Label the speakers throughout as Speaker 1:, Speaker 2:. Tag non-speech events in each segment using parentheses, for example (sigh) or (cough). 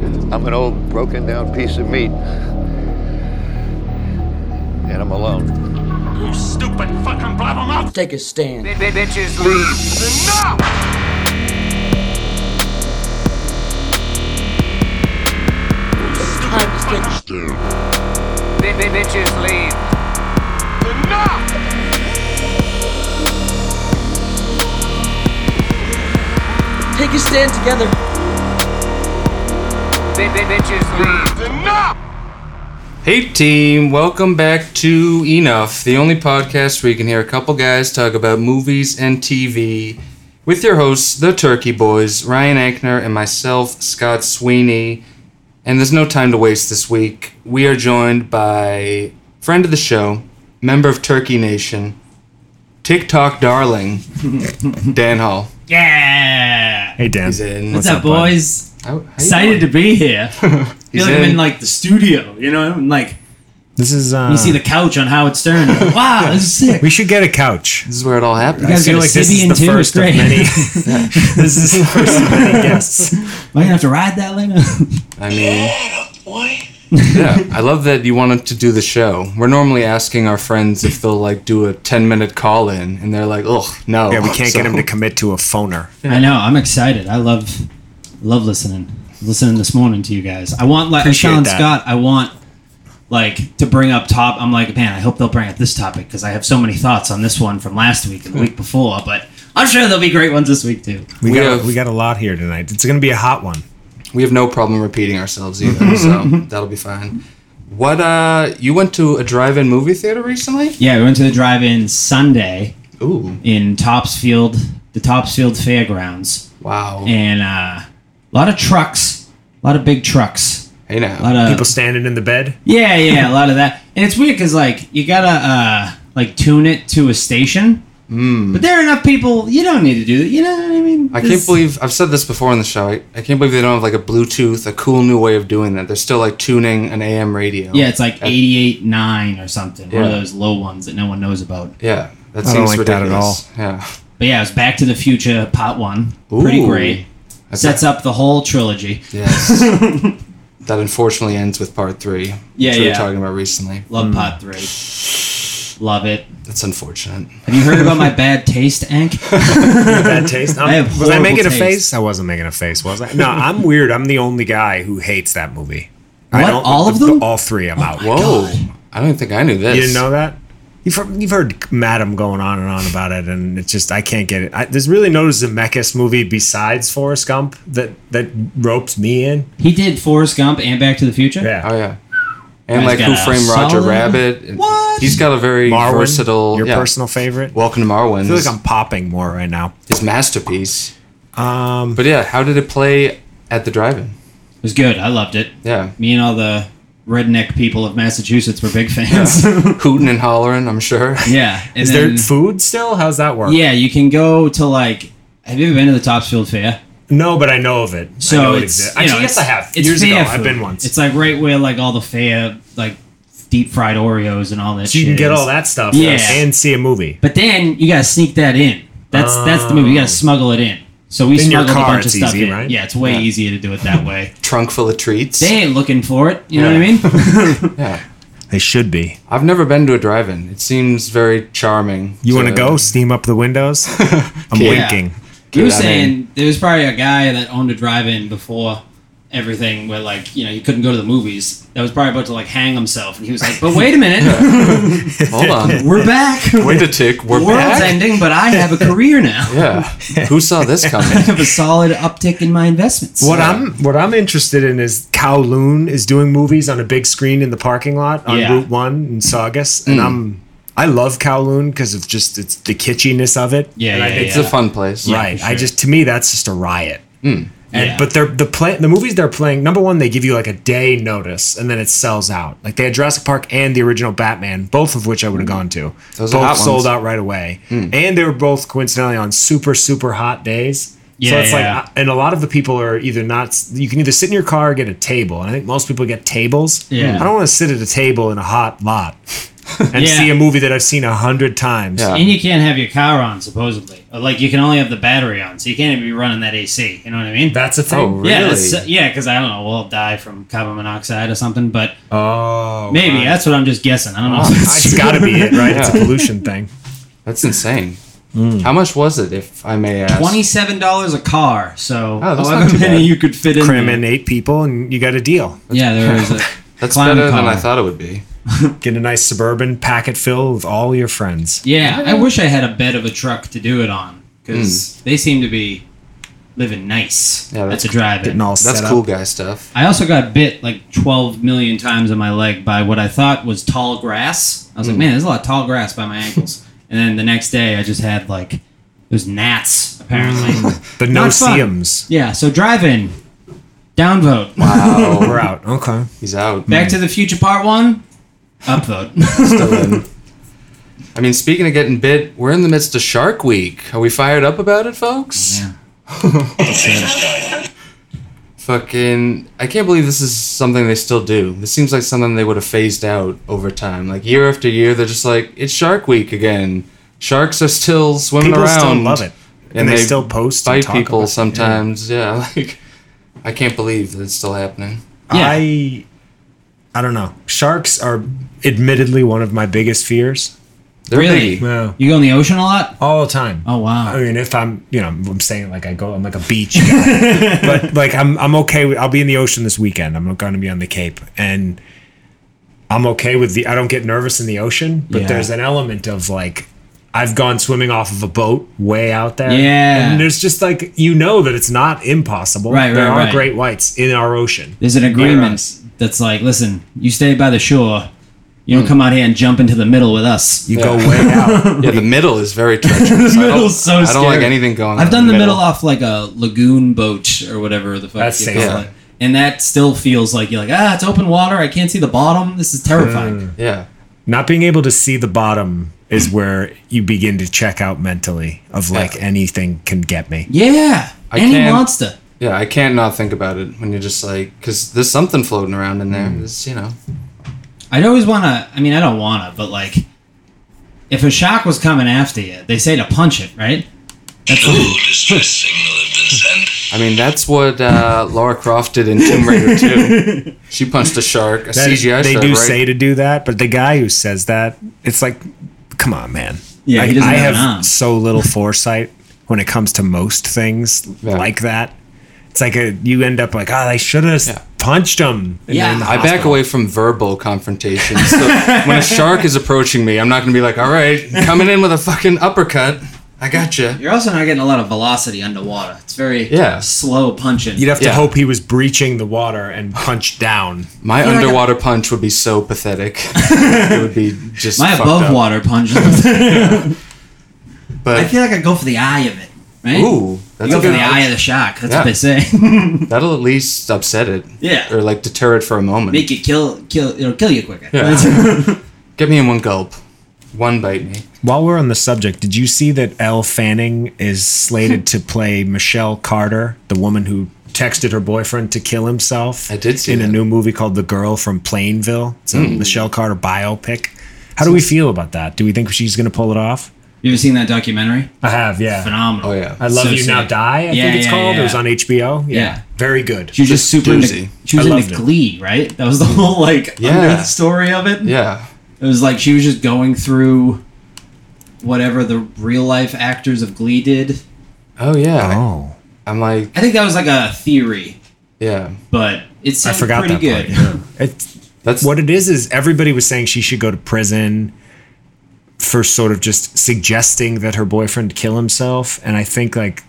Speaker 1: I'm an old, broken down piece of meat. And I'm alone.
Speaker 2: You stupid fucking blabbermouth!
Speaker 3: Take a stand.
Speaker 2: Bitches leave! Enough! You stupid
Speaker 3: Time to take
Speaker 2: fucking Bitches leave! Enough!
Speaker 3: Take a stand together.
Speaker 2: Bitches leave! Enough!
Speaker 4: Hey team, welcome back to Enough, the only podcast where you can hear a couple guys talk about movies and TV with your hosts, the Turkey Boys, Ryan Ankner, and myself, Scott Sweeney. And there's no time to waste this week. We are joined by friend of the show, member of Turkey Nation, TikTok darling, Dan Hall.
Speaker 5: Yeah.
Speaker 6: Hey Dan.
Speaker 4: He's in.
Speaker 5: What's, up, boys?
Speaker 4: How- how you
Speaker 5: Excited to
Speaker 4: doing?
Speaker 5: be here. I (laughs) feel
Speaker 4: He's
Speaker 5: like I'm
Speaker 4: in.
Speaker 5: in like the studio, you know? I'm like,
Speaker 6: This is uh
Speaker 5: you see the couch on Howard
Speaker 6: (laughs)
Speaker 5: Stern. wow, this is sick.
Speaker 6: We should get a couch.
Speaker 4: This is where it all happens.
Speaker 5: You guys
Speaker 6: feel
Speaker 5: got a
Speaker 6: like this is
Speaker 5: Sibian
Speaker 6: the
Speaker 5: too,
Speaker 6: first
Speaker 5: it's
Speaker 6: of
Speaker 5: great. (laughs)
Speaker 6: many. (laughs)
Speaker 5: Am
Speaker 6: This is the first of many guests.
Speaker 5: I gonna have to ride that later?
Speaker 4: I mean, yeah, I love that you wanted to do the show. We're normally asking our friends if they'll like do a ten minute call in, and they're like, "Oh no."
Speaker 6: Yeah, we can't
Speaker 4: So-
Speaker 6: get him to commit to a phoner.
Speaker 5: I know. I'm excited. I love, love listening, listening this morning to you guys. I want like I was
Speaker 6: Appreciate
Speaker 5: telling
Speaker 6: that.
Speaker 5: Scott. I want like to bring up top. I'm like, man, I hope they'll bring up this topic because I have so many thoughts on this one from last week and the week before. But I'm sure there'll be great ones this week too.
Speaker 6: Hmm. We,
Speaker 4: We
Speaker 6: got
Speaker 4: have-
Speaker 6: we got a lot here tonight. It's gonna be a hot one.
Speaker 4: We have no problem repeating ourselves either,
Speaker 6: (laughs)
Speaker 4: so that'll be fine. What? Uh, you went to a drive-in movie theater recently?
Speaker 5: Yeah, we went to the drive-in Sunday
Speaker 4: Ooh,
Speaker 5: in Topsfield, the Topsfield Fairgrounds,
Speaker 4: wow.
Speaker 5: and uh, a lot of trucks, a lot of big trucks,
Speaker 4: hey
Speaker 5: a lot
Speaker 4: now,
Speaker 5: of
Speaker 6: People standing in the bed.
Speaker 5: Yeah, yeah, a lot of that. And it's weird because like you gotta uh like tune it to a station. Mm. But there are enough people. You don't need to do that. You know what I mean?
Speaker 4: Hmm. I can't
Speaker 5: This-
Speaker 4: believe I've said this before on the show. I, I can't believe they don't have like a Bluetooth, a cool new way of doing that. They're still like tuning an AM radio.
Speaker 5: Yeah, it's like eighty-eight nine or something. One of
Speaker 4: Yeah.
Speaker 5: those low ones that no one knows about.
Speaker 4: yeah. That
Speaker 6: I
Speaker 4: seems
Speaker 6: don't like that at
Speaker 4: ridiculous. Yeah,
Speaker 5: But yeah, it was Back to the Future Part One. Pretty
Speaker 4: Ooh.
Speaker 5: great.
Speaker 4: That's
Speaker 5: Sets up the whole trilogy. (laughs)
Speaker 4: Yes. that unfortunately ends with part three.
Speaker 5: Yeah,
Speaker 4: which We
Speaker 5: yeah.
Speaker 4: were talking about recently.
Speaker 5: Love Part Three. Love it.
Speaker 4: That's unfortunate.
Speaker 5: Have you heard
Speaker 4: (laughs)
Speaker 5: about my bad taste, Ank? (laughs)
Speaker 6: Bad taste. I'm-
Speaker 5: I have
Speaker 6: was I
Speaker 5: horrible
Speaker 6: making
Speaker 5: taste.
Speaker 6: a face? I wasn't making a face, was I? No, I'm weird. I'm the only guy who hates that movie. I
Speaker 5: What?
Speaker 6: don't,
Speaker 5: All of them? Oh
Speaker 6: all three. I'm out.
Speaker 4: Whoa. I don't even think I knew this.
Speaker 6: You didn't know that? You've heard, you've heard Madam going on and on about it, and it's just I can't get it. I, there's really no Zemeckis movie besides Forrest Gump that that ropes me in.
Speaker 5: He did Forrest Gump and Back to the Future.
Speaker 6: Yeah,
Speaker 4: Oh yeah. And like
Speaker 5: Guy's got
Speaker 4: Who
Speaker 5: a
Speaker 4: Framed Roger
Speaker 5: solid-
Speaker 4: Rabbit. and
Speaker 5: What?
Speaker 4: He's got a very
Speaker 6: Marwin,
Speaker 4: versatile.
Speaker 6: your
Speaker 4: yeah.
Speaker 6: personal favorite.
Speaker 4: Welcome to Marwin.
Speaker 6: I feel like I'm popping more right now.
Speaker 4: his masterpiece.
Speaker 6: Um,
Speaker 4: But yeah, how did it play at the drive-in?
Speaker 5: It was good. I loved it. (laughs)
Speaker 4: Yeah,
Speaker 5: Me and all the redneck people of Massachusetts were big fans. Yeah. (laughs)
Speaker 4: hooting and hollering. I'm sure. (laughs)
Speaker 5: And
Speaker 6: (laughs) is
Speaker 5: then-
Speaker 6: there food still? How's that work?
Speaker 5: Yeah, you can go to like. Have you ever been to the Topsfield Fair?
Speaker 6: No, but I know of it. I know
Speaker 5: So
Speaker 6: it
Speaker 5: it's
Speaker 6: exists.
Speaker 5: you know,
Speaker 6: Actually, yes, I
Speaker 5: it's-
Speaker 6: have.
Speaker 5: It's
Speaker 6: Years ago,
Speaker 5: fair
Speaker 6: I've
Speaker 5: food.
Speaker 6: been once.
Speaker 5: It's like right where like all the fair like deep fried Oreos and all that.
Speaker 6: so you can
Speaker 5: shit
Speaker 6: get
Speaker 5: is.
Speaker 6: all that stuff
Speaker 5: Yeah.
Speaker 6: and see a movie.
Speaker 5: But then you gotta sneak that in. That's that's the movie. You gotta smuggle it in. So we
Speaker 6: Oh. In your
Speaker 5: smuggled a
Speaker 6: car,
Speaker 5: bunch of
Speaker 6: it's
Speaker 5: stuff
Speaker 6: easy,
Speaker 5: in.
Speaker 6: right?
Speaker 5: Yeah, it's way easier to do it that way.
Speaker 4: Trunk full of treats.
Speaker 5: they ain't looking for it. You know
Speaker 4: Yeah.
Speaker 5: what I
Speaker 6: (laughs)
Speaker 5: mean?
Speaker 4: Yeah,
Speaker 6: They should be.
Speaker 4: I've never been to a drive-in. It seems very charming.
Speaker 6: You want to go steam up the (laughs) windows? I'm
Speaker 4: Yeah.
Speaker 6: winking.
Speaker 5: You were
Speaker 4: Dude, I
Speaker 5: saying
Speaker 4: mean-
Speaker 5: there was probably a guy that owned a drive-in before everything, where like you know you couldn't go to the movies. That was probably about to like hang himself, and he was like, "But wait a
Speaker 4: (laughs)
Speaker 5: minute,
Speaker 4: Hold
Speaker 6: (laughs)
Speaker 4: on.
Speaker 5: we're back.
Speaker 4: Wait a tick. We're
Speaker 5: World's
Speaker 4: back.
Speaker 5: ending, but I have a career now.
Speaker 4: (laughs)
Speaker 5: (laughs)
Speaker 4: Yeah. Who saw this
Speaker 5: I
Speaker 4: coming?
Speaker 5: have a solid uptick in my investments."
Speaker 6: What I'm what I'm interested in is Kowloon is doing movies on a big screen in the parking lot on
Speaker 5: Yeah. Hmm.
Speaker 6: Route One in Saugus, and I'm I love Kowloon because of just it's the kitschiness of it.
Speaker 5: Yeah,
Speaker 6: and I
Speaker 5: yeah,
Speaker 6: think
Speaker 4: It's a fun place.
Speaker 6: right.
Speaker 5: for
Speaker 6: I
Speaker 5: sure.
Speaker 6: just to me that's just a riot. And
Speaker 5: Yeah.
Speaker 6: but they're the play the movies they're playing. Number one, they give you like a day notice, and then it sells out. Like they had Jurassic Park and the original Batman, both of which I would have gone to.
Speaker 4: Hmm. Those are
Speaker 6: both
Speaker 4: hot
Speaker 6: sold
Speaker 4: ones. Hmm.
Speaker 6: out right away, and they were both coincidentally on super super hot days. so
Speaker 5: Yeah,
Speaker 6: it's
Speaker 5: yeah.
Speaker 6: like, uh, and a lot of the people are either not. You can either sit in your car or get a table, and I think most people get tables.
Speaker 5: Yeah.
Speaker 4: (laughs)
Speaker 6: I don't want to sit at a table in a hot lot. and
Speaker 5: Yeah.
Speaker 6: see a movie that I've seen a hundred times.
Speaker 4: Yeah.
Speaker 5: And you can't have your car on, supposedly. Like, you can only have the battery on, so you can't even be running that AC. You know what I mean?
Speaker 6: That's a thing.
Speaker 4: Oh, really? (laughs)
Speaker 5: Yeah, that's- yeah, because I don't know, we'll die from carbon monoxide or something, but
Speaker 4: oh,
Speaker 5: maybe
Speaker 4: wow.
Speaker 5: that's what I'm just guessing. I don't know.
Speaker 6: It's got to be it, right? It's a
Speaker 4: Yeah.
Speaker 6: pollution thing.
Speaker 4: that's insane.
Speaker 6: Mm.
Speaker 4: How much was it, if I may ask?
Speaker 5: Twenty-seven dollars a car, so
Speaker 4: Oh, that's not
Speaker 5: however
Speaker 4: too
Speaker 5: many
Speaker 4: bad.
Speaker 5: you could fit in.
Speaker 6: Cram
Speaker 5: there.
Speaker 6: in eight people and you got a deal.
Speaker 5: Yeah, there is.
Speaker 4: (laughs)
Speaker 5: A
Speaker 4: That's
Speaker 5: clown
Speaker 4: better than
Speaker 5: car.
Speaker 4: I thought it would be.
Speaker 6: Get a nice suburban packet fill with all your friends.
Speaker 5: Yeah, I wish I had a bed of a truck to do it on because they seem to be living nice.
Speaker 4: Mm. Yeah,
Speaker 5: Yeah, that's
Speaker 4: that's
Speaker 5: a drive.
Speaker 6: Getting all
Speaker 4: That's
Speaker 6: set
Speaker 4: cool
Speaker 6: up.
Speaker 4: guy
Speaker 6: (laughs)
Speaker 4: stuff.
Speaker 5: I also got bit like 12 million times in my leg by what I thought was tall grass. I was like,
Speaker 4: Mm.
Speaker 5: man, there's a lot of tall grass by my
Speaker 4: (laughs)
Speaker 5: ankles. and then the next day, I just had like those gnats
Speaker 4: (laughs)
Speaker 5: apparently.
Speaker 6: The no
Speaker 5: Not fun.
Speaker 6: seums.
Speaker 5: yeah, so driving, downvote,
Speaker 4: (laughs) Wow,
Speaker 6: We're out. Okay.
Speaker 4: he's out.
Speaker 5: Back to the Future Part One,
Speaker 4: (laughs)
Speaker 5: upvote.
Speaker 4: I mean, speaking of getting bit, we're in the midst of Shark Week. Are we fired up about it, folks?
Speaker 5: Yeah.
Speaker 4: (laughs) Fucking, I can't believe this is something they still do. This seems like something they would have phased out over time. Like year after year, they're just like, it's Shark Week again. Sharks are still swimming
Speaker 6: People
Speaker 4: around.
Speaker 6: still love it. And,
Speaker 4: and
Speaker 6: they,
Speaker 4: they
Speaker 6: still post and
Speaker 4: Fight
Speaker 6: talk
Speaker 4: people
Speaker 6: about it.
Speaker 4: sometimes. Yeah. (laughs) like I can't believe that it's still happening.
Speaker 5: Yeah.
Speaker 6: I I don't know. Sharks are admittedly one of my biggest fears.
Speaker 4: They're
Speaker 5: Really?
Speaker 4: big.
Speaker 6: Yeah.
Speaker 5: you go in the ocean a lot?
Speaker 6: All the time.
Speaker 5: Oh wow.
Speaker 6: I mean, if I'm, you know, I'm saying like I go, I'm like a beach guy,
Speaker 5: (laughs)
Speaker 6: but like I'm, I'm okay. With, I'll be in the ocean this weekend. I'm going to be on the Cape, and I'm okay with the. I don't get nervous in the ocean, but
Speaker 5: Yeah.
Speaker 6: there's an element of like I've gone swimming off of a boat way out there.
Speaker 5: Yeah.
Speaker 6: and there's just like you know that it's not impossible.
Speaker 5: Right,
Speaker 6: There
Speaker 5: right,
Speaker 6: are
Speaker 5: right.
Speaker 6: great whites in our ocean.
Speaker 5: There's an agreement
Speaker 6: us.
Speaker 5: that's like, listen, you stay by the shore. You
Speaker 4: Hmm.
Speaker 5: don't come out here and jump into the middle with us.
Speaker 6: You
Speaker 4: Yeah.
Speaker 6: go way
Speaker 4: (laughs)
Speaker 6: out.
Speaker 4: Yeah, the middle is
Speaker 5: (laughs)
Speaker 4: very treacherous. I don't-
Speaker 5: middle's so
Speaker 4: I don't like
Speaker 5: scary.
Speaker 4: anything going on.
Speaker 5: I've done
Speaker 4: in
Speaker 5: the middle. off like a lagoon boat or whatever the fuck
Speaker 6: That's
Speaker 5: you
Speaker 6: safe.
Speaker 5: call
Speaker 4: Yeah.
Speaker 5: it. And that still feels like you're like, ah, it's open water. I can't see the bottom. This is
Speaker 6: Hmm.
Speaker 5: terrifying.
Speaker 4: Yeah.
Speaker 6: not being able to see the bottom is where you begin to check out mentally of like
Speaker 4: Yeah.
Speaker 6: anything can get me.
Speaker 5: yeah.
Speaker 4: I
Speaker 5: Any
Speaker 4: can't-
Speaker 5: monster.
Speaker 4: Yeah, I can't not think about it when you're just like, because there's something floating around in there.
Speaker 6: Hmm.
Speaker 4: It's, you know,
Speaker 5: I'd always want to. I mean, I don't want to, but like, if a shark was coming after you, they say to punch it, right? That's
Speaker 4: I mean, that's what uh, Laura Croft did in Tomb Raider
Speaker 5: (laughs)
Speaker 4: 2. She punched a shark, a
Speaker 6: That-
Speaker 4: CGI
Speaker 6: they
Speaker 4: shark.
Speaker 6: do
Speaker 4: right?
Speaker 6: say to do that, but the guy who says that, it's like, come on, man.
Speaker 5: Yeah, he
Speaker 6: Like,
Speaker 5: doesn't
Speaker 6: I
Speaker 5: have
Speaker 6: have
Speaker 5: an arm.
Speaker 6: so little foresight when it comes to most things
Speaker 4: Yeah.
Speaker 6: like that. It's like a, you end up like, oh, they should have
Speaker 4: Yeah.
Speaker 6: punched him. And
Speaker 5: Yeah.
Speaker 6: they're in the
Speaker 4: I back
Speaker 6: hospital.
Speaker 4: away from verbal confrontations. So when a shark is approaching me, I'm not going to be like, all right, coming in with a fucking uppercut. I got gotcha. you.
Speaker 5: You're also not getting a lot of velocity underwater. It's very
Speaker 4: Yeah.
Speaker 5: slow punching.
Speaker 6: You'd have to
Speaker 4: Yeah.
Speaker 6: hope he was breaching the water and punched down.
Speaker 4: My
Speaker 5: like a-
Speaker 4: underwater punch would be so
Speaker 5: (laughs)
Speaker 4: pathetic. it would be just
Speaker 5: My
Speaker 4: fucked
Speaker 5: above
Speaker 4: up. (laughs)
Speaker 5: water punch.
Speaker 4: But
Speaker 5: I feel like I go for the eye of it. Right?
Speaker 4: ooh,
Speaker 5: You
Speaker 4: that's
Speaker 5: go
Speaker 4: a
Speaker 5: for
Speaker 4: good
Speaker 5: the eye
Speaker 4: eye.
Speaker 5: of the shark. That's
Speaker 4: Yeah.
Speaker 5: what they say. (laughs)
Speaker 4: That'll at least upset it.
Speaker 5: Yeah.
Speaker 4: or like deter it for a moment.
Speaker 5: Make you kill, kill. It'll kill you quicker.
Speaker 4: Yeah. Get me in one gulp. One bite me.
Speaker 6: While we're on the subject, did you see that Elle Fanning
Speaker 5: (laughs)
Speaker 6: is slated to play Michelle Carter, the woman who texted her boyfriend to kill himself?
Speaker 4: I did see
Speaker 6: in a
Speaker 4: that.
Speaker 6: new movie called The Girl from Plainville. It's a
Speaker 5: Hmm.
Speaker 6: Michelle Carter biopic. How do we feel about that? Do we think she's going to pull it off?
Speaker 5: (laughs) You ever seen that documentary?
Speaker 6: I have, yeah.
Speaker 5: Phenomenal.
Speaker 4: Oh, yeah.
Speaker 6: I love
Speaker 5: So
Speaker 6: you now,
Speaker 5: sick.
Speaker 6: die. I
Speaker 5: Yeah,
Speaker 6: think it's
Speaker 5: yeah,
Speaker 6: called. It
Speaker 5: yeah.
Speaker 6: was on HBO. Yeah,
Speaker 5: Yeah.
Speaker 6: very good.
Speaker 5: She was just super
Speaker 4: doozy.
Speaker 5: into, she was
Speaker 6: I
Speaker 5: into
Speaker 6: loved it.
Speaker 5: Glee, right? That was the (laughs) whole like
Speaker 4: Yeah.
Speaker 5: under the story of it.
Speaker 4: Yeah.
Speaker 5: It was like she was just going through whatever the real life actors of Glee did.
Speaker 4: Oh yeah.
Speaker 6: Oh,
Speaker 4: I'm like
Speaker 5: I think that was like a theory,
Speaker 4: yeah.
Speaker 5: but it
Speaker 6: I
Speaker 5: sounded
Speaker 6: forgot
Speaker 5: pretty
Speaker 6: that
Speaker 5: good.
Speaker 6: part. It's
Speaker 4: That's
Speaker 6: what it is is everybody was saying she should go to prison for sort of just suggesting that her boyfriend kill himself and i think like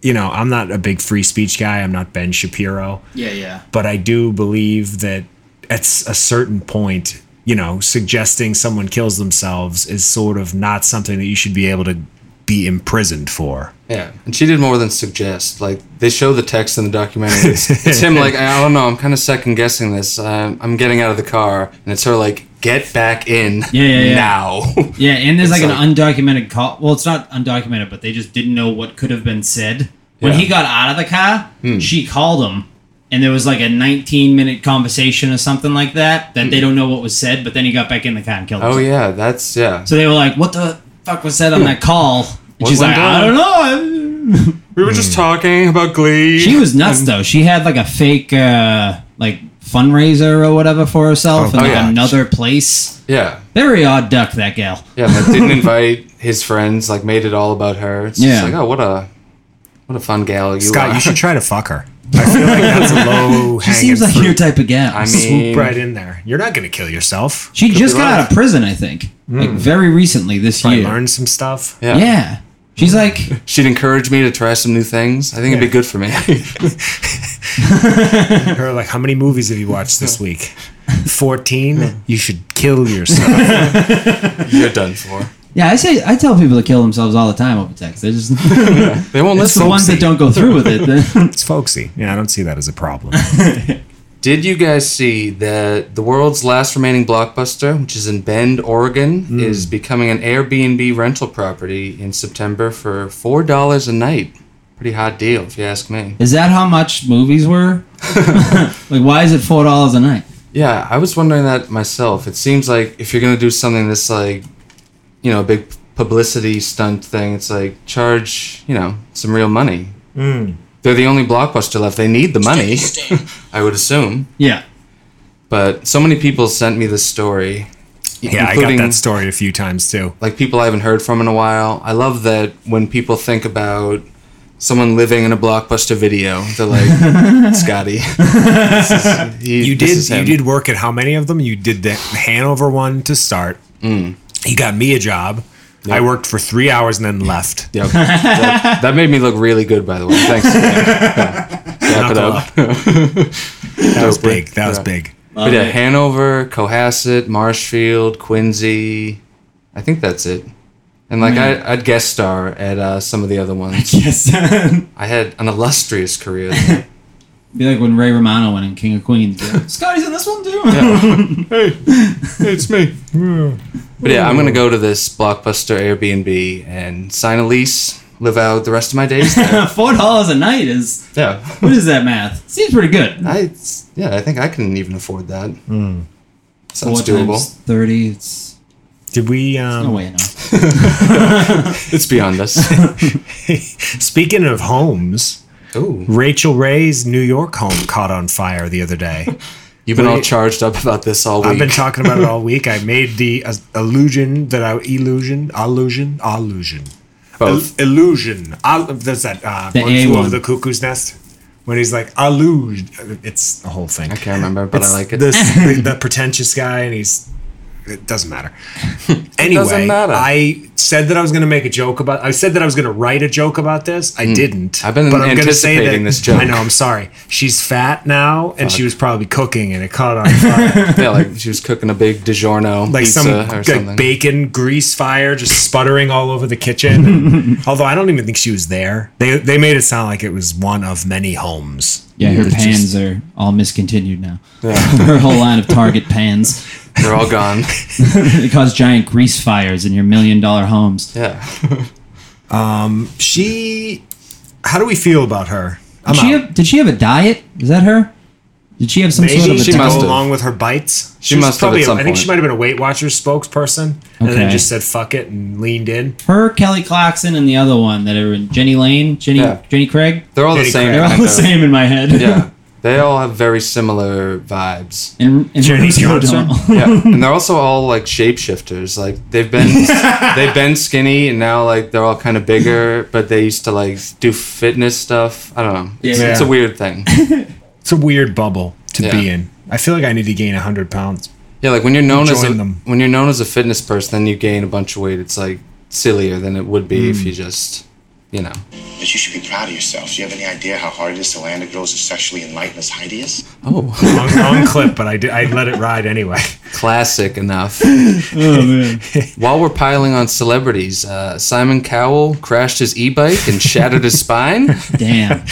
Speaker 6: you know i'm not a big free speech guy i'm not ben shapiro
Speaker 5: Yeah, yeah.
Speaker 6: but i do believe that at s- a certain point you know suggesting someone kills themselves is sort of not something that you should be able to be imprisoned for
Speaker 4: yeah. And she did more than suggest. Like they show the text in the documentary. It's, it's him (laughs) like I don't know. I'm kind of second guessing this. Uh, I'm getting out of the car, and it's her like get back in
Speaker 5: Yeah, yeah, yeah. (laughs)
Speaker 4: now.
Speaker 5: Yeah, and there's
Speaker 4: It's
Speaker 5: like,
Speaker 4: like-
Speaker 5: an undocumented call. Well, it's not undocumented, but they just didn't know what could have been said. When
Speaker 4: Yeah. Hmm.
Speaker 5: he got out of the car, she called him and there was like a 19 minute conversation or something like that that they don't know what was said, but then he got back in the car and killed
Speaker 4: Hmm. Oh
Speaker 5: himself.
Speaker 4: yeah, that's yeah.
Speaker 5: So they were like, "What the fuck was said on that call?" And
Speaker 4: What
Speaker 5: she's
Speaker 4: went
Speaker 5: like,
Speaker 4: down?
Speaker 5: "I don't know."
Speaker 4: We were just talking about Glee.
Speaker 5: She was nuts though. She had like a fake uh, like fundraiser or whatever for herself in
Speaker 4: oh,
Speaker 5: like
Speaker 4: yeah.
Speaker 5: another place.
Speaker 4: yeah,
Speaker 5: Very odd duck that gal.
Speaker 4: yeah. Like didn't invite his friends. Like made it all about her. It's
Speaker 5: Yeah.
Speaker 4: just like oh what a what a fun gal you
Speaker 6: Scott,
Speaker 4: are.
Speaker 6: you
Speaker 4: (laughs)
Speaker 6: should try to fuck her. I feel like that's a
Speaker 5: (laughs)
Speaker 6: low
Speaker 5: She
Speaker 6: hanging
Speaker 5: seems like your
Speaker 6: fruit.
Speaker 5: type of gal.
Speaker 4: I mean,
Speaker 6: right in there. You're not going to kill yourself.
Speaker 5: she
Speaker 6: Could
Speaker 5: just
Speaker 6: be
Speaker 5: got
Speaker 6: wrong.
Speaker 5: out of prison, I think, like very recently this
Speaker 6: Probably
Speaker 5: year.
Speaker 6: learned some stuff.
Speaker 4: yeah.
Speaker 5: Yeah. she's like,
Speaker 4: she'd encourage me to try some new things. I think it'd be good for me.
Speaker 6: Her like, how many movies have you watched this week? Fourteen. you should
Speaker 4: (laughs)
Speaker 6: kill yourself.
Speaker 4: You're done for.
Speaker 5: yeah, I say I tell people to kill themselves all the time over text. They're just
Speaker 4: They won't
Speaker 5: it's
Speaker 4: listen.
Speaker 5: the ones that don't go through with it.
Speaker 6: (laughs)
Speaker 5: (laughs) then-
Speaker 6: it's folksy. Yeah, I don't see that as a problem.
Speaker 4: Did you guys see that the world's last remaining blockbuster, which is in Bend, Oregon,
Speaker 5: Hmm.
Speaker 4: is becoming an Airbnb rental property in September for four dollars a night? Pretty hot deal, if you ask me.
Speaker 5: Is that how much movies were? like, why is it four dollars a night?
Speaker 4: Yeah, I was wondering that myself. It seems like if you're gonna do something this like, you know, a big publicity stunt thing, it's like charge, you know, some real money.
Speaker 6: Hmm.
Speaker 4: They're the only blockbuster left. They need the money, (laughs) I would assume.
Speaker 5: Yeah,
Speaker 4: But so many people sent me this story.
Speaker 6: Yeah, I got
Speaker 4: including-
Speaker 6: that story a few times too.
Speaker 4: like people I haven't heard from in a while. I love that when people think about someone living in a blockbuster video, they're
Speaker 6: (laughs)
Speaker 4: like, Scotty. (laughs) this is- he-
Speaker 6: You
Speaker 4: this
Speaker 6: did
Speaker 4: is
Speaker 6: you
Speaker 4: him."
Speaker 6: did work at how many of them? You did the Hanover one to start.
Speaker 4: Mm.
Speaker 6: You got me a job. I worked for three hours and then left.
Speaker 4: Yep. that, that made me look really good, by the way.
Speaker 6: (laughs)
Speaker 4: Thanks. Yeah. Wrap it
Speaker 6: Knuckle
Speaker 4: up. (laughs)
Speaker 6: up. That was
Speaker 4: Doper.
Speaker 6: big. That was
Speaker 4: Yeah.
Speaker 6: big.
Speaker 4: But yeah, Hanover, Cohasset, Marshfield, Quincy. I think that's it. And like
Speaker 6: Mm.
Speaker 4: I, I'd guest star at uh, some of the other ones.
Speaker 5: (laughs) yes. Be
Speaker 4: I had an illustrious career.
Speaker 5: like when Ray Romano went in King of Queens. Be like, Scotty's in this one too.
Speaker 4: it's me. But yeah, I'm gonna go to this blockbuster Airbnb and sign a lease, live out the rest of my days
Speaker 6: (laughs)
Speaker 4: there.
Speaker 5: (laughs) four dollars a night is
Speaker 4: yeah,
Speaker 5: what is that math? Seems pretty good.
Speaker 4: I it's- yeah, I think I can even afford that.
Speaker 6: Mm.
Speaker 4: Sounds
Speaker 5: Four
Speaker 4: doable.
Speaker 5: times thirty. It's
Speaker 6: Did we?
Speaker 5: no
Speaker 6: Um,
Speaker 5: way no.
Speaker 4: It's beyond us.
Speaker 6: (laughs) Speaking of homes,
Speaker 4: Ooh,
Speaker 6: Rachel Ray's New York home caught on fire the
Speaker 4: (laughs)
Speaker 6: other day.
Speaker 4: you've been all
Speaker 6: Wait.
Speaker 4: charged up about this all week.
Speaker 6: I've been talking about it all
Speaker 4: (laughs)
Speaker 6: week. I made the uh, illusion that I illusion, illusion, illusion,
Speaker 4: Both.
Speaker 6: Il- illusion. Ill- there's that uh,
Speaker 5: The
Speaker 6: one
Speaker 5: A
Speaker 6: flew
Speaker 5: one.
Speaker 6: over the cuckoo's nest when he's like illusion. It's the whole thing.
Speaker 4: I can't remember, but I
Speaker 6: It's
Speaker 4: like it. (laughs)
Speaker 6: This the, the pretentious guy, and he's. It doesn't
Speaker 4: (laughs)
Speaker 6: matter. Anyway,
Speaker 4: matter.
Speaker 6: I said that I was going to make a joke about. I said that I was going to write a joke about this. I didn't.
Speaker 4: Hmm. I've been
Speaker 6: I'm gonna say
Speaker 4: anticipating this joke.
Speaker 6: I know. I'm sorry. She's fat now, and she was probably cooking, and it caught
Speaker 4: (laughs)
Speaker 6: on fire.
Speaker 4: yeah, like she was cooking a big DiGiorno
Speaker 6: (laughs) like
Speaker 4: pizza
Speaker 6: some
Speaker 4: or
Speaker 6: like
Speaker 4: something.
Speaker 6: bacon grease fire just sputtering all over the kitchen.
Speaker 5: (laughs)
Speaker 6: And- although I don't even think she was there. They they made it sound like it was one of many homes.
Speaker 5: Yeah, her
Speaker 6: It's just-
Speaker 5: pans are all miscontinued now. (laughs) her whole line of Target pans. (laughs)
Speaker 4: They're all
Speaker 6: (laughs)
Speaker 4: gone.
Speaker 5: They cause giant grease fires in your million dollar homes.
Speaker 4: Yeah,
Speaker 6: she. How do we feel about her? I'm
Speaker 5: Did she,
Speaker 6: out.
Speaker 5: have, did she have a diet? Is that her? Did she have some
Speaker 6: Maybe
Speaker 5: sort of a
Speaker 6: she
Speaker 5: diet?
Speaker 6: go
Speaker 4: must have.
Speaker 6: along with her bites. She,
Speaker 4: must have at some
Speaker 6: I think she
Speaker 4: point.
Speaker 6: might have been a Weight Watchers spokesperson, and then
Speaker 5: Okay.
Speaker 6: just said "fuck it" and leaned in.
Speaker 5: Her, Kelly Clarkson, and the other one that are in Jenny Lane, Jenny,
Speaker 4: Yeah.
Speaker 5: Jenny Craig.
Speaker 4: they're all the
Speaker 6: Jenny
Speaker 4: same.
Speaker 6: Craig.
Speaker 5: They're (laughs) all
Speaker 4: kind
Speaker 5: the
Speaker 4: of-
Speaker 5: same in my head.
Speaker 6: (laughs)
Speaker 4: Yeah, they all have very similar vibes.
Speaker 5: (laughs) And, and
Speaker 6: Jenny
Speaker 5: Rosie
Speaker 6: Johnson?
Speaker 5: O'Donnell.
Speaker 4: Yeah, and they're also all like shapeshifters. Like they've been
Speaker 6: (laughs)
Speaker 4: they've been skinny and now like they're all kind of bigger, but they used to like do fitness stuff. I don't know. It's,
Speaker 5: Yeah.
Speaker 4: it's a weird thing.
Speaker 6: It's a weird bubble to
Speaker 4: Yeah.
Speaker 6: be in. I feel like I need to gain hundred pounds.
Speaker 4: Yeah, like when you're known as a,
Speaker 6: Join them.
Speaker 4: when you're known as a fitness person, then you gain a bunch of weight. It's like sillier than it would be if
Speaker 6: Mm.
Speaker 4: you just, you know.
Speaker 7: But you should be proud of yourself. Do you have any idea how hard it is to land a girl as sexually enlightened as Heidi is?
Speaker 4: Oh,
Speaker 6: Long, long (laughs) clip, but I did, I let it ride anyway.
Speaker 4: classic enough.
Speaker 5: (laughs)
Speaker 4: (laughs)
Speaker 5: oh, man.
Speaker 4: While we're piling on celebrities, uh, Simon Cowell crashed his e-bike and shattered his
Speaker 6: (laughs)
Speaker 4: spine. (laughs)
Speaker 5: Damn.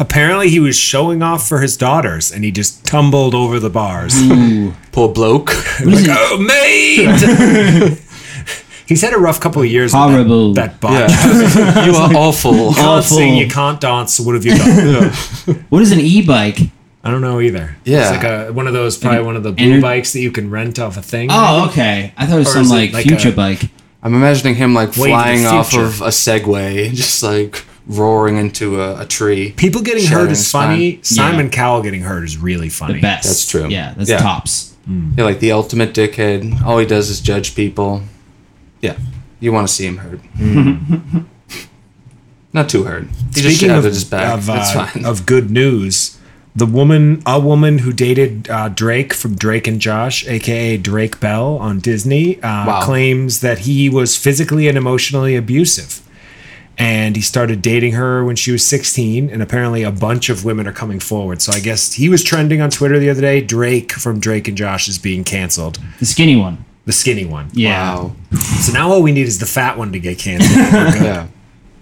Speaker 6: Apparently, he was showing off for his daughters, and he just tumbled over
Speaker 5: Mm.
Speaker 6: the bars.
Speaker 4: Poor bloke.
Speaker 5: What is it?
Speaker 6: oh, mate! (laughs) He's had a rough couple of years. with that-
Speaker 5: Horrible.
Speaker 6: That, botch.
Speaker 4: Yeah. (laughs) you are awful.
Speaker 6: (laughs) You can't
Speaker 5: Awful.
Speaker 6: sing, you can't dance. What have you done?
Speaker 5: (laughs) What is an e-bike?
Speaker 6: I don't know either.
Speaker 4: Yeah.
Speaker 6: it's like a one of those probably one of the blue
Speaker 5: Ener-
Speaker 6: bikes that you can rent off a thing.
Speaker 5: Oh, okay. I thought it was some
Speaker 6: Or is it
Speaker 5: like,
Speaker 6: like
Speaker 5: future
Speaker 6: a-
Speaker 5: bike.
Speaker 4: I'm imagining him like
Speaker 6: Way to the
Speaker 4: flying off
Speaker 6: future.
Speaker 4: of a Segway, just like roaring into a, a tree.
Speaker 6: People getting
Speaker 4: Sharon
Speaker 6: hurt is
Speaker 4: Stein.
Speaker 6: funny. Simon
Speaker 5: Yeah.
Speaker 6: Cowell getting hurt is really
Speaker 5: The
Speaker 6: funny.
Speaker 5: best.
Speaker 4: That's true.
Speaker 5: Yeah, that's
Speaker 4: Yeah.
Speaker 5: tops.
Speaker 4: Yeah, like the ultimate dickhead. All he does is judge people. Yeah, you want to see him hurt.
Speaker 5: Mm.
Speaker 4: (laughs) Not too hurt. He just
Speaker 6: Speaking of,
Speaker 4: shattered his back.
Speaker 6: of,
Speaker 4: That's
Speaker 6: uh,
Speaker 4: fine.
Speaker 6: of good news, the woman, a woman who dated uh, Drake from Drake and Josh, aka Drake Bell on Disney, uh,
Speaker 4: Wow.
Speaker 6: claims that he was physically and emotionally abusive. And he started dating her when she was 16, and apparently a bunch of women are coming forward. So I guess he was trending on Twitter the other day. Drake from Drake and Josh is being canceled,
Speaker 5: The skinny one.
Speaker 6: the skinny one.
Speaker 5: Yeah.
Speaker 4: wow.
Speaker 6: So now all we need is the fat one to get canceled.
Speaker 4: (laughs) Yeah.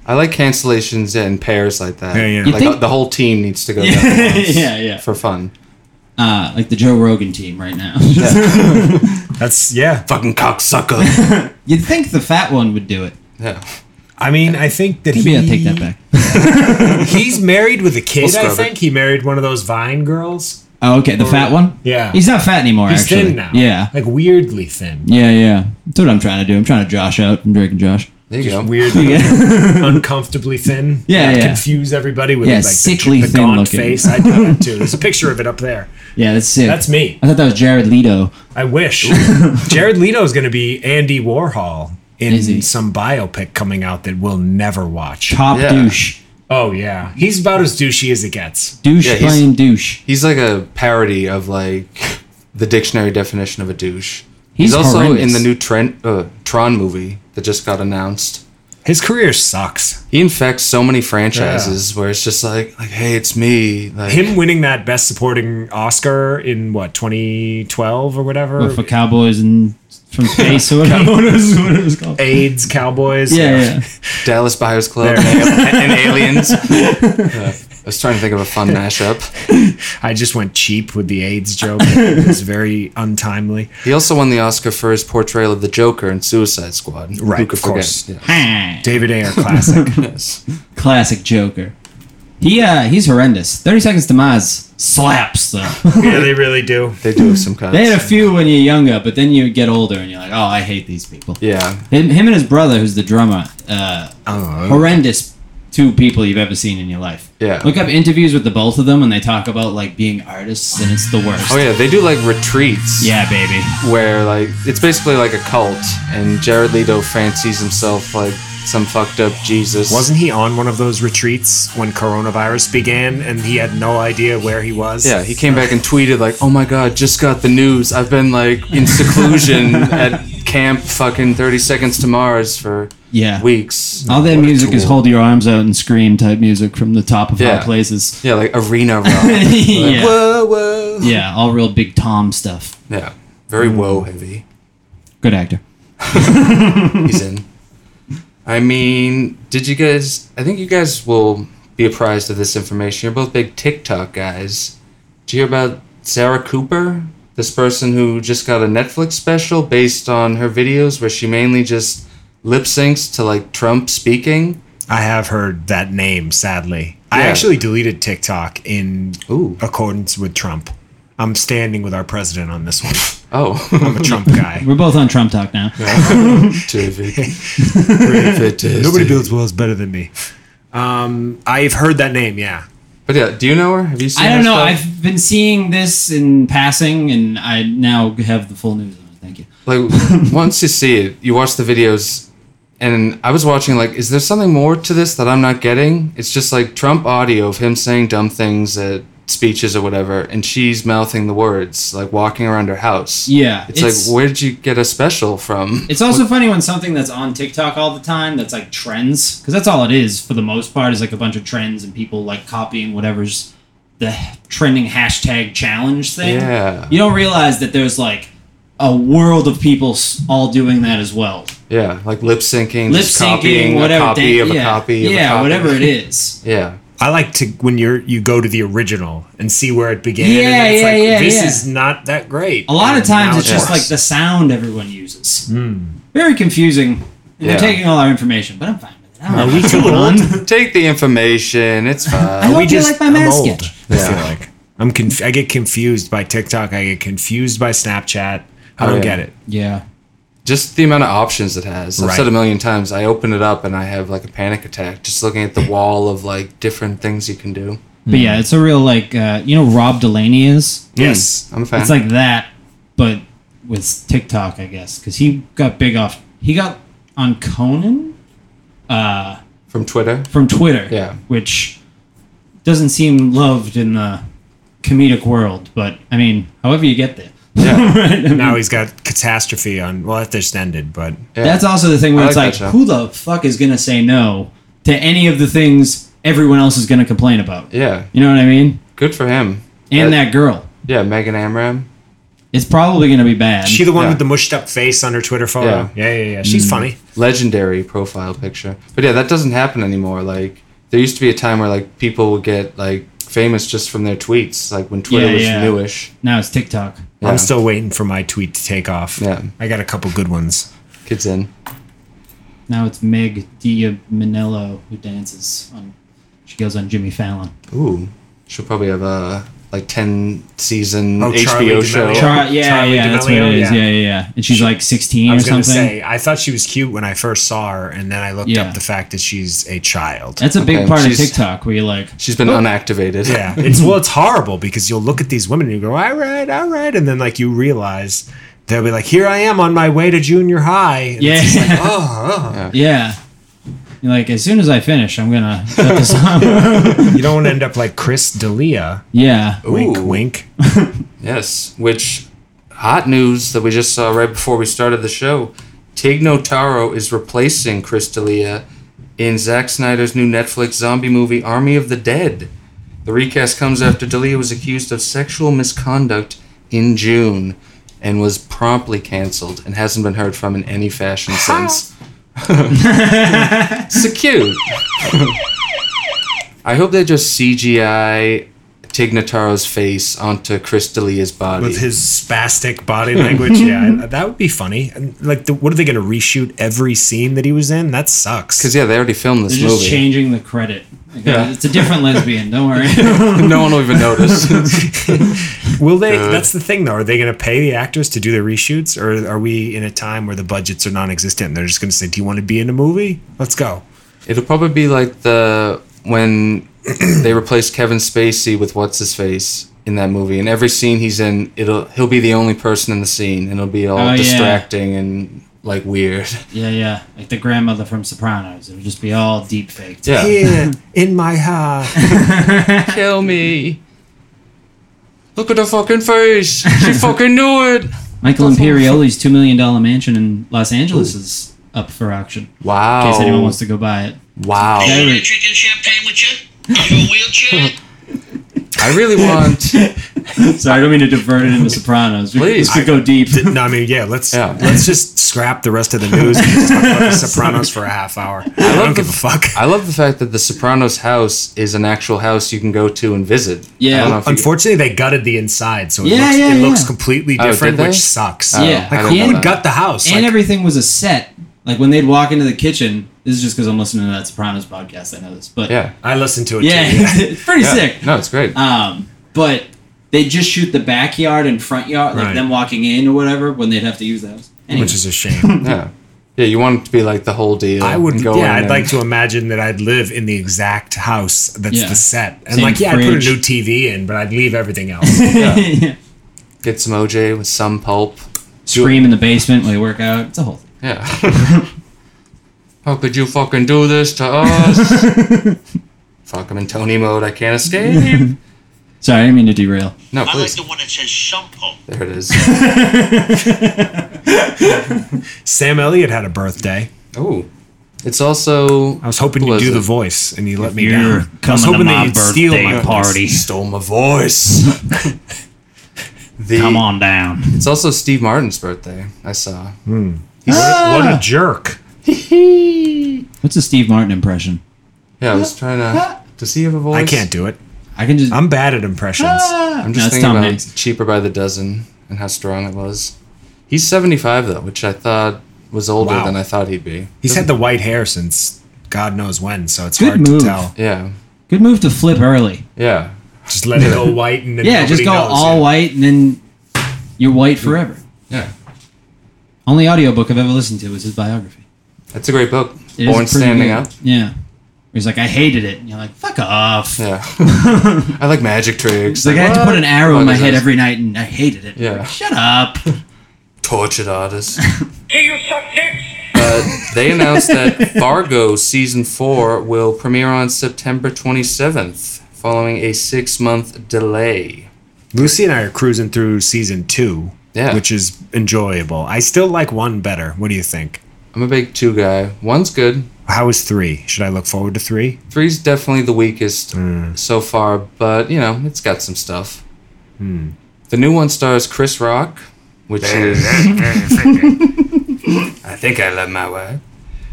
Speaker 4: I like cancellations in pairs like that.
Speaker 6: Yeah, yeah. You
Speaker 4: Like
Speaker 5: think-
Speaker 4: uh, the whole team needs
Speaker 6: (laughs)
Speaker 4: to go down the lines
Speaker 5: yeah, yeah.
Speaker 4: for fun.
Speaker 5: Uh, like the Joe Rogan team
Speaker 4: (laughs)
Speaker 5: right now.
Speaker 6: That's yeah.
Speaker 4: Fucking cocksucker.
Speaker 5: You'd think the fat one would do it.
Speaker 4: yeah.
Speaker 6: I mean, I think that
Speaker 5: Maybe
Speaker 6: he
Speaker 5: I take that back.
Speaker 6: He's married with a kid,
Speaker 4: scrub
Speaker 6: I
Speaker 4: it.
Speaker 6: think. He married one of those Vine girls.
Speaker 5: Oh, okay. The fat one.
Speaker 6: Yeah.
Speaker 5: He's not fat anymore.
Speaker 6: He's
Speaker 5: actually.
Speaker 6: thin now.
Speaker 5: Yeah.
Speaker 6: Like weirdly thin.
Speaker 5: Yeah, yeah. That's what I'm trying to do. I'm trying to Josh out and Drake and Josh.
Speaker 4: (laughs)
Speaker 5: (laughs)
Speaker 4: There you
Speaker 6: Just
Speaker 4: go.
Speaker 6: weirdly uncomfortably thin.
Speaker 5: Yeah,
Speaker 6: Not
Speaker 5: yeah.
Speaker 6: Confuse everybody with
Speaker 5: Yeah,
Speaker 6: like the-
Speaker 5: sickly
Speaker 6: the,
Speaker 5: thin
Speaker 6: gaunt
Speaker 5: looking.
Speaker 6: face. I do that too.
Speaker 5: (laughs)
Speaker 6: There's a picture of it up there.
Speaker 5: Yeah, that's sick.
Speaker 6: That's me.
Speaker 5: I thought that was Jared Leto.
Speaker 6: I wish.
Speaker 5: (laughs)
Speaker 6: Jared Leto is going to be Andy Warhol
Speaker 5: Is he?
Speaker 6: in some biopic coming out that we'll never watch.
Speaker 5: Top
Speaker 4: Yeah.
Speaker 5: douche.
Speaker 6: Oh yeah, he's about as douchey as it gets.
Speaker 5: Douche
Speaker 4: Yeah, he's-
Speaker 5: playing douche.
Speaker 4: He's like a parody of like the dictionary definition of a douche. He's,
Speaker 5: He's
Speaker 4: also in
Speaker 5: horrendous.
Speaker 4: the new Trent, uh, Tron movie that just got announced.
Speaker 6: His career sucks.
Speaker 4: He infects so many franchises where it's just like, like, hey, it's me. Like,
Speaker 6: Him winning that Best Supporting Oscar in what 2012 or whatever
Speaker 4: Mm,
Speaker 5: But for Cowboys and
Speaker 4: (laughs)
Speaker 5: from space or whatever (laughs) what it was, what it was called.
Speaker 6: AIDS, Cowboys.
Speaker 5: Yeah, yeah.
Speaker 4: (laughs) Dallas Buyers Club (laughs) and,
Speaker 6: (laughs)
Speaker 4: and Aliens. Yeah. I was trying to think of a fun mashup.
Speaker 6: I just went cheap with the AIDS joke. it was very untimely.
Speaker 4: He also won the Oscar for his portrayal of the Joker in Suicide Squad.
Speaker 6: Right,
Speaker 4: Who could
Speaker 6: of course.
Speaker 4: forget?
Speaker 5: Ah,
Speaker 6: David Ayer classic.
Speaker 4: (laughs) Yes.
Speaker 5: Classic Joker. He uh, he's horrendous. Thirty Seconds to Mars slaps though. (laughs)
Speaker 6: yeah, they really do.
Speaker 4: They do have some cuts.
Speaker 5: they had a few when you're younger, but then you get older and you're like, oh, I hate these people.
Speaker 4: yeah.
Speaker 5: Him, him and his brother, who's the drummer, uh, horrendous two people you've ever seen in your life.
Speaker 4: Yeah.
Speaker 5: Look up interviews with the both of them, and they talk about like being artists, and it's the worst.
Speaker 4: Oh, yeah. They do like retreats.
Speaker 5: Yeah, baby.
Speaker 4: where like it's basically like a cult, and Jared Leto fancies himself like some fucked up Jesus.
Speaker 6: Wasn't he on one of those retreats when coronavirus began and he had no idea where he was?
Speaker 4: yeah, he came back and tweeted like, "Oh my god, just got the news. I've been like in
Speaker 5: (laughs)
Speaker 4: seclusion at camp fucking 30 seconds to Mars for
Speaker 5: Yeah.
Speaker 4: weeks."
Speaker 5: All that
Speaker 4: What a
Speaker 5: music is
Speaker 4: tool.
Speaker 5: hold your arms out and scream type music from the top of
Speaker 4: Yeah.
Speaker 5: high places.
Speaker 4: Yeah, like arena rock. (laughs) Like,
Speaker 5: (laughs) Yeah.
Speaker 4: Whoa, whoa.
Speaker 5: Yeah, all real big Tom stuff.
Speaker 4: Yeah, very woe heavy.
Speaker 5: Good actor.
Speaker 4: He's in. I mean, did you guys? I think you guys will be apprised of this information. You're both big TikTok guys. Did you hear about Sarah Cooper? This person who just got a Netflix special based on her videos where she mainly just lip syncs to like Trump speaking.
Speaker 6: I have heard that name, sadly. I
Speaker 4: Yeah.
Speaker 6: actually deleted TikTok in
Speaker 4: Ooh.
Speaker 6: accordance with Trump. I'm standing with our president on this one. (laughs)
Speaker 4: Oh, (laughs)
Speaker 6: I'm a Trump guy.
Speaker 5: We're both on Trump Talk now.
Speaker 6: (laughs)
Speaker 4: David. David.
Speaker 6: Nobody builds walls better than me. Um, I've heard that name, yeah.
Speaker 4: But yeah, do you know her? Have you seen?
Speaker 5: I don't
Speaker 4: her
Speaker 5: know.
Speaker 4: stuff?
Speaker 5: I've been seeing this in passing, and I now have the full news on it. Thank you.
Speaker 4: like
Speaker 5: (laughs)
Speaker 4: once you see it you watch the videos and i was watching like is there something more to this that i'm not getting it's just like trump audio of him saying dumb things at speeches or whatever and she's mouthing the words like walking around her house
Speaker 5: Yeah,
Speaker 4: it's,
Speaker 5: it's-
Speaker 4: like where did you get a special from
Speaker 5: It's also funny when something that's on TikTok all the time that's like trends, because that's all it is for the most part is like a bunch of trends and people like copying whatever's the trending hashtag challenge thing.
Speaker 4: Yeah.
Speaker 5: You don't realize that there's like a world of people s- all doing that as well.
Speaker 4: yeah like lip syncing
Speaker 5: Lip
Speaker 4: just copying
Speaker 5: syncing, whatever.
Speaker 4: a copy
Speaker 5: dan-
Speaker 4: of a
Speaker 5: yeah.
Speaker 4: copy of a (laughs)
Speaker 5: yeah,
Speaker 4: copy.
Speaker 5: whatever it is.
Speaker 4: yeah
Speaker 6: I like to when you're you go to the original and see where it began.
Speaker 5: Yeah,
Speaker 6: and it's
Speaker 5: yeah,
Speaker 6: like,
Speaker 5: yeah,
Speaker 6: This
Speaker 5: yeah.
Speaker 6: is not that great.
Speaker 5: A lot of
Speaker 6: And
Speaker 5: times
Speaker 6: now
Speaker 5: it's just like
Speaker 6: worse.
Speaker 5: the sound everyone uses. Very confusing. And
Speaker 4: Yeah.
Speaker 5: They're taking all our information, but I'm fine with it. I
Speaker 6: Are
Speaker 5: don't know.
Speaker 6: we (laughs) too old?
Speaker 4: Take the information. It's
Speaker 5: (laughs) I
Speaker 4: fine.
Speaker 5: don't
Speaker 6: we
Speaker 5: feel
Speaker 6: just
Speaker 5: like my
Speaker 6: I'm
Speaker 5: mask
Speaker 6: old.
Speaker 5: yet.
Speaker 6: I feel like I'm conf- I get confused by TikTok. I get confused by Snapchat. I
Speaker 4: Oh,
Speaker 6: don't
Speaker 4: yeah.
Speaker 6: get it.
Speaker 5: Yeah.
Speaker 4: just the amount of options it has. I've
Speaker 6: Right.
Speaker 4: said a million times. I open it up and I have like a panic attack just looking
Speaker 5: (laughs)
Speaker 4: at the wall of like different things you can do.
Speaker 6: Hmm.
Speaker 5: But yeah, it's a real like uh, you know Rob Delaney is.
Speaker 6: Yes.
Speaker 4: I'm a fan.
Speaker 5: It's like that, but with TikTok, I guess, because he got big off. He got on Conan
Speaker 4: from Twitter.
Speaker 5: from Twitter.
Speaker 4: Yeah.
Speaker 5: Which doesn't seem loved in the comedic world, but I mean, however you get there.
Speaker 4: Yeah.
Speaker 5: (laughs) Right? I mean,
Speaker 6: Now he's got catastrophe on. Well, that just ended, but
Speaker 4: yeah.
Speaker 5: That's also the thing where
Speaker 4: I
Speaker 5: it's
Speaker 4: like
Speaker 5: like,
Speaker 4: that show.
Speaker 5: who the fuck is gonna say no to any of the things everyone else is gonna complain about?
Speaker 4: yeah.
Speaker 5: You know what I mean?
Speaker 4: Good for him. Uh,
Speaker 5: And that girl.
Speaker 4: Yeah, Megan Amram.
Speaker 5: It's probably gonna be bad.
Speaker 6: she the one
Speaker 4: Yeah.
Speaker 6: with the mushed up face on her Twitter photo. Yeah, Hmm. yeah, yeah. She's funny.
Speaker 4: legendary profile picture. But yeah, that doesn't happen anymore. Like there used to be a time where like people would get like famous just from their tweets, like when Twitter
Speaker 5: Yeah,
Speaker 4: was
Speaker 5: yeah.
Speaker 4: newish.
Speaker 5: now it's TikTok.
Speaker 4: Yeah.
Speaker 6: I'm still waiting for my tweet to take off.
Speaker 4: Yeah.
Speaker 6: I got a couple good ones.
Speaker 4: Kids in.
Speaker 5: Now it's Meg Manello who dances on. She goes on Jimmy Fallon.
Speaker 4: Ooh, she'll probably have a like ten season
Speaker 6: Oh, Charli
Speaker 4: HBO
Speaker 6: D'Amelio.
Speaker 4: show.
Speaker 6: Char-
Speaker 5: Char- yeah,
Speaker 6: Charli
Speaker 5: yeah, that's what it
Speaker 6: D'Amelio,
Speaker 5: is.
Speaker 6: yeah.
Speaker 5: Yeah, yeah, yeah. And she's like 16
Speaker 6: I was
Speaker 5: or
Speaker 6: gonna
Speaker 5: something.
Speaker 6: say I thought she was cute when I first saw her, and then I looked
Speaker 5: Yeah.
Speaker 6: up the fact that she's a child.
Speaker 5: that's a big
Speaker 4: Okay,
Speaker 5: part of
Speaker 4: she's-
Speaker 5: TikTok where you're like,
Speaker 4: She's been
Speaker 5: Oh.
Speaker 4: unactivated.
Speaker 5: (laughs)
Speaker 6: yeah, it's well, it's horrible because you'll look at these women and you go, "All right, all right," and then like you realize they'll be like, "Here I am on my way to junior high." And
Speaker 5: yeah,
Speaker 6: (laughs) it's just like, oh, oh.
Speaker 5: yeah. You're like, as soon as I finish, I'm gonna shut this (laughs) off. (laughs)
Speaker 6: you don't want to end up like Chris D'Elia.
Speaker 5: yeah,
Speaker 6: Wink,
Speaker 4: Ooh.
Speaker 6: wink.
Speaker 4: Yes. Which hot news that we just saw right before we started the show. Tig Notaro is replacing Chris D'Elia in Zack Snyder's new Netflix zombie movie Army of the Dead. The recast comes after D'Elia was accused of sexual misconduct in June and was promptly canceled and hasn't been heard from in any fashion since. so cute. I hope they just CGI Tig Notaro's face onto Chris D'Elia's body.
Speaker 6: with his spastic body language. yeah, (laughs) that would be funny. And, Like, the, what are they going to reshoot every scene that he was in? That sucks.
Speaker 4: Because yeah, they already filmed this
Speaker 5: they're just
Speaker 4: movie.
Speaker 5: changing the credit. Like, uh,
Speaker 4: Yeah.
Speaker 5: It's a different lesbian. Don't worry.
Speaker 4: (laughs)
Speaker 5: (laughs)
Speaker 4: no one will even notice. (laughs)
Speaker 6: Will they? That's the thing, though. Are they going to pay the actors to do the reshoots, or are we in a time where the budgets are non-existent? And they're just going to say, "Do you want to be in a movie? Let's go."
Speaker 4: It'll probably be like the when they replaced Kevin Spacey with what's his face in that movie. In every scene he's in, it'll he'll be the only person in the scene, and it'll be all
Speaker 5: Oh, yeah.
Speaker 4: distracting and like weird. (laughs)
Speaker 5: yeah, yeah. Like the grandmother from Sopranos. It'll just be all deep faked.
Speaker 4: Yeah, (laughs)
Speaker 5: (laughs)
Speaker 6: Yeah, in my heart.
Speaker 4: kill me. Look at her fucking face.
Speaker 5: (laughs)
Speaker 4: She fucking knew it.
Speaker 5: Michael Imperioli's two million dollar mansion in Los Angeles is up for auction.
Speaker 4: Wow.
Speaker 5: In case
Speaker 4: Oh.
Speaker 5: anyone wants to go buy it.
Speaker 4: Wow.
Speaker 5: Very-
Speaker 8: drinking champagne with you? Are you a wheelchair?
Speaker 4: I
Speaker 5: (laughs)
Speaker 4: really want.
Speaker 5: Sorry, I don't mean to divert
Speaker 4: (laughs)
Speaker 5: it into Sopranos. We
Speaker 4: Please.
Speaker 5: could
Speaker 4: (laughs)
Speaker 5: go deep.
Speaker 6: no, I mean, yeah. Let's
Speaker 4: Yeah.
Speaker 6: let's just scrap the rest of the news and just talk about the
Speaker 4: (laughs)
Speaker 6: Sopranos for a half hour. I,
Speaker 4: love
Speaker 6: don't
Speaker 4: the-
Speaker 6: give a fuck.
Speaker 4: I love the fact that the Sopranos house is an actual house you can go to and visit.
Speaker 5: Yeah.
Speaker 4: I don't know if you-
Speaker 6: Unfortunately, they gutted the inside, so it,
Speaker 5: Yeah,
Speaker 6: looks,
Speaker 5: yeah,
Speaker 6: it
Speaker 5: yeah.
Speaker 6: looks completely
Speaker 4: Oh, did
Speaker 6: different,
Speaker 4: they? Oh,
Speaker 6: which sucks.
Speaker 5: Yeah.
Speaker 4: I
Speaker 6: Like,
Speaker 4: don't know
Speaker 6: who would
Speaker 4: that.
Speaker 6: gut the house?
Speaker 5: and
Speaker 6: Like,
Speaker 5: everything was a set. Like when they'd walk into the kitchen, this is just because I'm listening to that Sopranos podcast. I know this, but
Speaker 4: Yeah.
Speaker 6: I listened to it.
Speaker 5: yeah, (laughs)
Speaker 6: Too, yeah.
Speaker 5: it's pretty
Speaker 4: Yeah.
Speaker 5: sick.
Speaker 4: No, it's great.
Speaker 5: Um, but they just shoot the backyard and front yard, like
Speaker 6: Right.
Speaker 5: them walking in or whatever when they'd have to use the house. Anyway,
Speaker 6: Which is a shame.
Speaker 4: Yeah. Yeah, you want it to be like the whole deal.
Speaker 6: I would.
Speaker 4: and go in
Speaker 6: Yeah, I'd
Speaker 4: and-
Speaker 6: like to imagine that I'd live in the exact house that's
Speaker 5: Yeah.
Speaker 6: the set, and
Speaker 5: Same
Speaker 6: like, yeah, I'd put
Speaker 5: fridge.
Speaker 6: a new TV in, but I'd leave everything
Speaker 5: (laughs)
Speaker 6: else.
Speaker 5: yeah.
Speaker 4: get some OJ with some pulp.
Speaker 5: scream in the basement while they work out. It's a whole thing.
Speaker 6: (laughs)
Speaker 4: Yeah. How could you fucking do this to
Speaker 6: (laughs)
Speaker 4: us? Fuck, I'm in Tony mode. I can't escape.
Speaker 5: Sorry, I didn't mean to derail.
Speaker 4: No,
Speaker 8: I like
Speaker 4: please.
Speaker 8: the one that says shampoo.
Speaker 4: There it is.
Speaker 6: Sam Elliott had a birthday.
Speaker 4: Oh, it's also.
Speaker 6: I was hoping
Speaker 4: who
Speaker 6: you'd
Speaker 4: was
Speaker 6: do
Speaker 4: it?
Speaker 6: the voice, and you let me
Speaker 5: You're
Speaker 6: down. I was
Speaker 5: coming to
Speaker 6: hoping
Speaker 5: my
Speaker 6: that you'd steal
Speaker 5: birthday
Speaker 6: my
Speaker 5: party.
Speaker 6: Stole my voice.
Speaker 4: The-
Speaker 5: Come on down.
Speaker 4: It's also Steve Martin's birthday. I saw.
Speaker 5: Ah!
Speaker 6: What a jerk!
Speaker 5: What's a Steve Martin impression?
Speaker 6: (laughs)
Speaker 4: Yeah, I was trying to Does he have a voice?
Speaker 6: I can't do it.
Speaker 5: I can just.
Speaker 6: I'm bad at impressions.
Speaker 4: I'm
Speaker 5: No,
Speaker 4: just
Speaker 5: it's
Speaker 4: thinking
Speaker 5: Tom
Speaker 4: about
Speaker 5: Hanks.
Speaker 4: cheaper by the dozen and how strong it was. He's 75 though, which I thought was older
Speaker 6: Wow.
Speaker 4: than I thought he'd be.
Speaker 6: He's had the white hair since God knows when, so it's
Speaker 5: Good
Speaker 6: hard
Speaker 5: move.
Speaker 6: to tell.
Speaker 4: Yeah,
Speaker 5: Good move to flip early.
Speaker 4: yeah.
Speaker 6: Just let it
Speaker 5: (laughs)
Speaker 6: go white and then
Speaker 5: Yeah, just
Speaker 6: nobody
Speaker 5: go
Speaker 6: knows
Speaker 5: all
Speaker 6: yet.
Speaker 5: white and then you're white forever.
Speaker 4: Yeah.
Speaker 5: Only audiobook I've ever listened to is his biography.
Speaker 4: That's a great book.
Speaker 5: It is
Speaker 4: Born
Speaker 5: pretty
Speaker 4: Standing
Speaker 5: good.
Speaker 4: Up.
Speaker 5: Yeah. Where he's like, I hated it. And you're like, fuck off.
Speaker 4: Yeah.
Speaker 5: (laughs)
Speaker 4: I like magic tricks.
Speaker 5: It's like, I had to put an arrow in my head
Speaker 4: What is
Speaker 5: every night and I hated it.
Speaker 4: Yeah.
Speaker 5: Like, Shut
Speaker 4: (laughs)
Speaker 5: up.
Speaker 4: this? Tortured
Speaker 5: (laughs)
Speaker 4: artist. Uh, they announced that Fargo season four will premiere on September 27th, following a six-month delay.
Speaker 6: Lucy and I are cruising through season two,
Speaker 4: Yeah.
Speaker 6: which is enjoyable. I still like one better. What do you think?
Speaker 4: I'm a big two guy. One's good.
Speaker 6: How is three? Should I look forward
Speaker 5: (laughs)
Speaker 6: to three?
Speaker 4: Three's definitely the weakest
Speaker 6: Mm.
Speaker 4: so far, but you know it's got some stuff.
Speaker 6: Hmm.
Speaker 4: The new one stars Chris Rock, which is I think I love my wife.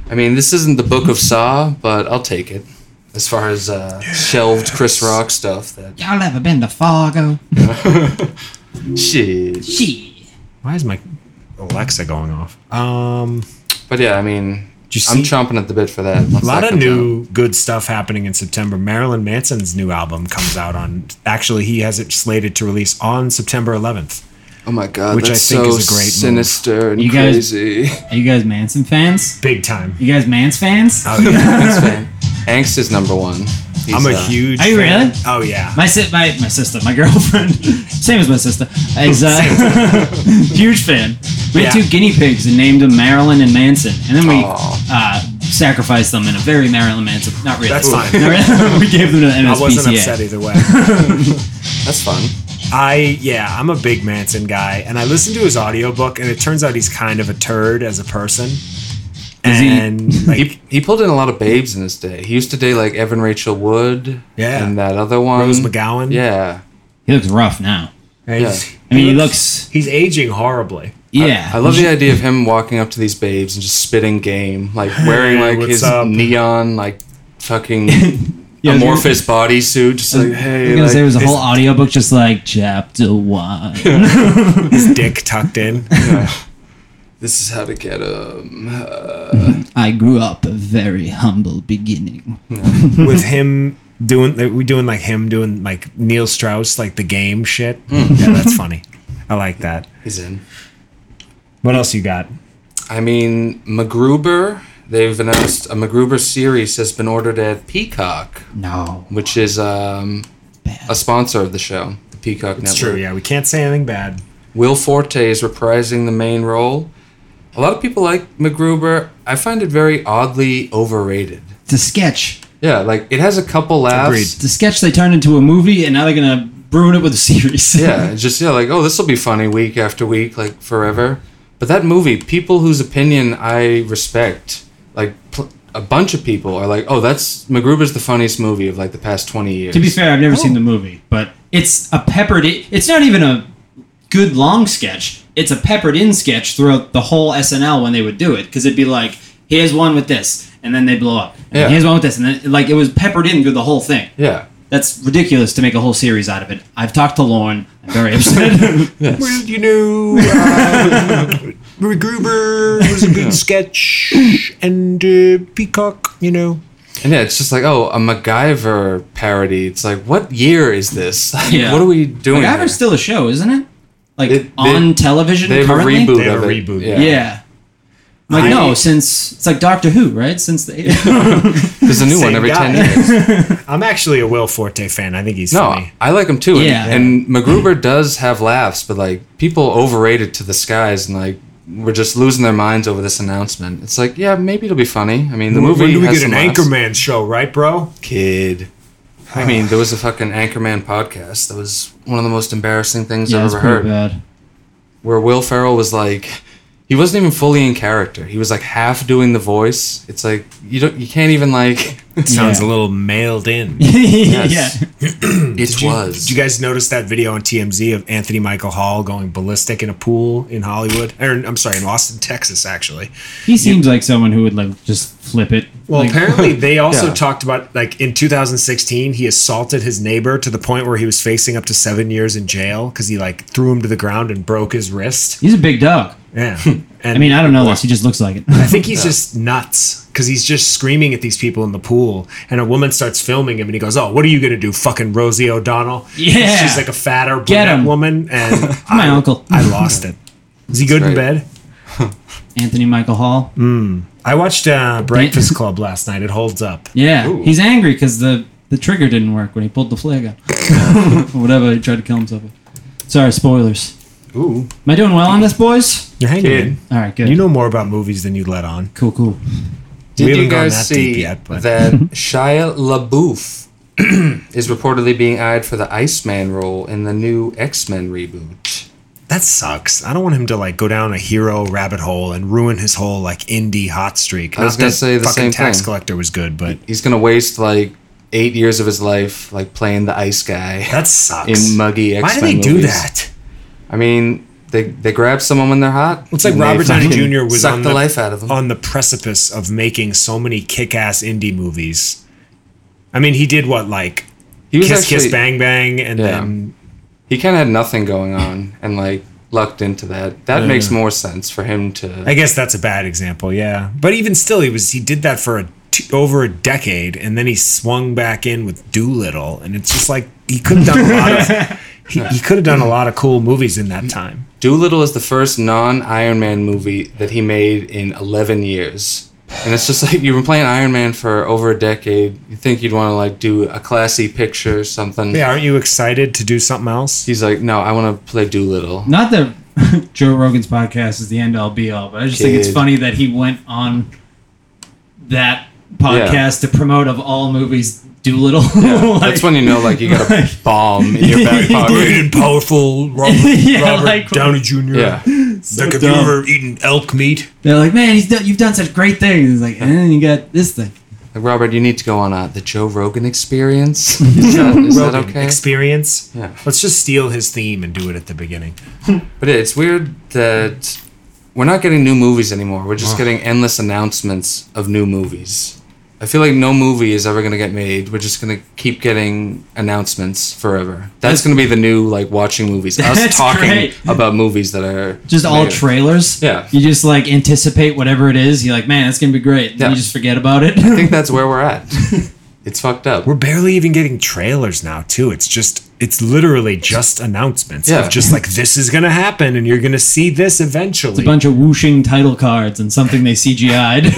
Speaker 4: I mean, this isn't the Book of Saw, but I'll take it. As far as uh, shelved Chris Rock stuff, that
Speaker 5: Y'all ever been to Fargo?
Speaker 4: shit.
Speaker 5: Gee.
Speaker 6: Why is my Alexa going off? Um,
Speaker 4: But yeah, I mean,
Speaker 6: Did you
Speaker 4: I'm
Speaker 6: see-
Speaker 4: chomping at the bit for that. Once
Speaker 6: a lot
Speaker 4: that
Speaker 6: of
Speaker 4: comes
Speaker 6: new good stuff happening in September. Marilyn Manson's new album comes out on. Actually, he has it slated to release on September 11th.
Speaker 4: out. Oh my god,
Speaker 6: which I
Speaker 4: that's
Speaker 6: think
Speaker 4: so
Speaker 6: is a great move.
Speaker 4: sinister and
Speaker 5: You guys-
Speaker 4: crazy. (laughs)
Speaker 5: Are you guys Manson fans?
Speaker 6: Big
Speaker 5: (laughs)
Speaker 6: time.
Speaker 5: You guys Mans fans?
Speaker 6: Oh yeah,
Speaker 4: That's fine. Angst is number one. He's,
Speaker 6: I'm a
Speaker 4: uh,
Speaker 6: huge.
Speaker 5: Are you
Speaker 6: fan.
Speaker 5: really?
Speaker 6: Oh yeah.
Speaker 5: My si- my my sister, my (laughs) girlfriend, same as my sister, is uh, (laughs) huge fan. We had
Speaker 6: Yeah.
Speaker 5: two guinea pigs and named them Marilyn and Manson, and then we
Speaker 4: Aw.
Speaker 5: uh, sacrificed them in a very Marilyn Manson. Not really.
Speaker 6: That's fine.
Speaker 5: Not really. (laughs) we gave them to the MSPCA.
Speaker 6: I wasn't upset
Speaker 5: (laughs)
Speaker 6: either way.
Speaker 4: That's fun.
Speaker 6: I yeah, I'm a big Manson guy, and I listened to his audiobook, and it turns out he's kind of a turd as a person.
Speaker 5: he-
Speaker 6: And like,
Speaker 4: He, he pulled in a lot of babes in his day. He used to date like Evan Rachel Wood.
Speaker 6: Yeah.
Speaker 4: And that other one.
Speaker 6: Rose McGowan.
Speaker 4: Yeah.
Speaker 5: He looks rough now.
Speaker 4: yeah.
Speaker 5: I mean, he looks.
Speaker 6: he's aging horribly.
Speaker 5: Yeah.
Speaker 4: I love the idea of him walking up to these babes and just spitting game, like wearing like
Speaker 6: what's
Speaker 4: his
Speaker 6: up?
Speaker 4: neon, like fucking
Speaker 5: (laughs) Yeah, I was gonna-
Speaker 4: amorphous bodysuit. Just like,
Speaker 5: I
Speaker 4: hey,
Speaker 5: was gonna
Speaker 4: like,
Speaker 5: say it was a whole audiobook, just like chapter one.
Speaker 6: His (laughs) dick tucked in.
Speaker 4: this is how to get him.
Speaker 5: I grew up a very humble beginning.
Speaker 6: with him doing like, we doing like him doing like Neil Strauss like the game shit.
Speaker 4: Mm.
Speaker 6: Yeah, that's funny. I like that.
Speaker 4: He's in.
Speaker 6: What else you got?
Speaker 4: I mean, MacGruber. They've announced a MacGruber series has been ordered at Peacock,
Speaker 5: No.
Speaker 4: which is um, a sponsor of the show, the Peacock Network.
Speaker 6: True. Yeah, we can't say anything bad.
Speaker 4: Will Forte is reprising the main role. A lot of people like MacGruber. I find it very oddly overrated.
Speaker 5: It's a sketch.
Speaker 4: Yeah, like it has a couple laughs.
Speaker 5: It's a sketch they turned into a movie, and now they're gonna ruin it with a (laughs) series.
Speaker 4: Yeah, it's just yeah, like oh, this will be funny week after week, like forever. But that movie, people whose opinion I respect, like pl- a bunch of people are like, oh, that's MacGruber's the funniest movie of like the past twenty years.
Speaker 5: To be fair, I've never seen the movie, but it's a peppered. i- It's not even a good long sketch. It's a peppered in sketch throughout the whole SNL when they would do it, because it'd be like, here's one with this, and then they blow up. And
Speaker 4: Yeah.
Speaker 5: Here's one with this, and then like it was peppered in through the whole thing.
Speaker 4: yeah,
Speaker 5: That's ridiculous to make a whole series out of it. I've talked to Lauren.
Speaker 4: (laughs)
Speaker 5: I'm very upset.
Speaker 6: Well, you know, uh, Gruber was a good sketch, and uh, Peacock, you know.
Speaker 4: (laughs) and yeah, it's just like oh, a MacGyver parody. It's like what year is this? (laughs) Like,
Speaker 5: Yeah.
Speaker 4: what are we doing? here?
Speaker 5: MacGyver's still a show, isn't it? Like
Speaker 4: It- they-
Speaker 5: on television
Speaker 4: they have
Speaker 5: currently.
Speaker 4: a reboot.
Speaker 6: They have
Speaker 4: of
Speaker 6: a
Speaker 4: it.
Speaker 6: reboot.
Speaker 4: Yeah.
Speaker 5: Yeah. I'm like no, since it's like Doctor Who, right? Since the
Speaker 4: there's a new one
Speaker 6: Same
Speaker 4: every
Speaker 6: guy.
Speaker 4: ten
Speaker 6: (laughs)
Speaker 4: years.
Speaker 6: I'm actually a Will Forte fan. I think he's
Speaker 4: No,
Speaker 6: funny.
Speaker 4: I like him too. and-
Speaker 5: Yeah.
Speaker 4: And, MacGruber does have laughs, but like people overrate it to the skies and like we're just losing their minds over this announcement. It's like, yeah, maybe it'll be funny. I mean, the movie
Speaker 6: when do we
Speaker 4: has
Speaker 6: get an
Speaker 4: some laughs.
Speaker 6: Anchorman show, right, bro?
Speaker 4: kid. I mean, there was a fucking Anchorman podcast that was one of the most embarrassing things
Speaker 5: yeah,
Speaker 4: I've
Speaker 5: it's
Speaker 4: ever
Speaker 5: pretty
Speaker 4: heard.
Speaker 5: bad.
Speaker 4: Where Will Ferrell was like, he wasn't even fully in character. He was like half doing the voice. It's like you don't, you can't even like.
Speaker 6: Sounds
Speaker 5: Yeah.
Speaker 6: a
Speaker 5: (laughs)
Speaker 6: little mailed in.
Speaker 5: Yeah,
Speaker 4: It was.
Speaker 6: Did you guys notice that video on TMZ of Anthony Michael Hall going ballistic in a pool in Hollywood? Or, I'm sorry, in Austin, Texas, actually.
Speaker 5: he seems like someone who would like just flip it.
Speaker 6: Well,
Speaker 5: Like,
Speaker 6: apparently (laughs) they also
Speaker 4: Yeah.
Speaker 6: talked about like in 2016 he assaulted his neighbor to the point where he was facing up to seven years in jail because he like threw him to the ground and broke his wrist.
Speaker 5: he's a big dog.
Speaker 6: Yeah, (laughs) and
Speaker 5: I mean, I don't know this. He just looks like it. (laughs)
Speaker 6: I think he's just nuts because he's just screaming at these people in the pool, and a woman starts filming him, and he goes, "Oh, what are you gonna do, fucking Rosie O'Donnell?"
Speaker 5: Yeah.
Speaker 6: she's like a fatter
Speaker 5: Get
Speaker 6: brunette
Speaker 5: him.
Speaker 4: (laughs)
Speaker 6: woman, and
Speaker 5: My
Speaker 6: I,
Speaker 5: uncle.
Speaker 6: I lost it. Is he good in
Speaker 4: right.
Speaker 6: bed?
Speaker 5: Anthony Michael Hall.
Speaker 6: Mm. I watched uh, Breakfast Club last night. It holds up.
Speaker 5: Yeah, he's angry because the the trigger didn't work when he pulled the flag out, (laughs) or whatever he tried to kill himself with. Sorry, spoilers.
Speaker 6: Ooh,
Speaker 5: Am I doing well on this, boys?
Speaker 6: you're hanging.
Speaker 4: Kid.
Speaker 6: in.
Speaker 5: All right, good.
Speaker 6: You know more about movies than you let on.
Speaker 5: cool, cool.
Speaker 4: Did
Speaker 6: We
Speaker 4: you
Speaker 6: haven't gone
Speaker 4: guys
Speaker 6: that
Speaker 4: see
Speaker 6: deep yet, but- (laughs)
Speaker 4: that Shia LaBeouf (clears throat) is reportedly being eyed for the Iceman role in the new X Men reboot?
Speaker 6: That sucks. I don't want him to like go down a hero rabbit hole and ruin his whole like indie hot streak.
Speaker 4: I was
Speaker 6: Not
Speaker 4: gonna
Speaker 6: that
Speaker 4: say the
Speaker 6: fucking
Speaker 4: same
Speaker 6: tax
Speaker 4: thing.
Speaker 6: collector was good, but
Speaker 4: He's gonna waste like eight years of his life like playing the ice guy
Speaker 6: that sucks.
Speaker 4: in muggy X
Speaker 6: Why
Speaker 4: Men.
Speaker 6: do they do that?
Speaker 4: I mean, they they grab someone when they're hot.
Speaker 6: It's like
Speaker 4: and they
Speaker 6: Robert Downey
Speaker 4: fucking
Speaker 6: Jr. was
Speaker 4: suck
Speaker 6: on
Speaker 4: the, life out of them.
Speaker 6: on the Oh, precipice of making so many kick-ass indie movies. I mean, he did what like
Speaker 4: he was
Speaker 6: Kiss
Speaker 4: actually
Speaker 6: Kiss Bang Bang, and
Speaker 4: Yeah.
Speaker 6: then
Speaker 4: he kind of had nothing going on and like lucked into that. That makes more sense for him to.
Speaker 6: I guess that's a bad example. Yeah, but even still, he was he did that for a t- over a decade, and then he swung back in with Doolittle, and it's just like he could have done a lot of he, he could have done a lot of cool movies in that time.
Speaker 4: Doolittle is the first non Iron Man movie that he made in 11 years. And it's just (laughs) like you've been playing Iron Man for over a decade. You think you'd want to like do a classy picture or something.
Speaker 6: Yeah, aren't you excited to do something else?
Speaker 4: He's like, no, I want to play Doolittle.
Speaker 5: Not that (laughs) Joe Rogan's podcast is the end all be all, but I just think it's
Speaker 4: Kid.
Speaker 5: funny that he went on that podcast to promote of all movies Doolittle. (laughs) like,
Speaker 4: That's when you know like you got a bomb in your back pocket.
Speaker 6: and powerful
Speaker 4: (laughs)
Speaker 6: Robert,
Speaker 5: Yeah, like-
Speaker 6: Jr.
Speaker 4: Yeah.
Speaker 6: like, have
Speaker 5: dumb.
Speaker 6: eaten elk meat?
Speaker 5: they're like, man, he's done, you've done such great things. He's like, and then you got this thing.
Speaker 4: Like, Robert, you need to go on uh, the Joe Rogan experience. Is that, is that
Speaker 6: Rogan
Speaker 4: okay?
Speaker 6: Experience.
Speaker 4: Yeah.
Speaker 6: Let's just steal his theme and do it at the beginning.
Speaker 4: But it's weird that we're not getting new movies anymore. We're just getting endless announcements of new movies. I feel like no movie is ever going to get made. We're just going to keep getting announcements forever. That's going to be the new like watching movies. Us
Speaker 6: (laughs)
Speaker 5: That's
Speaker 4: talking
Speaker 5: great.
Speaker 4: about movies that are
Speaker 5: Just all
Speaker 4: made.
Speaker 5: trailers.
Speaker 4: Yeah.
Speaker 5: You just like anticipate whatever it is. You're like, man, that's gonna be great. Then
Speaker 4: Yeah.
Speaker 5: you just forget about it.
Speaker 4: I think that's where we're at.
Speaker 6: (laughs)
Speaker 4: it's fucked up.
Speaker 6: We're barely even getting trailers now, too. It's just, it's literally just announcements
Speaker 4: Yeah.
Speaker 6: of just like this is gonna happen and you're gonna see this
Speaker 5: (laughs)
Speaker 6: eventually.
Speaker 5: a bunch of whooshing title cards and something they CGI'd.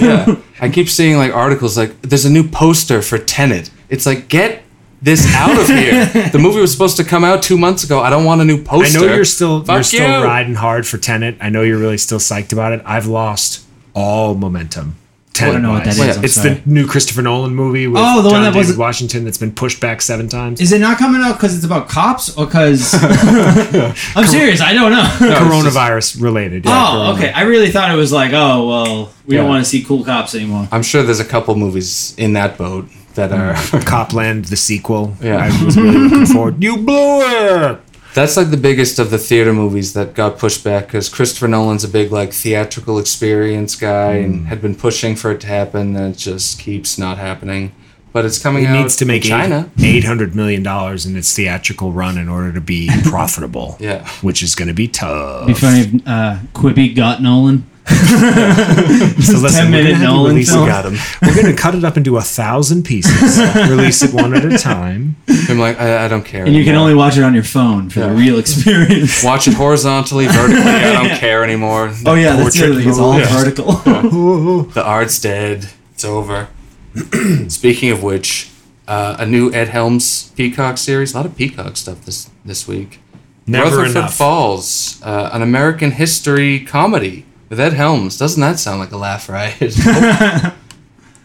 Speaker 4: (laughs) Yeah. I keep seeing like articles like there's a new poster for Tenet. It's like get this out of here.
Speaker 6: (laughs)
Speaker 4: the movie was supposed to come out two months ago. I don't want a new
Speaker 6: I
Speaker 4: poster.
Speaker 6: know you're still you're
Speaker 4: Fuck
Speaker 6: still
Speaker 4: you.
Speaker 6: riding hard for Tenet. I know you're really still psyched about it. I've lost all momentum.
Speaker 5: I don't know what that
Speaker 6: Tenet-wise.
Speaker 5: is, I'm
Speaker 6: It's
Speaker 5: sorry.
Speaker 6: the new Christopher Nolan movie with
Speaker 5: Oh, the one
Speaker 6: John
Speaker 5: that
Speaker 6: David
Speaker 5: wasn't-
Speaker 6: Washington that's been pushed back seven
Speaker 5: (laughs)
Speaker 6: times.
Speaker 5: Is it not coming out because it's about cops or
Speaker 4: (laughs)
Speaker 5: because (laughs) I'm serious? I don't know.
Speaker 6: Coronavirus related. yeah. um,
Speaker 5: oh, okay. I really thought it was like, oh well, we don't want to see cool cops anymore.
Speaker 4: I'm sure there's a couple movies in that boat that are.
Speaker 5: Mm-hmm.
Speaker 6: Copland, the sequel.
Speaker 4: Yeah.
Speaker 6: I was really looking forward. You blew it.
Speaker 4: (laughs) That's like the biggest of the theater movies that got pushed back because Christopher Nolan's a big like theatrical experience guy
Speaker 5: Mm.
Speaker 4: and had been pushing for it to happen, and it just keeps not happening. But it's coming
Speaker 6: It
Speaker 4: out.
Speaker 6: needs to
Speaker 4: in
Speaker 6: make
Speaker 4: China.
Speaker 6: eight hundred million dollars in its theatrical run in order
Speaker 4: (laughs)
Speaker 6: to be profitable.
Speaker 4: Yeah.
Speaker 6: which is going to be tough.
Speaker 5: It'd be funny if uh, Quippy got Nolan.
Speaker 6: So
Speaker 5: 10
Speaker 6: listen, we're
Speaker 5: minute
Speaker 6: gonna have to
Speaker 5: Nolan
Speaker 6: release
Speaker 5: film.
Speaker 6: it. We're going to cut it up into a thousand
Speaker 4: (laughs)
Speaker 6: pieces, release it one at a time.
Speaker 4: I'm like, I, I don't care.
Speaker 5: And you can
Speaker 4: anymore.
Speaker 5: only watch it on your phone for the real (laughs) experience.
Speaker 4: watch it horizontally, vertically. I
Speaker 5: (laughs)
Speaker 4: don't care anymore.
Speaker 5: oh yeah, that's
Speaker 4: Portrait
Speaker 5: the other thing. It's all
Speaker 4: mode.
Speaker 5: (laughs) vertical.
Speaker 4: The art's dead. It's over. (clears throat) Speaking of which, uh, a new Ed Helms Peacock series. A lot of Peacock stuff this this week.
Speaker 6: Never
Speaker 4: Rutherford
Speaker 6: enough.
Speaker 4: Falls, uh, an American history comedy with Ed Helms. Doesn't that sound like a laugh riot? (laughs)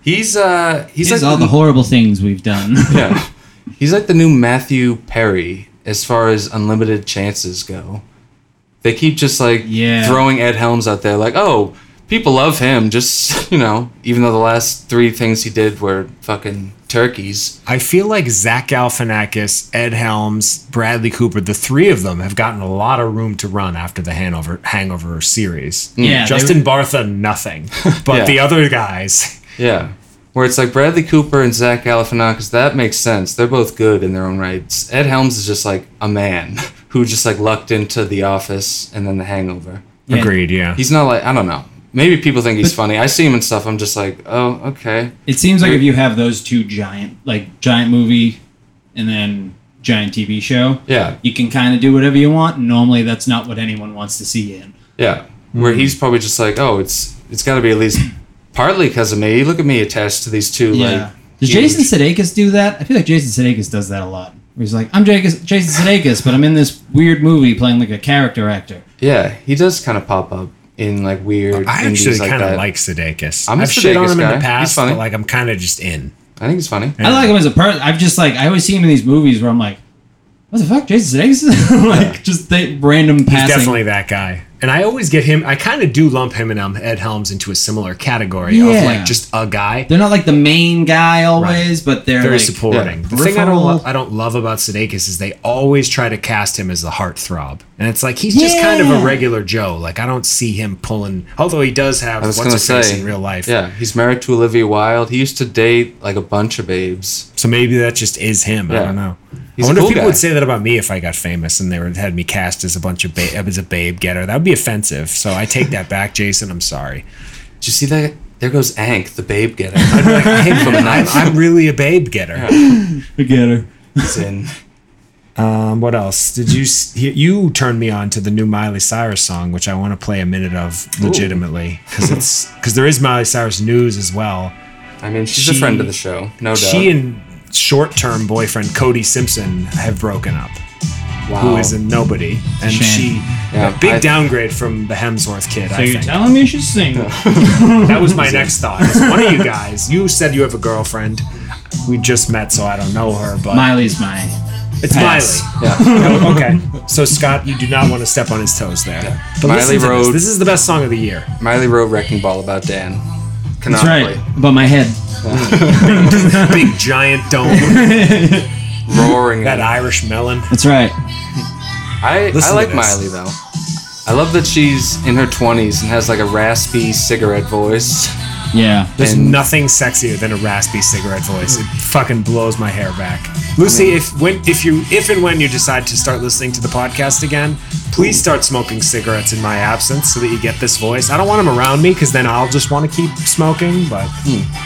Speaker 4: he's uh, he's
Speaker 5: It's
Speaker 4: like
Speaker 5: all the horrible things we've done. (laughs)
Speaker 4: yeah. He's like the new Matthew Perry as far as unlimited chances go. They keep just like
Speaker 5: Yeah.
Speaker 4: throwing Ed Helms out there, like, oh, people love him. Just (laughs) you know, even though the last three things he did were fucking turkeys.
Speaker 6: I feel like Zach Galifianakis, Ed Helms, Bradley Cooper, the three of them have gotten a lot of room to run after the Hanover Hangover series.
Speaker 5: Yeah, they
Speaker 6: Justin Bartha, nothing,
Speaker 4: (laughs)
Speaker 6: but
Speaker 4: Yeah.
Speaker 6: the other guys.
Speaker 4: Yeah. Where it's like Bradley Cooper and Zach Galifianakis, that makes sense. They're both good in their own rights. Ed Helms is just like a man (laughs) who just like lucked into The Office and then The Hangover.
Speaker 5: Yeah.
Speaker 6: Agreed. Yeah.
Speaker 4: He's not like I don't know. Maybe people think he's funny. I see him and stuff. I'm just like, oh, okay.
Speaker 5: It seems like if you have those two giant, like giant movie, and then giant TV show,
Speaker 4: Yeah,
Speaker 5: you can kind of do whatever you want. And normally, that's not what anyone wants to see you in.
Speaker 4: yeah. Where
Speaker 6: Mm.
Speaker 4: he's probably just like, oh, it's it's got to be at least partly because of me. Look at me attached to these two. Like,
Speaker 5: Does
Speaker 4: huge-
Speaker 5: Jason Sudeikis do that? I feel like Jason Sudeikis does that a lot. Where he's like, I'm Jason, Jason Sudeikis, but I'm in this weird movie playing like a character actor.
Speaker 4: Yeah, he does kind of pop up in like weird.
Speaker 6: I
Speaker 4: indies
Speaker 6: actually
Speaker 4: like
Speaker 6: kind of
Speaker 4: that.
Speaker 6: like Sudeikis.
Speaker 4: I'm a
Speaker 6: I've shit on
Speaker 4: Sudeikis
Speaker 6: him
Speaker 4: guy.
Speaker 6: in the
Speaker 4: He's
Speaker 6: past,
Speaker 4: funny.
Speaker 6: but like I'm kind of just in.
Speaker 4: I think he's funny.
Speaker 5: I like him as a person. I've just like I always see him in these movies where I'm like, what the fuck, Jason Sudeikis? (laughs) like just the random
Speaker 6: He's
Speaker 5: passing.
Speaker 6: definitely that guy. And I always get him. I kind of do lump him and um, Ed Helms into a similar category
Speaker 5: Yeah.
Speaker 6: of like just a guy.
Speaker 5: they're not like the main guy always, but they're
Speaker 6: Very
Speaker 5: like,
Speaker 6: supporting.
Speaker 4: yeah,
Speaker 6: the thing I don't,
Speaker 5: peripheral.
Speaker 6: lo- I don't love about Sudeikis is they always try to cast him as the heartthrob, and it's like he's just kind of
Speaker 5: Yeah.
Speaker 6: a regular Joe. Like I don't see him pulling. Although he does have
Speaker 4: I was
Speaker 6: what's
Speaker 4: gonna
Speaker 6: a face
Speaker 4: say
Speaker 6: in real life.
Speaker 4: Yeah, he's married to Olivia Wilde. He used to date like a bunch of babes.
Speaker 6: So maybe that just is him.
Speaker 4: Yeah.
Speaker 6: I don't know.
Speaker 4: He's a
Speaker 6: I wonder
Speaker 4: cool
Speaker 6: if people
Speaker 4: guy.
Speaker 6: would say that about me if I got famous and they were, had me cast as a bunch of ba- as a babe getter. That would be offensive. So I take that back, Jason. I'm sorry.
Speaker 4: Did you see that? There goes Ank, the babe
Speaker 6: (laughs)
Speaker 4: getter. I'd be like, hey, (laughs) from the
Speaker 6: I'm,
Speaker 4: ninth
Speaker 6: I'm really a babe getter.
Speaker 5: Together.
Speaker 4: in.
Speaker 6: Um, what else did you s- you- you turned me on to the new Miley Cyrus song, which I want to play a minute of legitimately
Speaker 4: (laughs)
Speaker 6: because it's because there is Miley Cyrus news as well.
Speaker 4: I mean, she's a
Speaker 6: She-
Speaker 4: friend of the show, no doubt.
Speaker 6: She and short-term boyfriend Cody Simpson have broken up. Who is a nobody, and
Speaker 5: Shame.
Speaker 6: she
Speaker 4: Oh. Yeah,
Speaker 6: a big
Speaker 4: I-
Speaker 6: downgrade from the Hemsworth kid.
Speaker 5: So
Speaker 6: I
Speaker 5: you're
Speaker 4: (laughs)
Speaker 6: think.
Speaker 5: telling me she's single?
Speaker 6: (laughs) That was my next thought. is
Speaker 4: (laughs)
Speaker 6: One of you guys, you said you have a girlfriend. We just met, so I don't know her, but
Speaker 5: Miley's my.
Speaker 6: it's
Speaker 5: Pass.
Speaker 6: Miley. (laughs)
Speaker 4: Yeah.
Speaker 6: Oh, okay. So Scott, you do not want to step on his toes there. But
Speaker 4: Miley
Speaker 6: listen to this.
Speaker 4: Road-
Speaker 6: This is the best song of
Speaker 4: (laughs)
Speaker 6: the year.
Speaker 4: Miley wrote Wrecking Ball about Dan.
Speaker 5: That's
Speaker 4: Canonically.
Speaker 5: right. But my
Speaker 6: (laughs)
Speaker 5: head.
Speaker 6: Big giant
Speaker 4: (laughs)
Speaker 6: dome.
Speaker 4: Roaring.
Speaker 6: that
Speaker 4: it.
Speaker 6: Irish melon.
Speaker 5: That's right.
Speaker 4: I, I
Speaker 6: Listen to
Speaker 4: like
Speaker 6: this.
Speaker 4: Miley, though. I love that she's in her 20s and has like a raspy cigarette voice.
Speaker 5: Yeah.
Speaker 6: There's
Speaker 4: And-
Speaker 6: nothing sexier than a raspy cigarette voice. It fucking blows my hair back. Lucy, if when if you if and when you decide to start listening to the podcast again, please start smoking cigarettes in my absence so that you get this voice. I don't want them around me because then I'll just want to keep smoking. But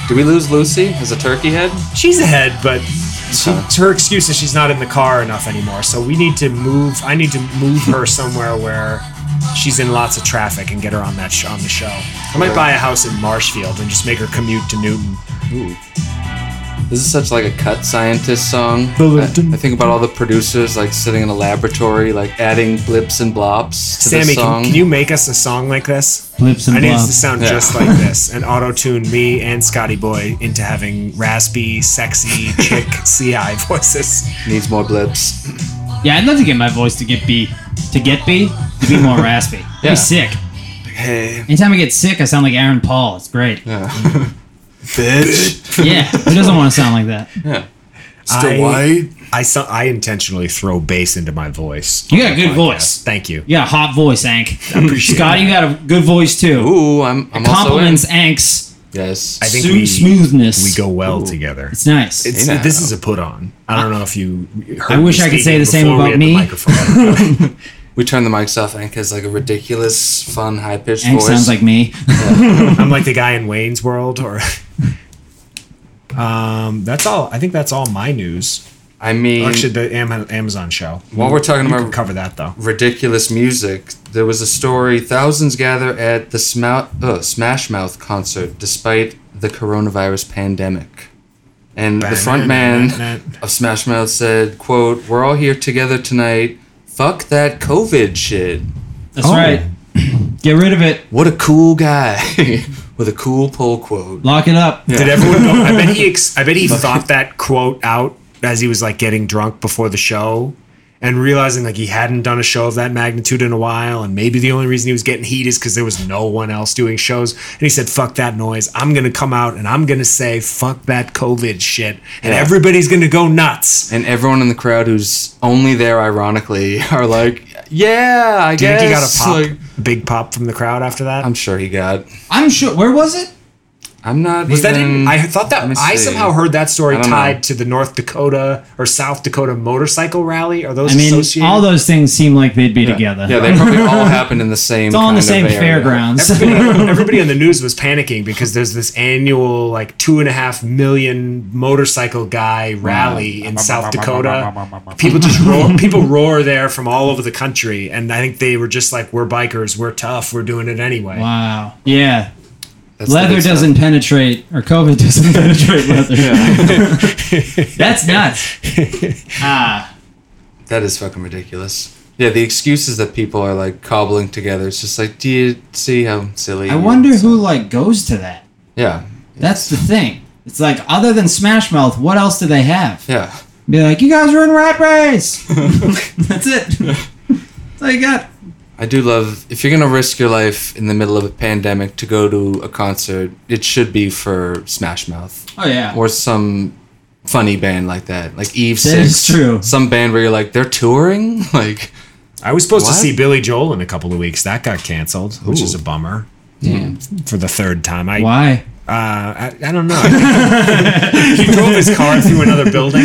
Speaker 4: Do we lose Lucy as a turkey head?
Speaker 6: she's ahead, but she, her excuse is she's not in the car enough anymore. So we need to move. I need to move her somewhere where she's in lots of traffic and get her on that sh- on the show. I might buy a house in Marshfield and just make her commute to Newton.
Speaker 4: This is such like a cut scientist song. I, I think about all the producers like sitting in a laboratory, like adding blips and blops to the
Speaker 6: Sammy,
Speaker 4: song.
Speaker 6: can, can you make us a song like this?
Speaker 5: Blips and
Speaker 6: I need it to
Speaker 5: blobs.
Speaker 6: sound
Speaker 4: Yeah.
Speaker 6: just like this and auto tune me and Scotty Boy into having raspy, (laughs) sexy, chick CI voices.
Speaker 4: Needs more blips.
Speaker 5: Yeah, I'd love to get my voice to get B. To get B? To be more
Speaker 6: (laughs)
Speaker 5: raspy. I'd
Speaker 4: Yeah.
Speaker 5: be sick.
Speaker 4: Hey,
Speaker 5: Anytime I get sick, I sound like Aaron Paul. It's great. Yeah.
Speaker 4: bitch. (laughs)
Speaker 5: Who doesn't want to sound like that?
Speaker 4: yeah.
Speaker 6: I-
Speaker 4: white.
Speaker 6: I so, I intentionally throw bass into my voice.
Speaker 5: You got a good
Speaker 6: Yes,
Speaker 5: voice.
Speaker 6: thank you.
Speaker 5: You got a hot voice, Ank.
Speaker 6: appreciate
Speaker 5: Scott,
Speaker 6: that.
Speaker 5: you got a good voice too.
Speaker 4: Ooh, I'm. I'm also in.
Speaker 5: Compliments Ank's
Speaker 4: Yes.
Speaker 6: I think
Speaker 5: su-
Speaker 6: we,
Speaker 5: smoothness.
Speaker 6: we go well together.
Speaker 5: It's nice.
Speaker 6: It's,
Speaker 4: Yeah.
Speaker 6: this is a put on. I don't know if you. Heard
Speaker 5: I wish
Speaker 6: me
Speaker 5: I could
Speaker 6: speaking
Speaker 5: say the same
Speaker 6: before we
Speaker 5: about
Speaker 6: had the
Speaker 5: me.
Speaker 6: microphone.
Speaker 5: (laughs)
Speaker 4: we turn the mics off. Ank has like a ridiculous, fun, high pitched
Speaker 5: Ank
Speaker 4: voice.
Speaker 5: sounds
Speaker 4: (laughs)
Speaker 5: like me.
Speaker 6: I'm like the guy in Wayne's World, or. (laughs) Um, that's all. I think that's all my news.
Speaker 4: I
Speaker 5: Mm.
Speaker 4: mean,
Speaker 6: Actually, the Am- Amazon show.
Speaker 4: While we're talking
Speaker 6: You
Speaker 4: about-
Speaker 6: could cover that though.
Speaker 4: ridiculous music. There was a story: thousands gather at the Smou- uh, Smash Mouth concert despite the coronavirus pandemic. And the front
Speaker 6: (laughs)
Speaker 4: man of Smash Mouth said, "quote We're all here together tonight. Fuck that COVID shit.
Speaker 5: That's right.
Speaker 4: Oh.
Speaker 5: (clears throat) Get rid of it.
Speaker 4: What a cool guy (laughs) with a cool pull quote."
Speaker 5: Lock it up.
Speaker 6: Did everyone? Go, I bet he. Ex- I bet he thought that quote out as he was like getting drunk before the show, and realizing like he hadn't done a show of that magnitude in a while, and maybe the only reason he was getting heat is because there was no one else doing shows, and he said, "Fuck that noise! I'm gonna come out and I'm gonna say fuck that COVID shit, and
Speaker 4: Yeah.
Speaker 6: everybody's gonna go nuts."
Speaker 4: And everyone in the crowd who's only there ironically (laughs) are like, "Yeah, I
Speaker 6: Do you
Speaker 4: guess."
Speaker 6: think he got a pop,
Speaker 4: Like,
Speaker 6: a big pop from the crowd after that?
Speaker 4: I'm sure he got.
Speaker 5: I'm sure. Where was it?
Speaker 4: I'm not.
Speaker 6: Was that in?
Speaker 4: even-
Speaker 6: I thought
Speaker 4: let
Speaker 6: that
Speaker 4: me
Speaker 6: I
Speaker 4: see.
Speaker 6: somehow heard that story
Speaker 4: I don't
Speaker 6: tied
Speaker 4: know.
Speaker 6: to the North Dakota or South Dakota motorcycle rally. Are those
Speaker 5: I mean,
Speaker 6: associated?
Speaker 5: all those things seem like they'd be together.
Speaker 4: Yeah, they probably all happened in the same.
Speaker 5: (laughs) it's all in the same
Speaker 4: kind of area.
Speaker 5: fairgrounds.
Speaker 6: (laughs) everybody, everybody on the news was panicking because there's this annual like two and a half million motorcycle guy rally in South Dakota. People just roar. People roar there from all over the country, and I think they were just like, "We're bikers. We're tough. We're doing it
Speaker 5: (laughs)
Speaker 6: anyway."
Speaker 5: wow. Yeah.
Speaker 4: That's the
Speaker 5: Leather
Speaker 4: good stuff.
Speaker 5: doesn't penetrate, or COVID doesn't (laughs) penetrate leather. (laughs) That's nuts.
Speaker 4: (laughs)
Speaker 5: Ah,
Speaker 4: That is fucking ridiculous. Yeah, the excuses that people are like cobbling together. It's just like, do you see how silly?
Speaker 5: I
Speaker 4: you
Speaker 5: wonder
Speaker 4: are?
Speaker 5: who like goes to that.
Speaker 4: Yeah,
Speaker 5: That's the thing. It's like other than Smash Mouth, what else do they have?
Speaker 4: yeah.
Speaker 5: Be like, you guys are in
Speaker 4: (laughs)
Speaker 5: rat race. (laughs) That's it. That's all you got.
Speaker 4: I do love if you're gonna risk your life in the middle of a pandemic to go to a concert, it should be for Smash Mouth
Speaker 5: Oh yeah.
Speaker 4: or some funny band like that, like Eve
Speaker 5: That
Speaker 4: Six.
Speaker 5: is true.
Speaker 4: Some band where you're like, they're touring, (laughs) like
Speaker 6: I was supposed
Speaker 4: What?
Speaker 6: to see Billy Joel in a couple of weeks. That got canceled, which is a bummer. For the third time, I
Speaker 5: Why?
Speaker 6: Uh, I, I don't know. (laughs) he drove his car through another building,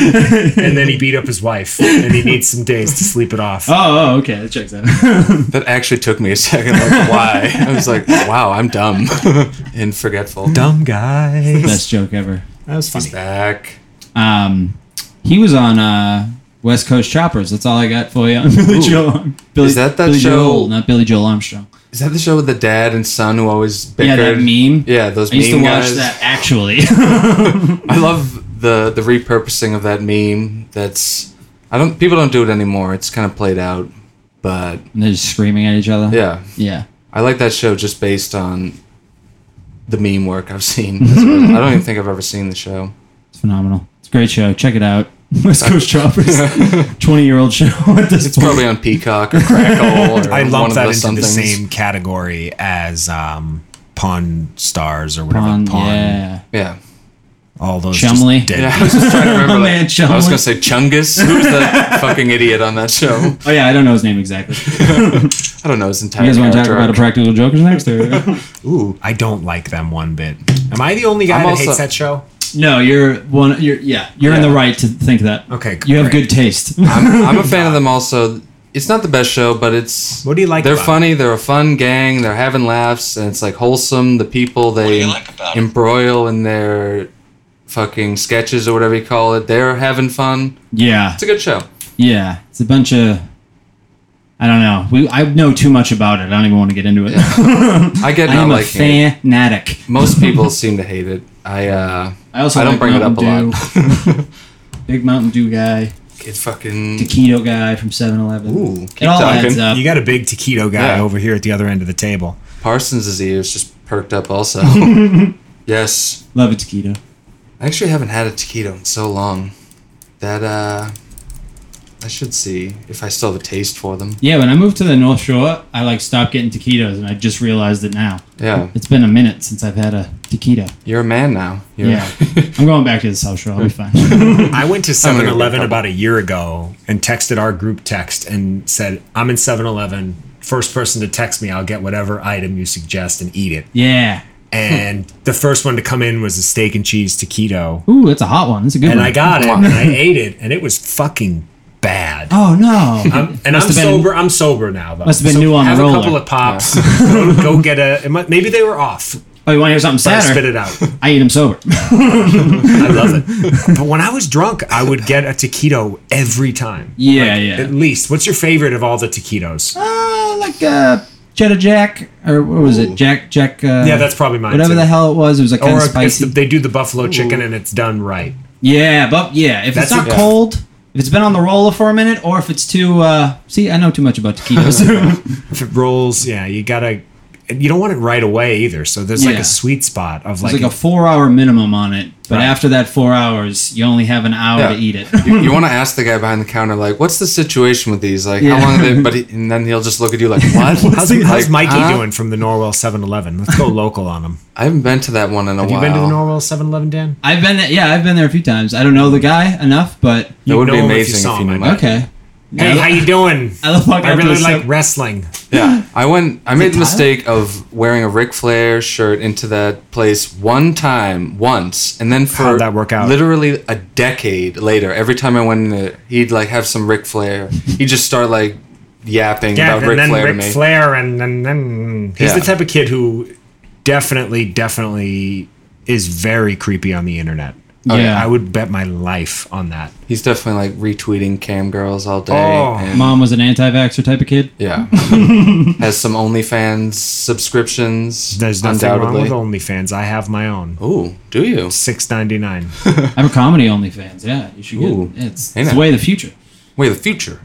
Speaker 6: and then he beat up his wife, and he needs some days to sleep it off.
Speaker 5: Oh, oh, okay, that checks out. (laughs)
Speaker 4: that actually took me a (laughs) second. Like, why? I was like, wow, I'm dumb (laughs) and forgetful.
Speaker 6: Dumb guy.
Speaker 5: Best joke ever.
Speaker 6: That was funny.
Speaker 4: Back.
Speaker 5: Um, he was on uh, West Coast Choppers. That's all I got for you on (laughs) Billy Joel. Billy,
Speaker 4: Is that that
Speaker 5: Billy
Speaker 4: show-
Speaker 5: Joel, not Billy Joel Armstrong.
Speaker 4: Is that the show with the dad and son who always bicker?
Speaker 5: Yeah, that meme.
Speaker 4: Yeah, those
Speaker 5: I used to
Speaker 4: meme
Speaker 5: watch
Speaker 4: guys.
Speaker 5: that actually. (laughs)
Speaker 4: I love the the repurposing of that meme. That's I don't people don't do it anymore. It's kind of played out, but
Speaker 5: and they're just screaming at each other.
Speaker 4: yeah,
Speaker 5: Yeah.
Speaker 4: I like that show just based on the meme work I've seen. That's what- I don't even think I've ever seen the show.
Speaker 5: It's phenomenal. It's a great show. Check it out. (laughs) West
Speaker 4: (laughs)
Speaker 5: Coast Choppers. 20 year old show (laughs) at this
Speaker 4: It's
Speaker 5: point.
Speaker 4: probably on Peacock or Crackle. Or
Speaker 6: I
Speaker 4: one
Speaker 6: lump
Speaker 4: of
Speaker 6: that
Speaker 4: the
Speaker 6: into
Speaker 4: somethings.
Speaker 6: the same category as um, Pawn Stars or whatever.
Speaker 5: on,
Speaker 6: Pawn.
Speaker 5: yeah.
Speaker 4: Yeah.
Speaker 6: All those.
Speaker 5: Chumley.
Speaker 6: Just dead-
Speaker 4: Yeah, I was (laughs) just trying to
Speaker 5: (laughs)
Speaker 4: remember.
Speaker 5: Oh,
Speaker 4: like,
Speaker 5: man,
Speaker 4: I was
Speaker 5: Chumley.
Speaker 4: gonna say Chungus. Who's
Speaker 6: (laughs)
Speaker 4: the fucking idiot on that show?
Speaker 5: Oh, yeah, I don't know his name exactly.
Speaker 4: (laughs)
Speaker 5: You
Speaker 4: I don't know his entire.
Speaker 5: guys want to talk
Speaker 4: character
Speaker 5: about a
Speaker 4: arc.
Speaker 5: practical jokers
Speaker 4: (laughs)
Speaker 5: next? Or?
Speaker 6: (laughs) Ooh, I don't like them one bit. Am I the only guy
Speaker 4: I'm
Speaker 6: that
Speaker 4: also-
Speaker 6: hates that show?
Speaker 5: no, you're one. You're Yeah, you're in
Speaker 4: Yeah.
Speaker 5: the right to think that.
Speaker 6: Okay,
Speaker 5: You have
Speaker 6: great.
Speaker 5: good
Speaker 4: (laughs)
Speaker 5: taste.
Speaker 4: I'm, I'm a fan of them also. It's not the best show, but it's.
Speaker 6: What do you like
Speaker 4: They're
Speaker 6: about it?
Speaker 4: funny. They're a fun gang. They're having laughs, and it's like wholesome. The people
Speaker 8: do
Speaker 4: they
Speaker 8: you like about it?
Speaker 4: embroil in their fucking sketches or whatever you call it. They're having fun.
Speaker 5: (laughs) yeah.
Speaker 4: It's a good show.
Speaker 5: Yeah. It's a bunch of. I don't know. We, I know too much about it. I don't even want to get into it.
Speaker 4: (laughs) I get
Speaker 5: I
Speaker 4: not
Speaker 5: am a
Speaker 4: liking it.
Speaker 5: fanatic. (laughs)
Speaker 4: Most people seem to hate it. I uh,
Speaker 5: I also
Speaker 4: I don't
Speaker 5: like
Speaker 4: bring it up a
Speaker 5: Mountain
Speaker 4: lot. (laughs)
Speaker 5: lot. Big Mountain Dew guy,
Speaker 4: It fucking.
Speaker 5: taquito guy from 7-Eleven.
Speaker 4: Ooh, keep
Speaker 5: it all adds
Speaker 4: talking.
Speaker 5: up.
Speaker 6: You got a big taquito guy
Speaker 4: Yeah.
Speaker 6: over here at the other end of
Speaker 4: (laughs)
Speaker 6: the table.
Speaker 4: Parsons' ears just perked up
Speaker 5: (laughs)
Speaker 4: also. yes.
Speaker 5: Love a taquito.
Speaker 4: I actually haven't had a taquito in so long that uh I should see if I still have a taste for them.
Speaker 5: Yeah, when I moved to the North Shore, I like stopped getting taquitos, and I just realized it now.
Speaker 4: Yeah,
Speaker 5: It's been a minute since I've had a taquito.
Speaker 4: you're a man now. You're
Speaker 5: Yeah,
Speaker 6: (laughs)
Speaker 5: I'm going back to the South Shore. I'll be fine.
Speaker 6: I went to
Speaker 4: gonna
Speaker 6: 7
Speaker 4: get a
Speaker 6: Eleven
Speaker 4: couple.
Speaker 6: about a year ago and texted our group text and said, I'm in 7 Eleven. First person to text me, I'll get whatever item you suggest and eat it.
Speaker 4: (laughs)
Speaker 5: yeah.
Speaker 6: And the first one to come in was a steak and cheese taquito.
Speaker 5: Ooh, that's a hot one. That's a good
Speaker 6: And
Speaker 5: one.
Speaker 6: I got it
Speaker 5: (laughs)
Speaker 6: and I ate it and it was fucking bad.
Speaker 5: oh no.
Speaker 6: (laughs) I'm, and I'm
Speaker 5: Must have been-
Speaker 6: sober. I'm sober now, though.
Speaker 5: Must have been new on the
Speaker 6: have
Speaker 5: roller.
Speaker 6: a couple of pops. (laughs) go, go get a. it might- Maybe they were off.
Speaker 5: oh, you want to hear something
Speaker 6: But I spit
Speaker 5: sadder?
Speaker 6: it out.
Speaker 5: I eat them
Speaker 6: (laughs)
Speaker 5: sober.
Speaker 6: I love
Speaker 5: (laughs)
Speaker 6: it. But when I was drunk, I would get a taquito every time.
Speaker 5: Yeah,
Speaker 6: Like,
Speaker 5: yeah.
Speaker 6: At least. What's your favorite of all the taquitos?
Speaker 5: uh, like uh, cheddar jack or what was it? Jack Jack. Uh,
Speaker 6: Yeah, that's probably mine.
Speaker 5: whatever
Speaker 6: too.
Speaker 5: the hell it was. It was like kind
Speaker 6: Or
Speaker 5: of
Speaker 6: it's
Speaker 5: spicy.
Speaker 6: the- they do the buffalo chicken and it's done right.
Speaker 5: Yeah, but yeah, if
Speaker 6: That's
Speaker 5: it's not
Speaker 6: what-
Speaker 5: cold, if it's been on the roller for a minute, or if it's too uh see, I know too much
Speaker 6: (laughs)
Speaker 5: about taquitos.
Speaker 6: If it rolls, yeah, you gotta. and You don't want it right away either. So there's like
Speaker 5: Yeah.
Speaker 6: a sweet spot of
Speaker 5: It's
Speaker 6: like,
Speaker 5: like a four hour minimum on it, but after that four hours, you only have an hour
Speaker 4: Yeah.
Speaker 5: to eat it. (laughs)
Speaker 4: You, want to ask the guy behind the counter, like, what's the situation with these? Like,
Speaker 5: Yeah.
Speaker 4: how long are they? But he, and then he'll just look at you
Speaker 6: (laughs)
Speaker 4: like, what?
Speaker 6: how's,
Speaker 4: Like,
Speaker 6: how's Mikey
Speaker 4: huh?
Speaker 6: doing from the Norwell 7-Eleven? Let's go local on him.
Speaker 4: I haven't been to that one in a
Speaker 6: Have (laughs) you
Speaker 4: while.
Speaker 6: been to the Norwell 7-Eleven, Dan?
Speaker 5: I've been there, yeah, I've been there a few times. I don't know the guy enough, but
Speaker 4: It would
Speaker 6: You'd
Speaker 4: be
Speaker 6: know him if you
Speaker 4: amazing
Speaker 6: saw
Speaker 4: if you
Speaker 6: him,
Speaker 4: knew
Speaker 6: I
Speaker 4: Mikey.
Speaker 5: okay.
Speaker 6: Hey, how you doing?
Speaker 5: I love how
Speaker 6: I really
Speaker 5: after
Speaker 6: like
Speaker 5: some-
Speaker 6: wrestling.
Speaker 4: Yeah,
Speaker 6: Hmm.
Speaker 4: I went. I made the
Speaker 5: Tyler?
Speaker 4: mistake of wearing a Ric Flair shirt into that place one time, once, and then for
Speaker 6: How'd that work out?
Speaker 4: Literally a decade later, every time I went in, there, he'd like have some Ric Flair. He'd just start like yapping
Speaker 6: Yeah,
Speaker 4: about
Speaker 6: and
Speaker 4: Ric
Speaker 6: then
Speaker 4: Flair
Speaker 6: Ric
Speaker 4: to me.
Speaker 6: Flair, and then then he's
Speaker 4: Yeah.
Speaker 6: the type of kid who definitely, definitely is very creepy on the internet.
Speaker 5: yeah.
Speaker 6: I would bet my life on that.
Speaker 4: He's definitely like retweeting cam girls all day.
Speaker 6: Oh,
Speaker 4: and-
Speaker 5: Mom was an anti-vaxxer type of kid.
Speaker 6: (laughs)
Speaker 4: Yeah, has some OnlyFans subscriptions.
Speaker 6: There's nothing wrong with OnlyFans. I have my own.
Speaker 4: Ooh, do you?
Speaker 6: Six ninety nine.
Speaker 5: I have a comedy OnlyFans. Yeah, you should get
Speaker 4: Ooh.
Speaker 5: it. It's,
Speaker 4: Hey
Speaker 5: it's the
Speaker 4: now.
Speaker 5: way of the future.
Speaker 4: Wait, the future.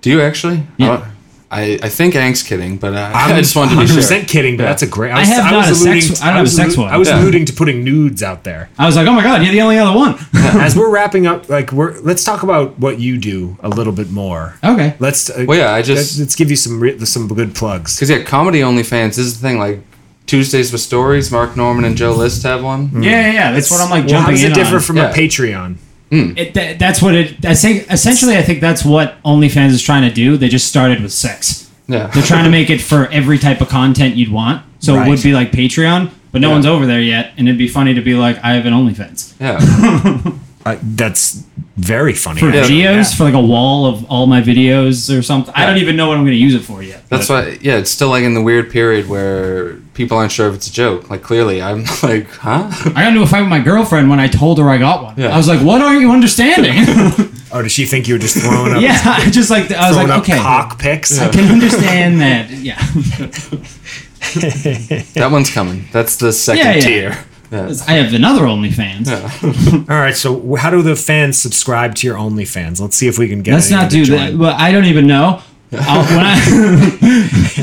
Speaker 4: Do you actually? Uh,
Speaker 5: Yeah.
Speaker 4: I, I think Ang's kidding, but uh, (laughs) (laughs) I just
Speaker 6: (laughs)
Speaker 4: wanted to be sure.
Speaker 6: kidding, but
Speaker 4: Yeah.
Speaker 6: that's a great. I,
Speaker 5: have not a sex-
Speaker 6: to-
Speaker 5: I don't have
Speaker 6: was
Speaker 5: a sex
Speaker 6: allu-
Speaker 5: one.
Speaker 6: I was
Speaker 4: Yeah.
Speaker 6: alluding to putting nudes out there.
Speaker 5: I was like, oh my god, you're the only other one. (laughs)
Speaker 6: (coughs) As we're wrapping up, like we're let's talk about what you do a little bit more.
Speaker 5: okay.
Speaker 6: Let's. Uh,
Speaker 4: Well, yeah, I just-
Speaker 6: let's give you some re- some good plugs.
Speaker 4: Because yeah, comedy OnlyFans is the thing. Like Tuesdays with Stories, Mark Norman and Joe List have one.
Speaker 5: Yeah, yeah, yeah. That's what I'm like
Speaker 6: Well, how
Speaker 5: jumping
Speaker 6: does
Speaker 5: in
Speaker 6: it differ
Speaker 5: on.
Speaker 6: from
Speaker 4: Yeah.
Speaker 6: a Patreon?
Speaker 5: It, tha- that's what it. I think essentially, I think that's what OnlyFans is trying to do. They just started with sex.
Speaker 4: Yeah,
Speaker 5: They're trying to make it for every type of content you'd want. So
Speaker 6: Right.
Speaker 5: it would be like Patreon, but no
Speaker 4: Yeah.
Speaker 5: one's over there yet, and it'd be funny to be like, I have an OnlyFans
Speaker 4: yeah,
Speaker 6: Uh, that's very funny.
Speaker 5: for
Speaker 6: actually.
Speaker 5: videos,
Speaker 6: Yeah.
Speaker 5: for like a wall of all my videos or something. I don't even know what I'm going to use it for yet.
Speaker 4: that's why. Yeah, it's still like in the weird period where people aren't sure if it's a joke. Like clearly, I'm (laughs) like, huh?
Speaker 5: I got into a fight with my girlfriend when I told her I got one.
Speaker 4: Yeah.
Speaker 5: I was like, "What are you understanding?" (laughs)
Speaker 6: (laughs) Oh, does she think you were just throwing up?
Speaker 5: yeah, I just like I was
Speaker 6: Throwing
Speaker 5: like,
Speaker 6: up
Speaker 5: "Okay,
Speaker 6: cock pics.
Speaker 5: I can understand that."
Speaker 6: (laughs)
Speaker 5: Yeah,
Speaker 4: that one's coming. That's the second
Speaker 5: Yeah, yeah.
Speaker 4: tier.
Speaker 5: I have another OnlyFans.
Speaker 6: All right, so how do the fans subscribe to your OnlyFans? Let's see if we can get.
Speaker 5: Let's
Speaker 6: anyone
Speaker 5: not
Speaker 6: to
Speaker 5: do
Speaker 6: join.
Speaker 5: that. Well, I don't even know. I'll- when I,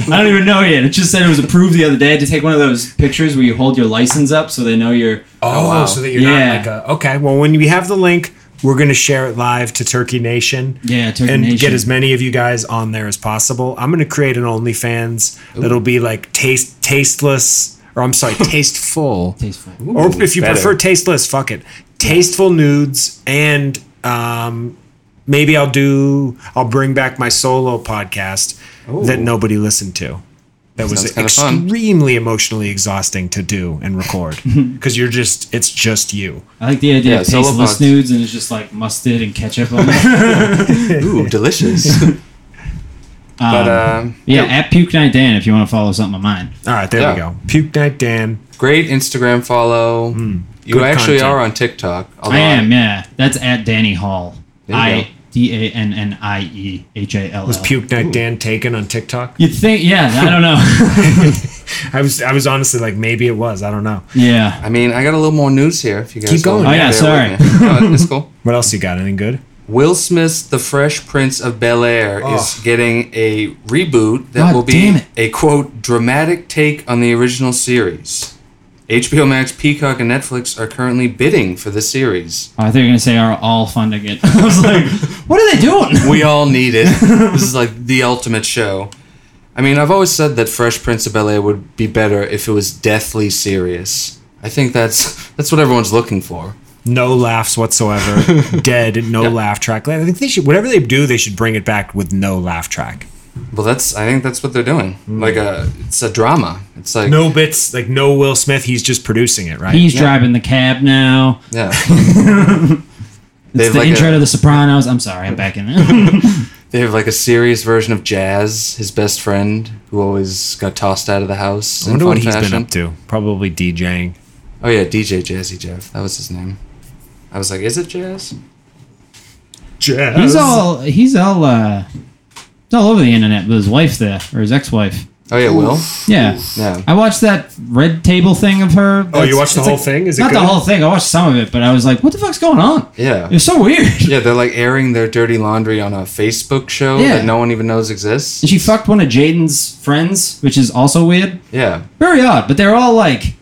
Speaker 5: I (laughs) don't even know yet. It just said it was approved the other day. I had to take one of those pictures where you hold your license up so they know you're.
Speaker 6: Oh, so that you're
Speaker 5: Yeah.
Speaker 6: not like a okay. Well, when we have the link, we're gonna share it live to Turkey Nation.
Speaker 5: Yeah, Turkey
Speaker 6: and
Speaker 5: Nation.
Speaker 6: get as many of you guys on there as possible. I'm gonna create an OnlyFans that'll be like taste tasteless, or I'm
Speaker 5: (laughs)
Speaker 6: sorry, tasteful.
Speaker 5: Tasteful.
Speaker 6: or if you
Speaker 4: better.
Speaker 6: prefer tasteless, fuck it, tasteful nudes and um, maybe I'll do I'll bring back my solo podcast that nobody listened to. That was
Speaker 4: Sounds kinda fun.
Speaker 6: extremely emotionally exhausting to do and
Speaker 4: (laughs)
Speaker 6: record
Speaker 4: Mhm.
Speaker 6: because you're just it's just you.
Speaker 5: I like the idea
Speaker 4: Yeah,
Speaker 5: of
Speaker 4: solo
Speaker 5: tasteless
Speaker 4: pods.
Speaker 5: nudes and it's just like mustard and ketchup on it.
Speaker 4: Ooh, delicious. (laughs) but um,
Speaker 5: Yeah, at Puke Night Dan if you want to follow something of mine.
Speaker 6: All right, there
Speaker 4: Yeah.
Speaker 6: we go. Puke Night Dan.
Speaker 4: great Instagram follow. you
Speaker 6: good
Speaker 4: actually
Speaker 6: content.
Speaker 4: are on TikTok. although
Speaker 5: I am, yeah. That's at Danny Hall.
Speaker 4: Oh, you
Speaker 5: I
Speaker 4: go.
Speaker 5: D A N N I E H A L L.
Speaker 6: Was Puke Night Dan taken on TikTok?
Speaker 5: You'd think, yeah, I don't know. (laughs)
Speaker 6: I was I was honestly like maybe it was. I don't know.
Speaker 5: yeah.
Speaker 4: I mean, I got a little more news here. If you guys
Speaker 6: Keep going.
Speaker 4: want.
Speaker 6: Oh,
Speaker 5: yeah,
Speaker 4: Bear
Speaker 5: sorry.
Speaker 4: with me. (laughs) No, it's cool.
Speaker 6: What else you got? Anything good?
Speaker 4: Will Smith's The Fresh Prince of Bel Air is
Speaker 6: Ugh.
Speaker 4: getting a reboot that
Speaker 5: God
Speaker 4: will
Speaker 5: damn
Speaker 4: be
Speaker 5: it.
Speaker 4: a quote dramatic take on the original series. HBO Max, Peacock, and Netflix are currently bidding for the series.
Speaker 5: Oh, I thought you were going to say are all funding it. (laughs) I was like, what are they doing?
Speaker 4: We all need
Speaker 5: (laughs)
Speaker 4: it. this is like the ultimate show. I mean, I've always said that Fresh Prince of Bel Air would be better if it was deathly serious. I think that's that's what everyone's looking for.
Speaker 6: No laughs whatsoever. Dead. No laugh track. I think they should. Whatever they do, they should bring it back with no laugh track.
Speaker 4: Well, that's I think that's what they're doing.
Speaker 5: Hmm.
Speaker 4: Like a it's a drama. It's like
Speaker 6: No bits. Like no Will Smith. He's just producing it, right?
Speaker 5: He's driving the cab now.
Speaker 4: yeah.
Speaker 5: It's
Speaker 4: have
Speaker 5: the
Speaker 4: like
Speaker 5: intro
Speaker 4: a-
Speaker 5: to The Sopranos. I'm sorry, I'm back in there.
Speaker 4: They have like a serious version of Jazz, his best friend, who always got tossed out of the house.
Speaker 6: I
Speaker 4: in
Speaker 6: wonder what
Speaker 4: fun
Speaker 6: he's been
Speaker 4: fashion.
Speaker 6: up to. Probably DJing.
Speaker 4: Oh yeah, DJ Jazzy Jeff. That was his name. I was like, is it Jazz?
Speaker 6: Jazz.
Speaker 5: (laughs) (laughs) he's all he's all uh he's all over the internet with his wife there or his ex-wife.
Speaker 4: Oh yeah, Will.
Speaker 5: Yeah.
Speaker 4: Yeah.
Speaker 5: I watched that red table thing of her.
Speaker 6: Oh,
Speaker 5: That's-
Speaker 6: you watched the
Speaker 5: it's
Speaker 6: whole
Speaker 5: like-
Speaker 6: thing? Is it
Speaker 5: not
Speaker 6: good?
Speaker 5: the whole thing. I watched some of it, but I was like, what the fuck's going on?
Speaker 4: Yeah.
Speaker 5: It's so (laughs) weird.
Speaker 4: Yeah, they're like airing their dirty laundry on a Facebook show
Speaker 5: Yeah.
Speaker 4: that no one even knows exists.
Speaker 5: And she fucked one of Jaden's friends, which is also weird.
Speaker 4: Yeah.
Speaker 5: Very odd, but they're all like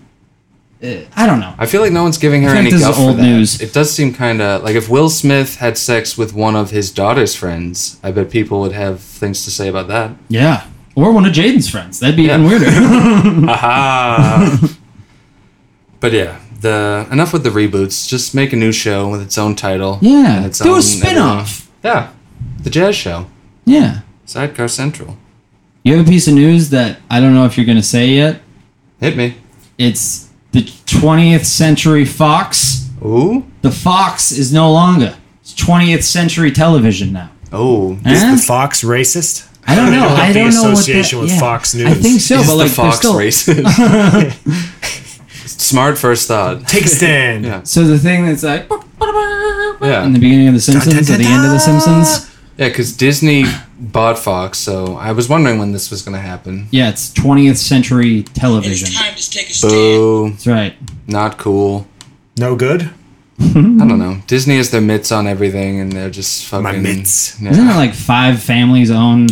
Speaker 5: uh, I don't know.
Speaker 4: I feel like no one's giving her
Speaker 5: I think
Speaker 4: any
Speaker 5: this is
Speaker 4: guff for
Speaker 5: old
Speaker 4: that.
Speaker 5: news.
Speaker 4: It does seem kind of like if Will Smith had sex with one of his daughter's friends, I bet people would have things to say about that.
Speaker 5: Yeah. Or one of Jaden's friends. That'd be
Speaker 4: Yeah.
Speaker 5: even (laughs) weirder.
Speaker 4: But yeah, the enough with the reboots. Just make a new show with its own title.
Speaker 5: yeah.
Speaker 4: and its
Speaker 5: Do
Speaker 4: own
Speaker 5: a spin-off.
Speaker 4: everything. Yeah, The Jazz Show,
Speaker 5: Yeah.
Speaker 4: Sidecar Central.
Speaker 5: You have a piece of news that I don't know if you're going to say yet.
Speaker 4: Hit me.
Speaker 5: It's the 20th Century Fox.
Speaker 4: Ooh.
Speaker 5: The Fox is no longer. It's 20th Century Television now.
Speaker 4: Oh.
Speaker 6: Is
Speaker 5: Huh?
Speaker 6: the Fox racist?
Speaker 5: I
Speaker 4: (laughs)
Speaker 5: don't know. I
Speaker 6: The
Speaker 5: don't know what
Speaker 6: association
Speaker 5: that-
Speaker 6: with
Speaker 5: yeah.
Speaker 6: Fox
Speaker 5: I
Speaker 6: News.
Speaker 5: think so,
Speaker 4: Is
Speaker 5: but like
Speaker 4: the
Speaker 5: they're
Speaker 4: Fox
Speaker 5: still, (laughs)
Speaker 4: racist? Smart first thought.
Speaker 6: Take a stand.
Speaker 4: Yeah.
Speaker 5: So the thing that's like
Speaker 4: Yeah.
Speaker 5: in the beginning of The Simpsons, at the end of The Simpsons.
Speaker 4: Yeah, because Disney bought Fox, so I was wondering when this was going to happen.
Speaker 5: Yeah, it's 20th Century Television.
Speaker 8: It's time to take a stand.
Speaker 4: Boo.
Speaker 5: That's right.
Speaker 4: Not cool.
Speaker 6: No good.
Speaker 4: I don't know. Disney has their mitts on everything, and they're just fucking.
Speaker 6: My mitts.
Speaker 4: Yeah.
Speaker 5: Isn't it like five families own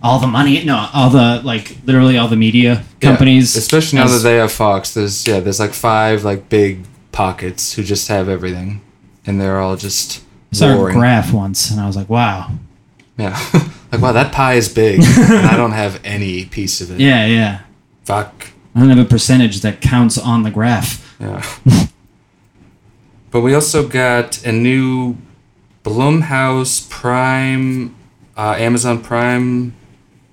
Speaker 5: all the money? No, all the like literally all the media
Speaker 4: Yeah.
Speaker 5: companies.
Speaker 4: Especially now
Speaker 5: As-
Speaker 4: that they have Fox, there's yeah, there's like five like big pockets who just have everything, and they're all just
Speaker 5: I saw a
Speaker 4: warring.
Speaker 5: graph once, and I was like, wow.
Speaker 4: yeah, (laughs) like wow, that pie is big, and I don't have any piece of it.
Speaker 5: Yeah, yeah.
Speaker 4: Fuck.
Speaker 5: I don't have a percentage that counts on the graph.
Speaker 4: Yeah. but we also got a new Blumhouse Prime, uh, Amazon Prime,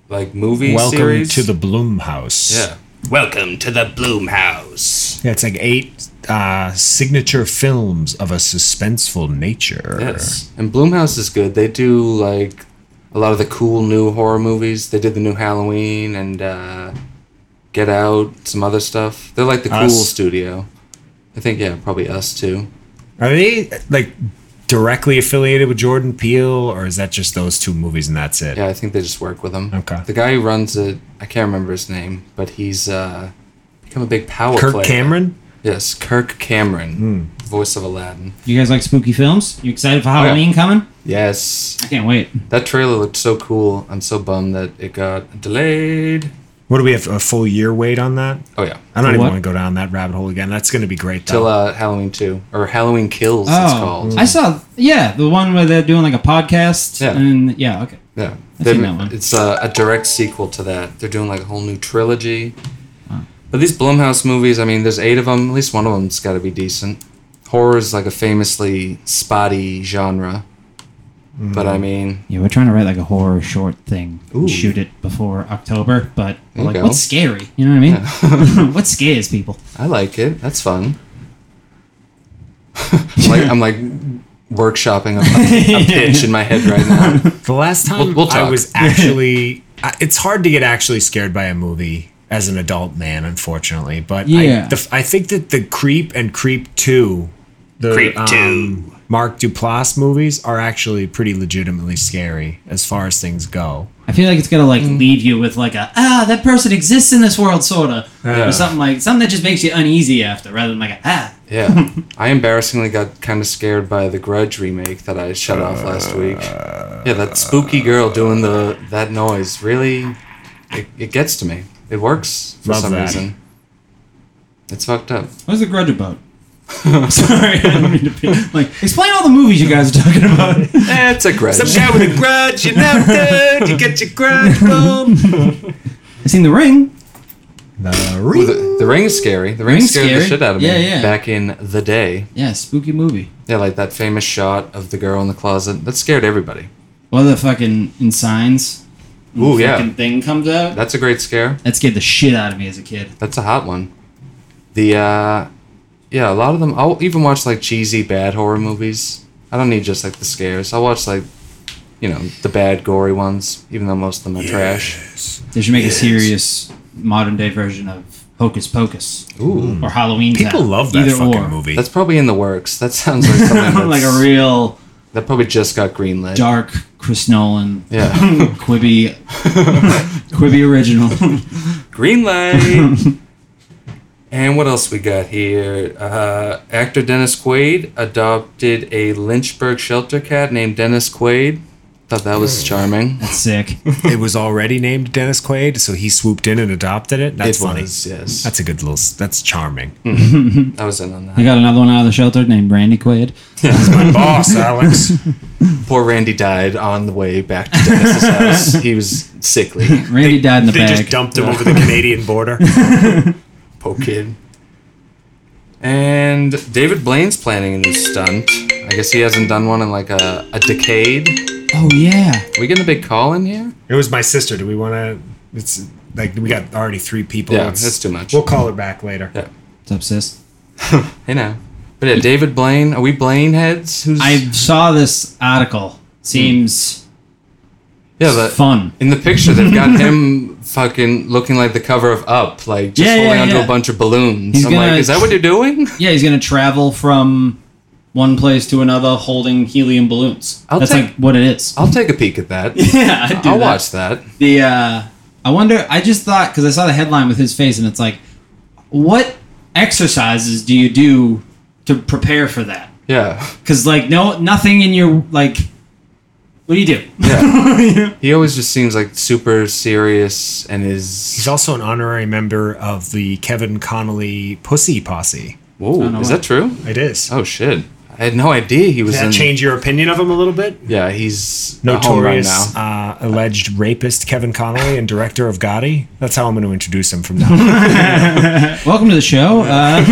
Speaker 4: like movie
Speaker 6: Welcome
Speaker 4: series.
Speaker 6: to the Bloom House.
Speaker 4: yeah. Welcome to the Bloomhouse.
Speaker 6: Yeah, it's like eight uh, signature films of a suspenseful nature.
Speaker 4: Yes, and Bloomhouse is good. They do like a lot of the cool new horror movies. They did the new Halloween and uh, Get Out, some other stuff. They're like the cool
Speaker 6: Us.
Speaker 4: studio. I think yeah, probably us too.
Speaker 6: Are they like directly affiliated with Jordan Peele, or is that just those two movies and that's it?
Speaker 4: Yeah, I think they just work with him.
Speaker 6: Okay.
Speaker 4: The guy who runs it, I can't remember his name, but he's uh, become a big power
Speaker 6: Kirk Hmm.
Speaker 4: player.
Speaker 6: Cameron?
Speaker 4: Yes, Kirk Cameron, voice of Aladdin.
Speaker 5: You guys like spooky films? You excited for Halloween coming?
Speaker 4: Yes,
Speaker 5: Oh, I can't wait.
Speaker 4: that trailer looked so cool. I'm so bummed that it got delayed.
Speaker 6: What do we have a full year wait on that?
Speaker 4: Oh yeah,
Speaker 6: I don't even
Speaker 5: What?
Speaker 6: want to go down that rabbit hole again. That's going to be great
Speaker 4: till
Speaker 6: though.
Speaker 4: uh, Halloween two or Halloween Kills. It's
Speaker 5: Oh,
Speaker 4: called.
Speaker 5: I saw. Yeah, the one where they're doing like a podcast.
Speaker 4: Yeah.
Speaker 5: And yeah, okay.
Speaker 4: Yeah,
Speaker 5: I've seen
Speaker 4: They-
Speaker 5: that one.
Speaker 4: it's uh, a, a direct sequel to that. They're doing like a whole new trilogy. But these Blumhouse movies, I mean, there's eight of them. At least one of them's got to be decent. Horror is like a famously spotty genre.
Speaker 5: Mm-hmm.
Speaker 4: But I mean,
Speaker 5: Yeah, we're trying to write like a horror short thing,
Speaker 4: Ooh.
Speaker 5: and shoot it before October. But
Speaker 4: There you
Speaker 5: like,
Speaker 4: go.
Speaker 5: what's scary? You know what I mean? (laughs) what scares people?
Speaker 4: I like it. That's
Speaker 5: (laughs)
Speaker 4: fun. (laughs) I'm like, I'm like workshopping
Speaker 5: (laughs)
Speaker 4: a, a pitch in my head right now.
Speaker 6: the last time
Speaker 4: We'll- we'll
Speaker 6: I
Speaker 4: talk. (laughs)
Speaker 6: was actually, I, it's hard to get actually scared by a movie as an adult man, unfortunately. But
Speaker 5: Yeah.
Speaker 6: I, the, I think that the Creep and Creep Two, the
Speaker 4: Creep 2.
Speaker 6: um, Mark Duplass movies are actually pretty legitimately scary as far as things go.
Speaker 5: I feel like it's gonna like
Speaker 4: Mm.
Speaker 5: leave you with like a ah that person exists in this world sorta
Speaker 6: Yeah.
Speaker 5: or something like something that just makes you uneasy after rather than like a, ah
Speaker 4: Yeah. I embarrassingly got kind of scared by the Grudge remake that I shut off last week. Yeah, that spooky girl doing the that noise really it, it gets to me. It works for
Speaker 6: Love
Speaker 4: some
Speaker 6: that.
Speaker 4: reason. It's fucked up.
Speaker 5: what's the grudge about? Sorry, I don't mean to be like explain all the movies you guys are talking about.
Speaker 4: That's a grudge.
Speaker 6: guy with a grudge, you're not dead. You get your grudge
Speaker 5: (laughs)
Speaker 6: on.
Speaker 5: I seen The Ring.
Speaker 6: The
Speaker 4: Ooh,
Speaker 6: ring.
Speaker 4: the, the ring is scary. The ring
Speaker 5: Ring's
Speaker 4: scared the
Speaker 5: scary.
Speaker 4: shit out of me
Speaker 5: Yeah, yeah.
Speaker 4: back in the day.
Speaker 5: Yeah, spooky movie.
Speaker 4: Yeah, like that famous shot of the girl in the closet. That scared everybody.
Speaker 5: Well, the fucking in signs. when the
Speaker 4: Ooh, yeah.
Speaker 5: fucking Thing comes out.
Speaker 4: That's a great scare.
Speaker 5: That scared the shit out of me as a kid.
Speaker 4: That's a hot one. The uh yeah, a lot of them I'll even watch like cheesy bad horror movies. I don't need just like the scares. I'll watch like you know, the bad gory ones, even though most of them are trash.
Speaker 5: They should make a serious modern day version of Hocus Pocus
Speaker 4: Ooh.
Speaker 5: or Halloween.
Speaker 6: People
Speaker 5: Town.
Speaker 6: love that
Speaker 5: Either
Speaker 6: fucking
Speaker 5: (laughs) or.
Speaker 6: movie.
Speaker 4: That's probably in the works. That sounds like
Speaker 5: (laughs)
Speaker 4: something that's,
Speaker 5: like a real
Speaker 4: that probably just got greenlit.
Speaker 5: dark Chris Nolan
Speaker 4: yeah.
Speaker 5: (laughs)
Speaker 4: (laughs)
Speaker 5: Quibi Quibi original. (laughs)
Speaker 4: Green light. and what else we got here? Uh, actor Dennis Quaid adopted a Lynchburg shelter cat named Dennis Quaid. Thought that was charming.
Speaker 5: Sick.
Speaker 6: it was already named Dennis Quaid, so he swooped in and adopted it. That's
Speaker 4: it
Speaker 6: funny.
Speaker 4: was, yes.
Speaker 6: That's a good little. s- That's charming.
Speaker 4: I was in on that.
Speaker 5: I got another one out of the shelter named Randy Quaid.
Speaker 6: Mm. Boss
Speaker 4: (laughs)
Speaker 6: Alex.
Speaker 4: Poor Randy died on the way back to Dennis's
Speaker 5: (laughs)
Speaker 4: house. He was sickly.
Speaker 5: Randy died in the
Speaker 6: they
Speaker 5: bag.
Speaker 6: just dumped him over the
Speaker 4: (laughs)
Speaker 6: Canadian border.
Speaker 4: Poor kid. And David Blaine's planning a new stunt. I guess he hasn't done one in like a, a decade.
Speaker 5: Oh yeah.
Speaker 4: We getting a big call in here?
Speaker 6: It was my sister. Do we want to? It's like we got already three people.
Speaker 4: Yeah,
Speaker 6: It's-
Speaker 4: that's too much.
Speaker 6: We'll call her back later.
Speaker 4: Yeah.
Speaker 5: What's up, sis?
Speaker 4: Hey now. But yeah, David Blaine. Are we Blaine heads? Who's
Speaker 5: I saw this article. Seems
Speaker 4: yeah, the,
Speaker 5: fun.
Speaker 4: in the picture they've
Speaker 5: (laughs)
Speaker 4: got him fucking looking like the cover of Up, like just
Speaker 5: Yeah, yeah,
Speaker 4: holding onto
Speaker 5: yeah.
Speaker 4: a bunch of balloons.
Speaker 5: He's
Speaker 4: I'm
Speaker 5: gonna-
Speaker 4: like, is that what you're doing?
Speaker 5: Yeah, he's gonna travel from one place to another holding helium balloons.
Speaker 4: I'll
Speaker 5: That's
Speaker 4: take-
Speaker 5: like what it is.
Speaker 4: I'll take a peek at
Speaker 5: (laughs)
Speaker 4: that.
Speaker 5: yeah, I'd do
Speaker 4: I'll
Speaker 5: that.
Speaker 4: watch that.
Speaker 5: the uh i wonder i just thought because i saw the headline with his face and it's like what exercises do you do to prepare for that
Speaker 4: Yeah.
Speaker 5: because like no nothing in your like what do you do
Speaker 4: He always just seems like super serious and is
Speaker 6: He's also an honorary member of the Kevin Connolly Pussy Posse.
Speaker 4: Whoa,
Speaker 5: know
Speaker 4: is
Speaker 5: why.
Speaker 4: that true?
Speaker 6: It is.
Speaker 4: Oh shit. I had no idea he was
Speaker 6: Does that
Speaker 4: in
Speaker 6: change your opinion of him a little bit?
Speaker 4: Yeah, he's at home right
Speaker 6: Notorious
Speaker 4: now.
Speaker 6: uh, alleged rapist Kevin Connolly and director of Gotti. That's how I'm going to introduce him from now. on.
Speaker 5: welcome to the show uh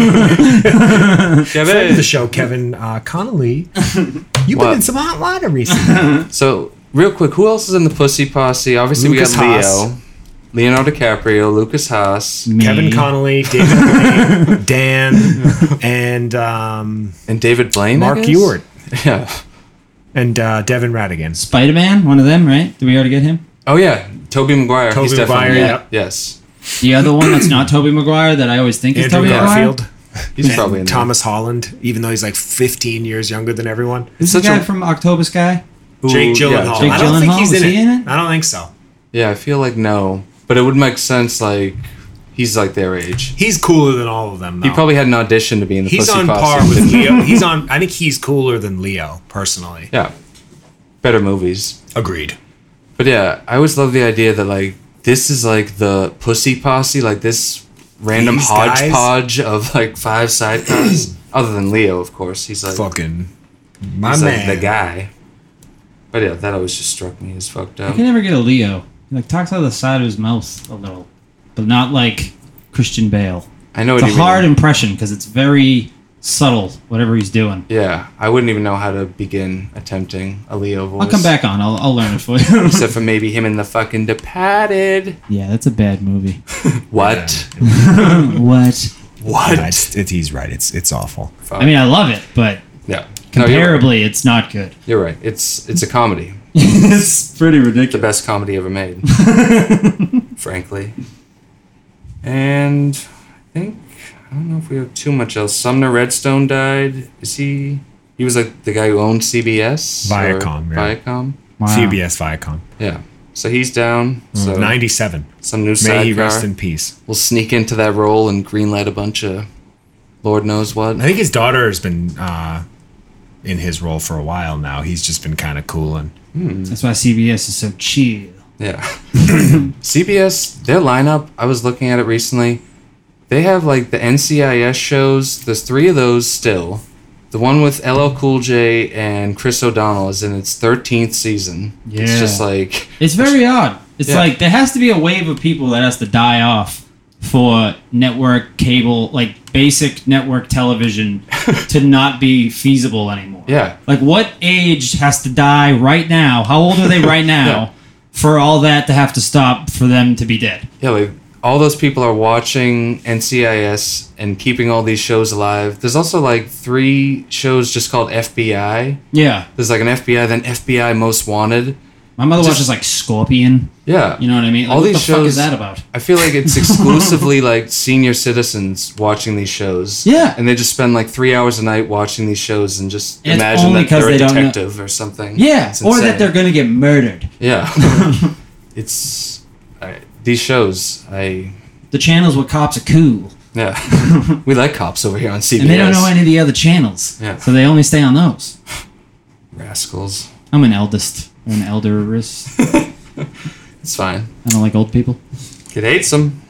Speaker 6: Friend of the show, Kevin uh,
Speaker 4: (laughs)
Speaker 6: Connolly. You've
Speaker 4: What?
Speaker 6: been in some hot
Speaker 4: (laughs)
Speaker 6: water recently.
Speaker 4: So, real quick, who else is in the Pussy Posse? Obviously,
Speaker 6: Lucas
Speaker 4: we got
Speaker 6: Haas.
Speaker 4: Leo, Leonardo DiCaprio, Lucas Haas,
Speaker 6: Kevin
Speaker 5: me.
Speaker 6: Connolly, David
Speaker 4: (laughs)
Speaker 6: Blaine, Dan, and um,
Speaker 4: and David Blaine. I
Speaker 6: Mark
Speaker 4: guess?
Speaker 6: Ewart.
Speaker 4: (laughs) Yeah.
Speaker 6: And uh, Devin Radigan.
Speaker 5: spider-man one of them right did we already get him
Speaker 4: Oh yeah, Toby Maguire.
Speaker 6: Toby
Speaker 4: he's definitely-
Speaker 6: Maguire,
Speaker 5: yeah.
Speaker 6: yep.
Speaker 4: Yes,
Speaker 5: the other one that's not toby maguire that i always think is
Speaker 6: Andrew
Speaker 5: toby maguire
Speaker 6: Garfield.
Speaker 4: he's
Speaker 6: and
Speaker 4: probably in there.
Speaker 6: Thomas Holland, even though he's like 15 years younger than everyone.
Speaker 5: is
Speaker 4: Such
Speaker 5: the guy
Speaker 4: a-
Speaker 5: from octopus guy
Speaker 4: Ooh,
Speaker 6: Jake Gyllenhaal.
Speaker 4: Yeah,
Speaker 5: Jake
Speaker 6: I don't think
Speaker 5: Gyllenhaal,
Speaker 6: he's
Speaker 5: is
Speaker 6: in,
Speaker 5: he
Speaker 6: it.
Speaker 5: in it?
Speaker 6: I don't think so.
Speaker 4: Yeah, I feel like no, but it would make sense. Like he's like their age.
Speaker 6: He's cooler than all of them. Though.
Speaker 4: He probably had an audition to be in the
Speaker 6: he's
Speaker 4: Pussy
Speaker 6: on
Speaker 4: Posse.
Speaker 6: par
Speaker 4: (laughs)
Speaker 6: with Leo. He's on. I think he's cooler than Leo personally.
Speaker 4: yeah, better movies.
Speaker 6: Agreed.
Speaker 4: But yeah, I always love the idea that like this is like the pussy posse, like this random
Speaker 6: These guys?
Speaker 4: hodgepodge of like five
Speaker 5: (clears throat)
Speaker 4: side guys. Other than Leo, of course, he's like
Speaker 6: Fucking my
Speaker 4: he's like
Speaker 6: man.
Speaker 4: the guy. But yeah, that always just struck me as fucked
Speaker 5: i
Speaker 4: up.
Speaker 5: can never get a leo he like talks out of the side of his mouth a little but not like christian bale
Speaker 4: I know
Speaker 5: It's
Speaker 4: what
Speaker 5: a
Speaker 4: you mean.
Speaker 5: hard impression because it's very subtle, whatever he's doing.
Speaker 4: Yeah, I wouldn't even know how to begin attempting a Leo voice.
Speaker 5: I'll come back on. I'll, I'll learn it for you. (laughs)
Speaker 4: Except for maybe him in the fucking Departed.
Speaker 5: yeah, that's a bad movie.
Speaker 4: What?
Speaker 5: What?
Speaker 6: What? he's right. It's it's awful.
Speaker 4: Fuck.
Speaker 5: I mean, I love it, but
Speaker 4: yeah. No, you're, right.
Speaker 5: comparably, it's not good. (laughs)
Speaker 4: you're right. It's it's a comedy.
Speaker 5: it's pretty
Speaker 4: the
Speaker 5: ridiculous.
Speaker 4: best comedy ever
Speaker 6: (laughs)
Speaker 4: made, frankly. And I think I don't know if we have too much else. Sumner Redstone died. Is he? He was like the guy who owned CBS. or
Speaker 6: Viacom, yeah.
Speaker 4: Viacom.
Speaker 5: Wow.
Speaker 6: CBS Viacom.
Speaker 4: Yeah. So he's down. So
Speaker 6: Ninety-seven.
Speaker 4: some new
Speaker 6: Mm, May he
Speaker 4: sidecar
Speaker 6: rest in peace.
Speaker 4: will sneak into that role and greenlight a bunch of, Lord knows what.
Speaker 6: I think his daughter has been uh, in his role for a while now. He's just been kind of cool and
Speaker 5: That's why CBS is so chill. (laughs)
Speaker 4: Yeah. CBS, their lineup, I was looking at it recently. They have like the NCIS shows. There's three of those still. The one with LL Cool J and Chris O'Donnell is in its 13th season. It's
Speaker 5: Yeah.
Speaker 4: just like,
Speaker 5: It's very odd. It's
Speaker 4: Yeah.
Speaker 5: like there has to be a wave of people that has to die off for network cable, like basic network
Speaker 4: (laughs)
Speaker 5: television, to not be feasible anymore.
Speaker 4: yeah.
Speaker 5: Like, what age has to die right now? How old are they right now
Speaker 4: (laughs) Yeah.
Speaker 5: for all that to have to stop for them to be dead?
Speaker 4: Yeah, like all those people are watching NCIS and keeping all these shows alive. There's also like three shows just called FBI.
Speaker 5: Yeah.
Speaker 4: There's like an FBI, then FBI Most Wanted.
Speaker 5: My mother
Speaker 4: Just-
Speaker 5: watches like Scorpion.
Speaker 4: Yeah.
Speaker 5: You know what I mean? Like,
Speaker 4: All
Speaker 5: what
Speaker 4: these
Speaker 5: the fuck
Speaker 4: shows-
Speaker 5: is that about?
Speaker 4: I feel like
Speaker 5: (laughs)
Speaker 4: it's exclusively like senior citizens watching these shows.
Speaker 5: Yeah.
Speaker 4: And they just spend like three hours a night watching these shows and just
Speaker 5: And it's
Speaker 4: imagine
Speaker 5: only
Speaker 4: that they're
Speaker 5: 'cause
Speaker 4: a
Speaker 5: they don't know-
Speaker 4: detective or something.
Speaker 5: Yeah.
Speaker 4: It's
Speaker 5: Or
Speaker 4: insane.
Speaker 5: that they're gonna get murdered.
Speaker 4: Yeah.
Speaker 5: (laughs)
Speaker 4: it's. I, these shows, I.
Speaker 5: The channels where cops are cool, (laughs)
Speaker 4: Yeah. we like cops over here on CBS.
Speaker 5: and they don't know any of the other channels,
Speaker 4: Yeah.
Speaker 5: so they only stay on those.
Speaker 4: Rascals.
Speaker 5: I'm an eldest, an elderist.
Speaker 4: It's fine.
Speaker 5: I don't like old people.
Speaker 4: It hates them.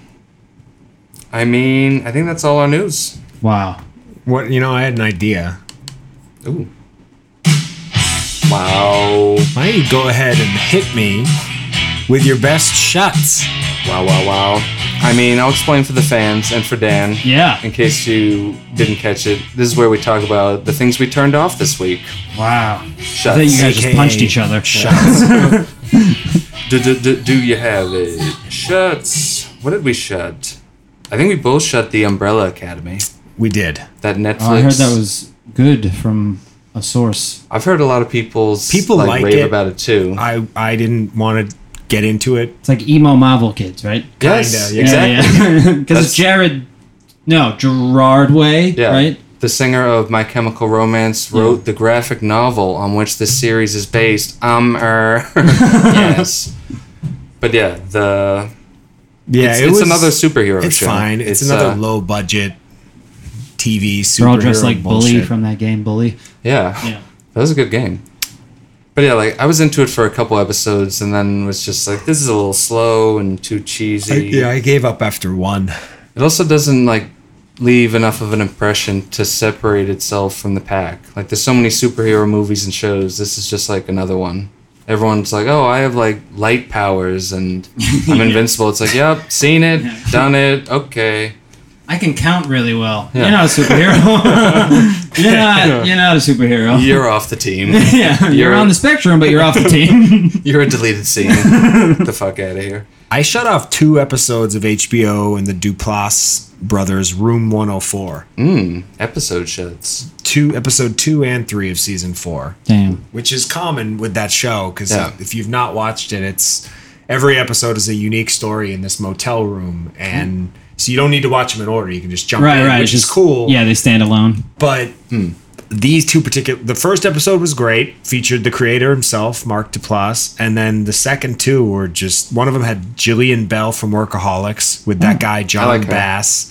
Speaker 4: I mean, I think that's all our news.
Speaker 5: Wow.
Speaker 6: what you know. I had an idea.
Speaker 4: Ooh. Wow.
Speaker 6: Why don't you go ahead and hit me with your best shots?
Speaker 4: Wow, wow, wow. I mean, I'll explain for the fans and for Dan.
Speaker 5: Yeah.
Speaker 4: In case you didn't catch it, this is where we talk about the things we turned off this week.
Speaker 5: Wow. I
Speaker 4: Shots.
Speaker 5: think you guys just
Speaker 6: AKA
Speaker 5: punched each other.
Speaker 4: do, do, do, do you have it? Shuts. What did we shut? I think we both shut the Umbrella Academy.
Speaker 6: We did.
Speaker 4: That Netflix.
Speaker 5: Oh, I heard that was good from a source.
Speaker 4: I've heard a lot of people's
Speaker 6: People
Speaker 4: like,
Speaker 6: like
Speaker 4: rave
Speaker 6: it.
Speaker 4: about it too.
Speaker 6: I I didn't want to get into it.
Speaker 5: It's like emo Marvel kids, right?
Speaker 4: yes,
Speaker 6: yeah.
Speaker 4: exactly.
Speaker 5: (laughs) Because
Speaker 4: That's-
Speaker 5: it's Jared, no Gerard Way,
Speaker 4: Yeah.
Speaker 5: right?
Speaker 4: The singer of My Chemical Romance wrote the graphic novel on which this series is based. Um,
Speaker 6: (laughs)
Speaker 4: er, yes. But yeah, the
Speaker 6: Yeah,
Speaker 4: it's,
Speaker 6: it
Speaker 4: it's
Speaker 6: was,
Speaker 4: another superhero
Speaker 6: It's
Speaker 4: show.
Speaker 6: fine. It's, another
Speaker 4: uh,
Speaker 6: low budget TV superhero.
Speaker 5: They're all dressed like Bully
Speaker 6: bullshit.
Speaker 5: from that game, Bully.
Speaker 4: yeah,
Speaker 5: Yeah.
Speaker 4: that was a good game. But yeah, like I was into it for a couple episodes and then was just like, this is a little slow and too cheesy.
Speaker 6: I, yeah, I gave up after one.
Speaker 4: It also doesn't like leave enough of an impression to separate itself from the pack. Like there's so many superhero movies and shows. This is just like another one. Everyone's like, "Oh, I have like light powers
Speaker 6: (laughs)
Speaker 4: and I'm invincible." It's like, "Yep, seen it, done it.
Speaker 6: (laughs)
Speaker 4: Okay."
Speaker 5: I can count really well.
Speaker 4: Yeah.
Speaker 5: You're not a
Speaker 4: (laughs)
Speaker 5: superhero. (laughs) you're not. You're not a superhero.
Speaker 4: You're off the team.
Speaker 5: (laughs)
Speaker 6: (laughs)
Speaker 5: yeah, you're,
Speaker 4: You're-
Speaker 5: on the spectrum, but you're off
Speaker 4: (laughs)
Speaker 5: the team.
Speaker 4: You're a deleted
Speaker 6: (laughs)
Speaker 4: scene. Get the fuck out of here.
Speaker 6: I shut off two episodes of HBO and the Duplass brothers, Room 104.
Speaker 4: Episode shuts.
Speaker 6: Two episode two and three of season four,
Speaker 5: Damn.
Speaker 6: which is common with that show because
Speaker 4: Yeah.
Speaker 6: if you've not watched it, it's every episode is a unique story in this motel room, and so you don't need to watch them in order. You can just jump
Speaker 5: Hmm. Right,
Speaker 6: in,
Speaker 5: right.
Speaker 6: which
Speaker 5: it's
Speaker 6: is
Speaker 5: just-
Speaker 6: cool.
Speaker 5: Yeah, they stand alone.
Speaker 6: but
Speaker 4: Hmm.
Speaker 6: these two particular the first episode was great featured the creator himself mark duplass and then the second two were just one of them had jillian bell from workaholics with that guy john
Speaker 4: Hmm. like her. Hmm.
Speaker 6: bass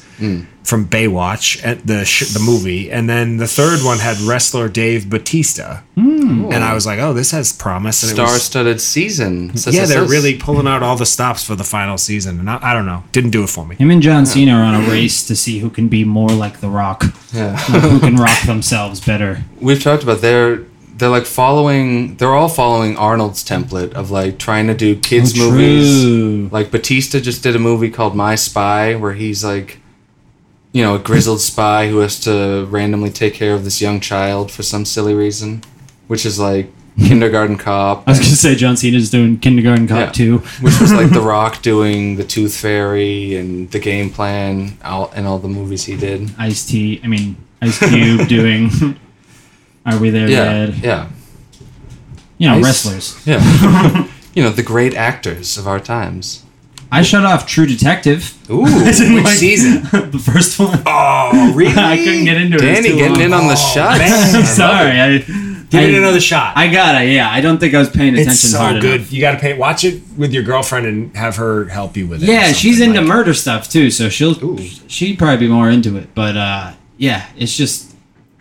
Speaker 6: from baywatch at the sh- the movie and then the third one had wrestler dave batista and i was like oh this has promise and it was-
Speaker 4: Star-studded season. Says-
Speaker 6: yeah
Speaker 4: says-
Speaker 6: they're
Speaker 4: says.
Speaker 6: really pulling out all the stops for the final season and i, I don't know didn't do it for me
Speaker 5: Him and John Cena are on a race to see who can be more like The Rock,
Speaker 4: Yeah.
Speaker 5: who can rock themselves better.
Speaker 4: we've talked about they're they're like following they're all following Arnold's template of like trying to do kids
Speaker 5: Oh,
Speaker 4: movies.
Speaker 5: true.
Speaker 4: Like Batista just did a movie called My Spy where he's like you know, a grizzled (laughs) spy who has to randomly take care of this young child for some silly reason, which is like kindergarten cop.
Speaker 5: (laughs) I was gonna say John Cena's doing Kindergarten Cop
Speaker 4: Yeah.
Speaker 5: too.
Speaker 4: which was
Speaker 5: (laughs)
Speaker 4: like The Rock doing The Tooth Fairy and The Game Plan all, and all the movies he did.
Speaker 5: Ice T. I mean Ice
Speaker 4: (laughs)
Speaker 5: Cube doing. Are we there
Speaker 4: Yeah.
Speaker 5: yet?
Speaker 4: Yeah.
Speaker 5: You know
Speaker 4: Ice-
Speaker 5: wrestlers.
Speaker 4: Yeah.
Speaker 5: (laughs)
Speaker 4: you know, the great actors of our times.
Speaker 5: I shut off True Detective. (laughs)
Speaker 4: Ooh,
Speaker 5: didn't
Speaker 4: which
Speaker 5: like-
Speaker 4: season?
Speaker 5: the first one.
Speaker 6: (laughs) oh really
Speaker 5: (laughs) I couldn't get into it. it. was
Speaker 4: Danny
Speaker 5: too
Speaker 4: getting
Speaker 5: long. Oh,
Speaker 4: in on the shots.
Speaker 5: (laughs) I'm sorry. I,
Speaker 6: give
Speaker 5: I,
Speaker 6: it another shot
Speaker 5: I got it. Yeah, I don't think I was paying attention
Speaker 6: It's so
Speaker 5: hard
Speaker 6: good.
Speaker 5: enough.
Speaker 6: You got to pay. Watch it with your girlfriend and have her help you with it. or
Speaker 5: Yeah,
Speaker 6: something
Speaker 5: she's into
Speaker 6: like-
Speaker 5: murder stuff too, so she'll
Speaker 6: Ooh.
Speaker 5: she'd probably be more into it. But uh, yeah, it's just,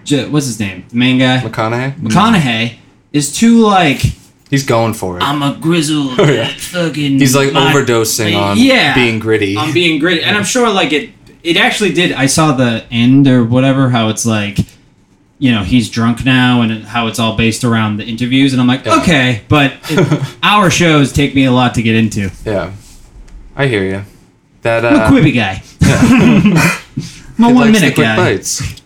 Speaker 5: ju- what's his name? The main guy,
Speaker 4: McConaughey.
Speaker 5: McConaughey, is too like
Speaker 4: He's going for it.
Speaker 5: I'm a
Speaker 4: (laughs)
Speaker 5: grizzled fucking.
Speaker 4: Oh, He's like
Speaker 5: mod-
Speaker 4: overdosing on
Speaker 5: yeah,
Speaker 4: being gritty.
Speaker 5: on being
Speaker 4: (laughs)
Speaker 5: gritty, and I'm sure like it. It actually did. I saw the end or whatever. How it's like, you know, he's drunk now, and how it's all based around the interviews. And I'm like,
Speaker 4: Yeah.
Speaker 5: okay, but it,
Speaker 4: (laughs)
Speaker 5: our shows take me a lot to get into.
Speaker 4: yeah, I hear you. That
Speaker 5: I'm a
Speaker 4: uh,
Speaker 5: Quibi guy. (laughs) I'm a
Speaker 4: he
Speaker 5: one
Speaker 4: likes the
Speaker 5: minute
Speaker 4: quick
Speaker 5: guy.
Speaker 4: bites.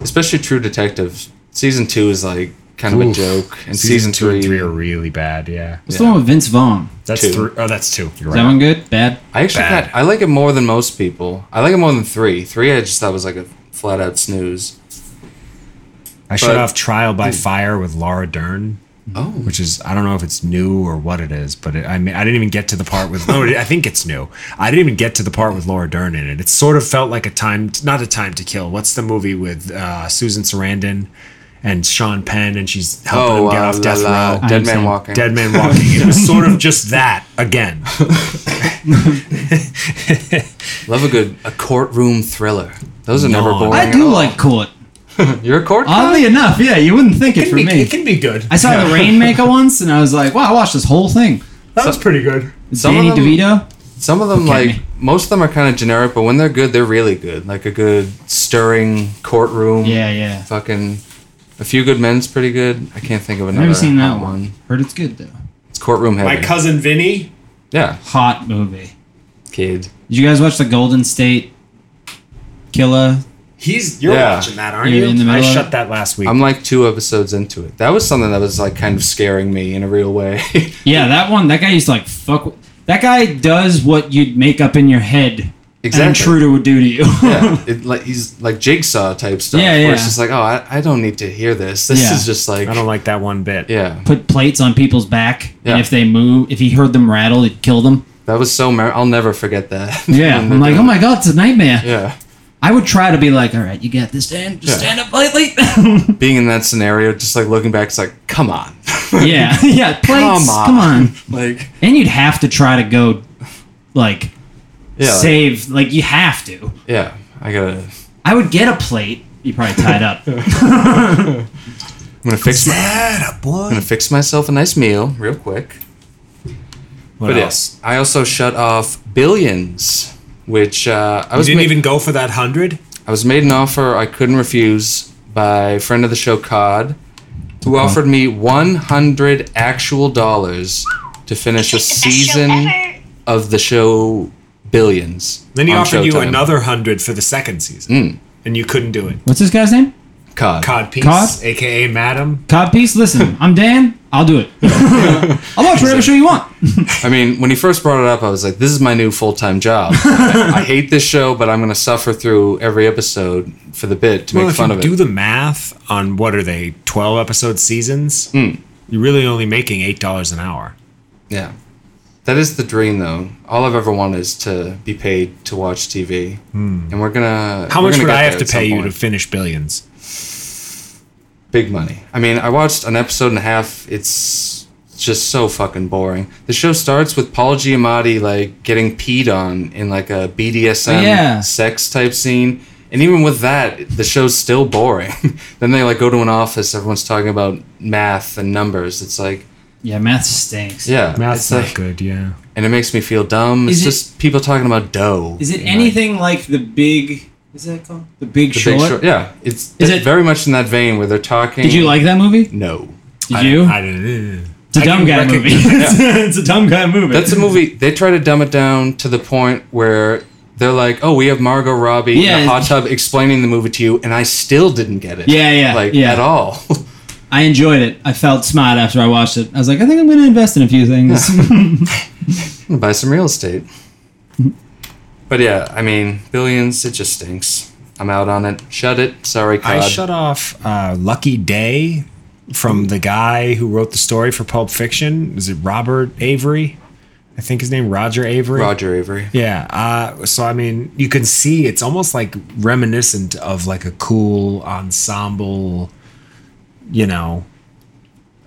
Speaker 4: Especially True Detective season two is like kind of a
Speaker 6: Oof.
Speaker 4: joke, and
Speaker 6: Season,
Speaker 4: season,
Speaker 6: two
Speaker 4: three,
Speaker 6: and three are really bad. Yeah,
Speaker 5: What's the one with Vince Vaughn?
Speaker 6: that's
Speaker 4: Two.
Speaker 6: three. Oh, that's two. You're
Speaker 5: Is that
Speaker 6: right.
Speaker 5: one good? Bad?
Speaker 4: I actually
Speaker 6: bad.
Speaker 4: got, I like it more than most people. I like it more than three. Three I just thought was like a flat out snooze.
Speaker 6: I shut
Speaker 4: but- Hmm.
Speaker 6: off Trial by Fire with Laura Dern.
Speaker 4: Oh.
Speaker 6: which is I don't know if it's new or what it is, but it, I mean I didn't even get to the part with. (laughs) no, I think it's new. I didn't even get to the part with Laura Dern in it. It sort of felt like a time, not a time to kill. What's the movie with uh, Susan Sarandon and Sean Penn, and she's helping him get
Speaker 4: uh,
Speaker 6: off
Speaker 4: la,
Speaker 6: death
Speaker 4: la,
Speaker 6: row?
Speaker 4: Dead man
Speaker 5: understand.
Speaker 4: walking.
Speaker 6: (laughs) Dead Man Walking. It was sort of just that again.
Speaker 4: Love a good a courtroom thriller. Those are never
Speaker 6: No.
Speaker 4: boring.
Speaker 5: I
Speaker 4: at
Speaker 5: do
Speaker 4: all.
Speaker 5: like Court.
Speaker 4: You're a court. guy?
Speaker 5: Oddly enough, yeah, you wouldn't think it
Speaker 6: It
Speaker 5: for
Speaker 6: can be-
Speaker 5: me.
Speaker 6: It can be good.
Speaker 5: I saw
Speaker 4: (laughs)
Speaker 5: The Rainmaker once, and I was like, wow, I watched this whole thing.
Speaker 6: That was pretty good.
Speaker 4: Some of
Speaker 5: Danny
Speaker 4: them-
Speaker 5: DeVito.
Speaker 4: Some of them,
Speaker 5: Okay.
Speaker 4: like most of them, are kind of generic, but when they're good, they're really good. Like a good stirring courtroom.
Speaker 5: Yeah, yeah.
Speaker 4: Fucking, a few good men's pretty good. I can't think of another.
Speaker 5: I've never seen that
Speaker 4: hot
Speaker 5: one. Heard it's good though.
Speaker 4: It's courtroom heavy.
Speaker 6: My cousin Vinny.
Speaker 4: yeah,
Speaker 5: Hot movie.
Speaker 4: kid.
Speaker 5: Did you guys watch the Golden State Killer?
Speaker 6: He's you're
Speaker 4: Yeah.
Speaker 6: watching that, aren't
Speaker 5: You're
Speaker 6: you?
Speaker 5: in the
Speaker 6: I
Speaker 5: middle of
Speaker 6: shut
Speaker 5: it?
Speaker 6: that last week.
Speaker 4: I'm like two episodes into it. That was something that was like kind of scaring me in a real way. (laughs)
Speaker 5: Yeah, that one. That guy used to like fuck. With, that guy does what you'd make up in your head.
Speaker 4: Exactly.
Speaker 5: An intruder would do to you. (laughs)
Speaker 4: yeah, it, like he's like jigsaw type stuff.
Speaker 5: Yeah,
Speaker 4: Where
Speaker 5: yeah.
Speaker 4: it's just like, oh, I, I don't need to hear this. This
Speaker 5: Yeah.
Speaker 4: is just like,
Speaker 6: I don't like that one bit.
Speaker 4: yeah,
Speaker 5: Put plates on people's back,
Speaker 4: Yeah.
Speaker 5: and if they move, if he heard them rattle, he'd kill them.
Speaker 4: that was so. Mer- I'll never forget that. (laughs)
Speaker 5: Yeah,
Speaker 4: When
Speaker 5: I'm
Speaker 4: they're
Speaker 5: like,
Speaker 4: doing-
Speaker 5: oh my god, it's a nightmare.
Speaker 4: Mm-hmm. Yeah,
Speaker 5: I would try to be like, all right, you got this, Dan. Just
Speaker 4: Yeah.
Speaker 5: stand up lightly. (laughs)
Speaker 4: being in that scenario, just like looking back, it's like, come on, (laughs)
Speaker 5: yeah, (laughs) yeah. Plates,
Speaker 4: Come
Speaker 5: come
Speaker 4: on.
Speaker 5: on.
Speaker 4: (laughs) like,
Speaker 5: And you'd have to try to go, like,
Speaker 4: yeah, like-
Speaker 5: save. Like you have to.
Speaker 4: yeah. I gotta, I'm
Speaker 5: I would get a plate. You probably tied (laughs) up.
Speaker 4: gonna fix, my,
Speaker 6: That a boy.
Speaker 4: I'm gonna fix myself a nice meal real quick.
Speaker 6: What
Speaker 4: But
Speaker 6: else?
Speaker 4: yes, I also shut off billions, which uh, I
Speaker 6: You
Speaker 4: was
Speaker 6: didn't
Speaker 4: ma-
Speaker 6: even go for that hundred.
Speaker 4: I was made an offer I couldn't refuse by a friend of the show, Cod, who offered me 100 actual dollars to finish a season of the show Billions.
Speaker 6: Then he
Speaker 4: on
Speaker 6: offered you
Speaker 4: Showtime. Hmm.
Speaker 6: another hundred for the second season, and you couldn't do it.
Speaker 5: What's this guy's name?
Speaker 4: Cod.
Speaker 6: Cod Peace,
Speaker 5: Cod?
Speaker 6: aka Madam.
Speaker 4: (laughs)
Speaker 5: Codpiece, listen, I'm Dan. I'll do it. I'll watch whatever show you want.
Speaker 4: I mean, when he first brought it up, I was like, this is my new full time
Speaker 6: (laughs)
Speaker 4: job. I, I hate this show, but I'm going to suffer through every episode for the bit to
Speaker 6: Well,
Speaker 4: make
Speaker 6: if
Speaker 4: fun
Speaker 6: you
Speaker 4: of
Speaker 6: do
Speaker 4: it.
Speaker 6: the math on what are they twelve episode seasons,
Speaker 4: Hmm.
Speaker 6: you're really only making eight dollars an hour.
Speaker 4: yeah. That is the dream, though. All I've ever wanted is to be paid to watch TV. And we're going to.
Speaker 6: Hmm. How much would I have to pay you to finish Billions?
Speaker 4: big money. I mean, I watched an episode and a half. It's just so fucking boring. The show starts with Paul Giamatti like getting peed on in like a BDSM
Speaker 5: Oh, Yeah.
Speaker 4: sex type scene. And even with that, the show's still boring. (laughs) then they like go to an office, everyone's talking about math and numbers. It's like,
Speaker 5: Yeah, math stinks.
Speaker 4: yeah,
Speaker 6: Math's
Speaker 4: it's
Speaker 6: not
Speaker 4: like-
Speaker 6: good. Yeah.
Speaker 4: and it makes me feel dumb. It's
Speaker 5: Is it-
Speaker 4: just people talking about dough.
Speaker 5: Is it
Speaker 4: and, like,
Speaker 5: anything like the big? Is that called the Big
Speaker 4: The Big
Speaker 5: Short?
Speaker 4: Short- Yeah, it's
Speaker 5: Is
Speaker 4: it's
Speaker 5: it-
Speaker 4: very much in that vein where they're talking.
Speaker 5: Did you like that movie?
Speaker 4: No.
Speaker 5: Did you?
Speaker 6: I didn't.
Speaker 5: it's a
Speaker 6: I
Speaker 5: dumb
Speaker 6: didn't
Speaker 5: guy movie. (laughs)
Speaker 6: recognize-
Speaker 5: it's a dumb guy movie.
Speaker 4: That's a movie. They try to dumb it down to the point where they're like, "Oh, we have Margot Robbie in
Speaker 5: Yeah.
Speaker 4: a hot tub explaining the movie to you," and I still didn't get it.
Speaker 5: Yeah, yeah,
Speaker 4: like
Speaker 5: yeah.
Speaker 4: at all. (laughs)
Speaker 5: I enjoyed it. I felt smart after I watched it. I was like, I think I'm going to invest in a few things.
Speaker 4: Buy some real estate. But yeah, I mean, billions. It just stinks. I'm out on it. Shut it. Sorry, Cod.
Speaker 6: I shut off uh, Lucky Day from the guy who wrote the story for Pulp Fiction. Is it Robert Avery? I think his name Roger Avery.
Speaker 4: Roger Avery.
Speaker 6: Yeah. Uh, so I mean, you can see it's almost like reminiscent of like a cool ensemble. You know,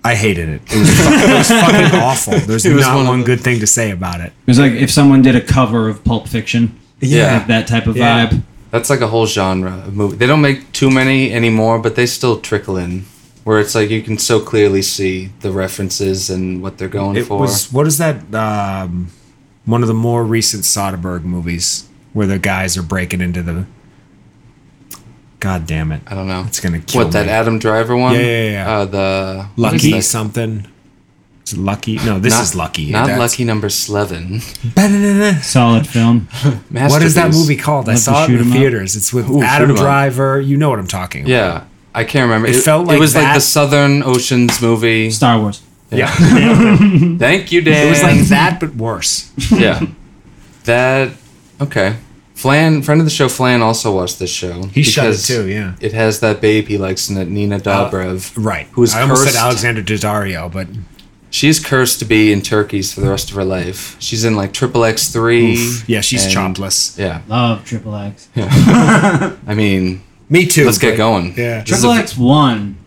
Speaker 6: I hated it. It was, fuck- it
Speaker 4: (laughs)
Speaker 6: was fucking awful. There's
Speaker 4: was
Speaker 6: not
Speaker 4: one
Speaker 6: one,
Speaker 4: of the-
Speaker 6: good thing to say about it.
Speaker 5: (laughs) It was like if someone did a cover of Pulp Fiction.
Speaker 4: Yeah.
Speaker 5: Like that type of
Speaker 6: Yeah.
Speaker 5: vibe.
Speaker 4: That's like a whole genre of movie. They don't make too many anymore, but they still trickle in. Where it's like you can so clearly see the references and what they're going
Speaker 6: It
Speaker 4: for.
Speaker 6: was what is that? Um, one of the more recent Soderbergh movies where the guys are breaking into the. God damn it!
Speaker 4: I don't know.
Speaker 6: It's gonna kill
Speaker 4: What that
Speaker 6: me.
Speaker 4: Adam Driver one?
Speaker 6: Yeah, yeah, yeah.
Speaker 4: Uh, the what is
Speaker 6: Lucky
Speaker 4: that?
Speaker 6: something. Is it Lucky? No, this
Speaker 4: Not-
Speaker 6: is Lucky.
Speaker 4: Not
Speaker 6: That's-
Speaker 4: lucky number seven. (laughs)
Speaker 5: Solid film.
Speaker 6: What is that
Speaker 4: Masterpiece.
Speaker 6: movie called? I
Speaker 5: Love to
Speaker 6: saw it
Speaker 5: shoot
Speaker 6: in
Speaker 5: 'em
Speaker 6: the
Speaker 5: up.
Speaker 6: theaters. It's with
Speaker 4: Ooh, shoot 'em
Speaker 6: Adam
Speaker 4: up.
Speaker 6: Driver. You know what I'm talking about.
Speaker 4: Yeah, I can't remember.
Speaker 6: It felt
Speaker 4: it
Speaker 6: like
Speaker 4: was like the
Speaker 6: that-
Speaker 4: Southern Oceans movie.
Speaker 5: Star Wars.
Speaker 6: Yeah.
Speaker 4: Thank you, Dan.
Speaker 6: it
Speaker 4: (laughs)
Speaker 6: was like that, but worse.
Speaker 4: yeah, that okay. Flan, friend of the show, Flan also watched this show.
Speaker 6: He shut it
Speaker 4: because
Speaker 6: too, yeah. Uh,
Speaker 4: it has that babe he likes in it, Nina Dobrev.
Speaker 6: Right.
Speaker 4: Who is
Speaker 6: I almost
Speaker 4: cursed?
Speaker 6: said Alexander Daddario, but
Speaker 4: She is cursed to be in turkeys for the rest of her life. She's in like Triple X three.
Speaker 6: yeah, she's
Speaker 4: and-
Speaker 6: chopless.
Speaker 4: Yeah,
Speaker 5: Love Triple X.
Speaker 4: I mean,
Speaker 6: Me too.
Speaker 4: let's get
Speaker 6: but-
Speaker 4: going.
Speaker 6: Yeah.
Speaker 4: This is
Speaker 5: Triple
Speaker 4: a-
Speaker 5: X one.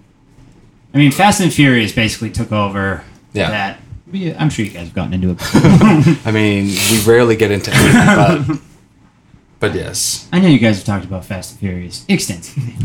Speaker 5: I mean, Fast and Furious basically took over
Speaker 4: Yeah.
Speaker 5: that. Yeah, I'm sure you guys have gotten into it. Before.
Speaker 4: I mean, we rarely get into anything, but but yes,
Speaker 5: I know you guys have talked about Fast and Furious extensively.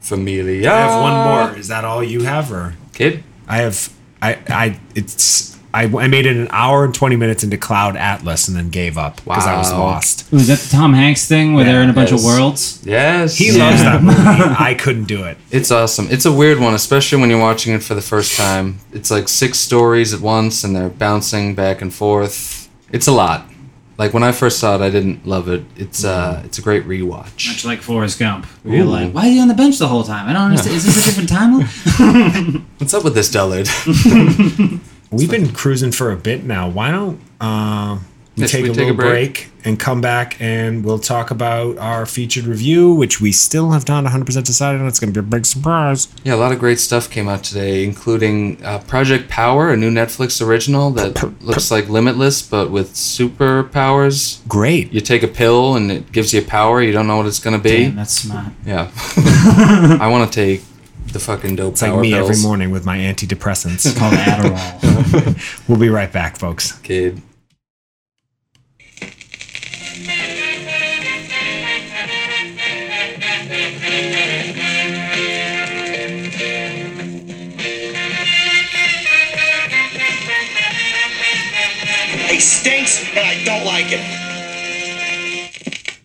Speaker 4: familia.
Speaker 6: I have one
Speaker 4: Uh,
Speaker 6: more. Is that all you have, or
Speaker 4: kid.
Speaker 6: I have? I I it's I, I made it an hour and twenty minutes into Cloud Atlas and then gave up because I was
Speaker 4: Wow.
Speaker 6: lost.
Speaker 5: Ooh, is that the Tom Hanks thing where they're in a bunch
Speaker 4: Yes.
Speaker 5: of worlds?
Speaker 4: Yes,
Speaker 6: He loves
Speaker 4: (laughs)
Speaker 6: that movie. I couldn't do it.
Speaker 4: It's awesome. It's a weird one, especially when you're watching it for the first time. It's like six stories at once, and they're bouncing back and forth. It's a lot. Like when I first saw it, I didn't love it. It's uh, it's a great rewatch.
Speaker 5: Much like Forrest Gump. Where you're
Speaker 4: Ooh.
Speaker 5: like, why are you on the bench the whole time? I don't understand. Is this a different
Speaker 6: (laughs)
Speaker 5: timeline?
Speaker 4: What's up with this dullard?
Speaker 6: We've been cruising for a bit now. Why don't uh, we
Speaker 4: Yes,
Speaker 6: take
Speaker 4: we
Speaker 6: a
Speaker 4: take
Speaker 6: little
Speaker 4: a break.
Speaker 6: break. and come back and we'll talk about our featured review, which we still have not 100% decided on. It's going to be a big surprise.
Speaker 4: yeah, a lot of great stuff came out today, including uh, Project Power, a new Netflix original that looks like Limitless but with superpowers.
Speaker 6: Great.
Speaker 4: You take a pill and it gives you power. You don't know what it's gonna be.
Speaker 5: Damn, that's smart.
Speaker 4: Yeah. (laughs) I want to take the fucking dope
Speaker 6: It's
Speaker 4: power
Speaker 6: like me
Speaker 4: pills.
Speaker 6: every morning with my antidepressants.
Speaker 4: (laughs)
Speaker 5: It's called Adderall.
Speaker 6: we'll be right back, folks.
Speaker 4: Kid.
Speaker 7: It stinks, and I don't like it.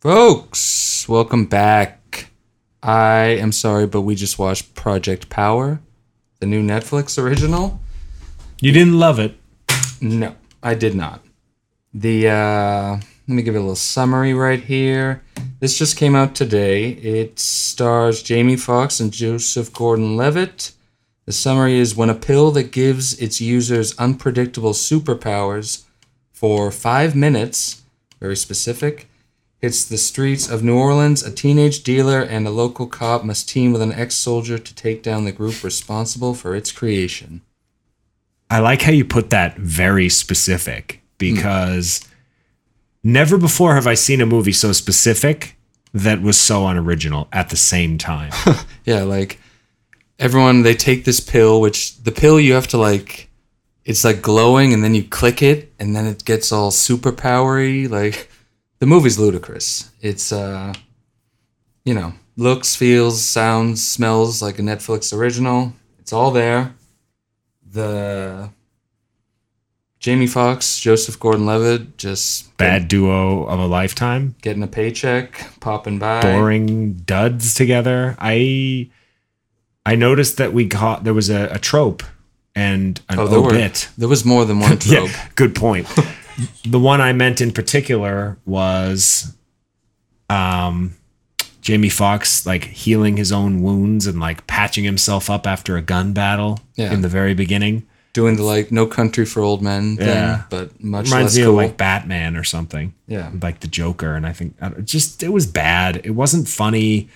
Speaker 4: Folks, welcome back. I am sorry, but we just watched Project Power, the new Netflix original.
Speaker 6: (laughs) You didn't love it.
Speaker 4: No, I did not. The uh, let me give you a little summary right here. This just came out today. It stars Jamie Foxx and Joseph Gordon-Levitt. The summary is when a pill that gives its users unpredictable superpowers for 5 minutes, very specific, hits the streets of New Orleans, a teenage dealer and a local cop must team with an ex-soldier to take down the group responsible for its creation.
Speaker 6: I like how you put that very specific because never before have I seen a movie so specific that was so unoriginal at the
Speaker 4: (laughs)
Speaker 6: same time.
Speaker 4: Yeah, like everyone they take this pill, which the pill you have to like it's like glowing and then you click it and then it gets all super powery. Like (laughs) the movie's ludicrous. It's uh you know, looks, feels, sounds, smells like a Netflix original. It's all there. The Jamie Foxx, Joseph Gordon Levitt just
Speaker 6: Bad duo of a lifetime.
Speaker 4: getting a paycheck, popping by.
Speaker 6: boring duds together. I I noticed that we caught there was a, a trope and an
Speaker 4: Oh, there, were,
Speaker 6: obit.
Speaker 4: there was more than one trope.
Speaker 6: (laughs) Yeah, good point. the one I meant in particular was um Jamie Foxx like healing his own wounds and like patching himself up after a gun battle
Speaker 4: Yeah.
Speaker 6: in the very beginning.
Speaker 4: doing the like no country for old men thing,
Speaker 6: Yeah.
Speaker 4: but much
Speaker 6: Reminds me
Speaker 4: less cool.
Speaker 6: of like Batman or something.
Speaker 4: yeah.
Speaker 6: like the Joker, and I think I don't- just it was bad. It wasn't funny.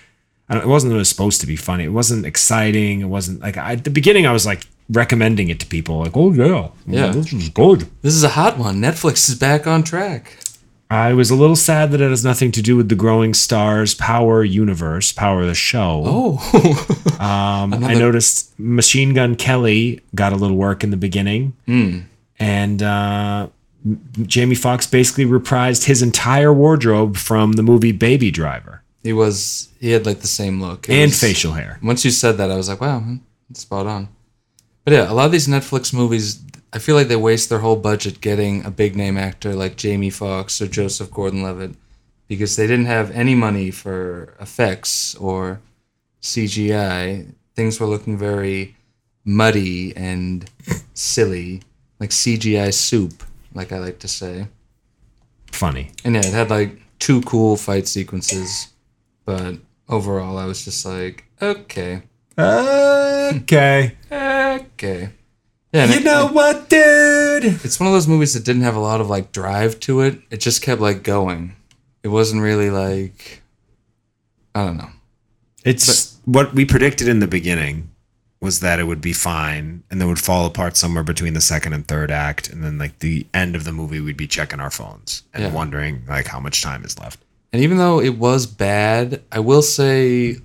Speaker 6: I don't, it wasn't what it was supposed to be funny. It wasn't exciting. It wasn't like I, at the beginning. I was like recommending it to people, like, "Oh yeah,
Speaker 4: Yeah.
Speaker 6: this is good."
Speaker 4: This is a hot one. Netflix is back on track.
Speaker 6: I was a little sad that it has nothing to do with the growing stars power universe, power of the show.
Speaker 4: Oh,
Speaker 6: Um, I
Speaker 4: Another-
Speaker 6: noticed Machine Gun Kelly got a little work in the beginning, and uh, M- Jamie Foxx basically reprised his entire wardrobe from the movie Baby Driver
Speaker 4: (laughs) he was. He had like the same look It
Speaker 6: and
Speaker 4: was-
Speaker 6: facial hair.
Speaker 4: Once you said that, I was like, wow, hmm, that's spot on. But yeah, a lot of these Netflix movies, I feel like they waste their whole budget getting a big name actor like Jamie Foxx or Joseph Gordon-Levitt because they didn't have any money for effects or CGI. Things were looking very muddy and silly, like CGI soup, like I like to say.
Speaker 6: funny.
Speaker 4: And yeah, it had like two cool fight sequences, but overall, I was just like, okay.
Speaker 6: Okay.
Speaker 4: Okay. Yeah, and
Speaker 6: You
Speaker 4: it-
Speaker 6: know what, dude?
Speaker 4: it's one of those movies that didn't have a lot of like drive to it. It just kept like going. It wasn't really like I don't know.
Speaker 6: It's what we predicted in the beginning was that it would be fine and then would fall apart somewhere between the second and third act and then like the end of the movie we'd be checking our phones and
Speaker 4: Yeah.
Speaker 6: wondering like how much time is left.
Speaker 4: And even though it was bad, I will say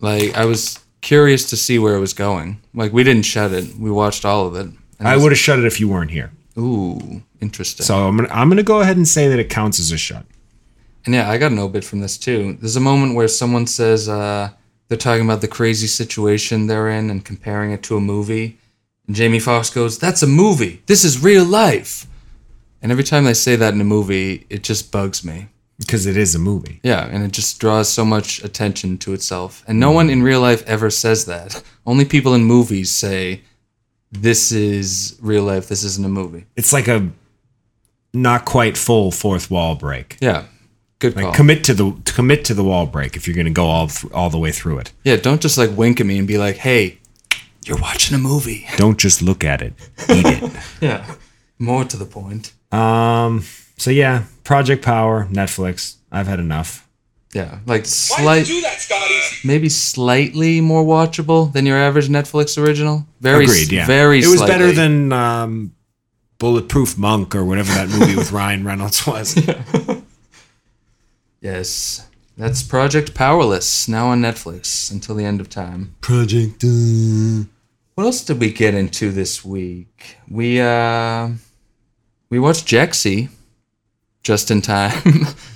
Speaker 4: like I was curious to see where it was going. Like we didn't shut it. We watched all of it. And
Speaker 6: I
Speaker 4: was-
Speaker 6: would have shut it if you weren't here.
Speaker 4: Ooh, interesting.
Speaker 6: So I'm gonna, I'm gonna go ahead and say that it counts as a shut.
Speaker 4: And yeah, I got an obit from this too. There's a moment where someone says uh, they're talking about the crazy situation they're in and comparing it to a movie. And Jamie Foxx goes, That's a movie. This is real life. And every time they say that in a movie, it just bugs me.
Speaker 6: Because it is a movie.
Speaker 4: Yeah, and it just draws so much attention to itself. And no one in real life ever says that. Only people in movies say, This is real life. This isn't a movie.
Speaker 6: It's like a not quite full fourth wall break.
Speaker 4: Yeah. Good
Speaker 6: Like
Speaker 4: call.
Speaker 6: commit to the to commit to the wall break if you're going to go all th- all the way through it.
Speaker 4: yeah, don't just like wink at me and be like, hey, you're watching a movie.
Speaker 6: Don't just look at it. Eat it.
Speaker 4: Yeah. (laughs) More to the point.
Speaker 6: Um. So yeah, Project Power, Netflix. I've had enough.
Speaker 4: Yeah. Like slight
Speaker 8: that, Scotty?
Speaker 4: maybe slightly more watchable than your average Netflix original. Very s-
Speaker 6: Agreed. Yeah.
Speaker 4: very
Speaker 6: It was better
Speaker 4: slightly.
Speaker 6: than um, Bulletproof Monk or whatever that movie with (laughs) Ryan Reynolds was.
Speaker 4: Yes. That's Project Powerless, now on Netflix until the end of time.
Speaker 6: Project. uh,
Speaker 4: What else did we get into this week? We uh we watched Jexy just in time. (laughs)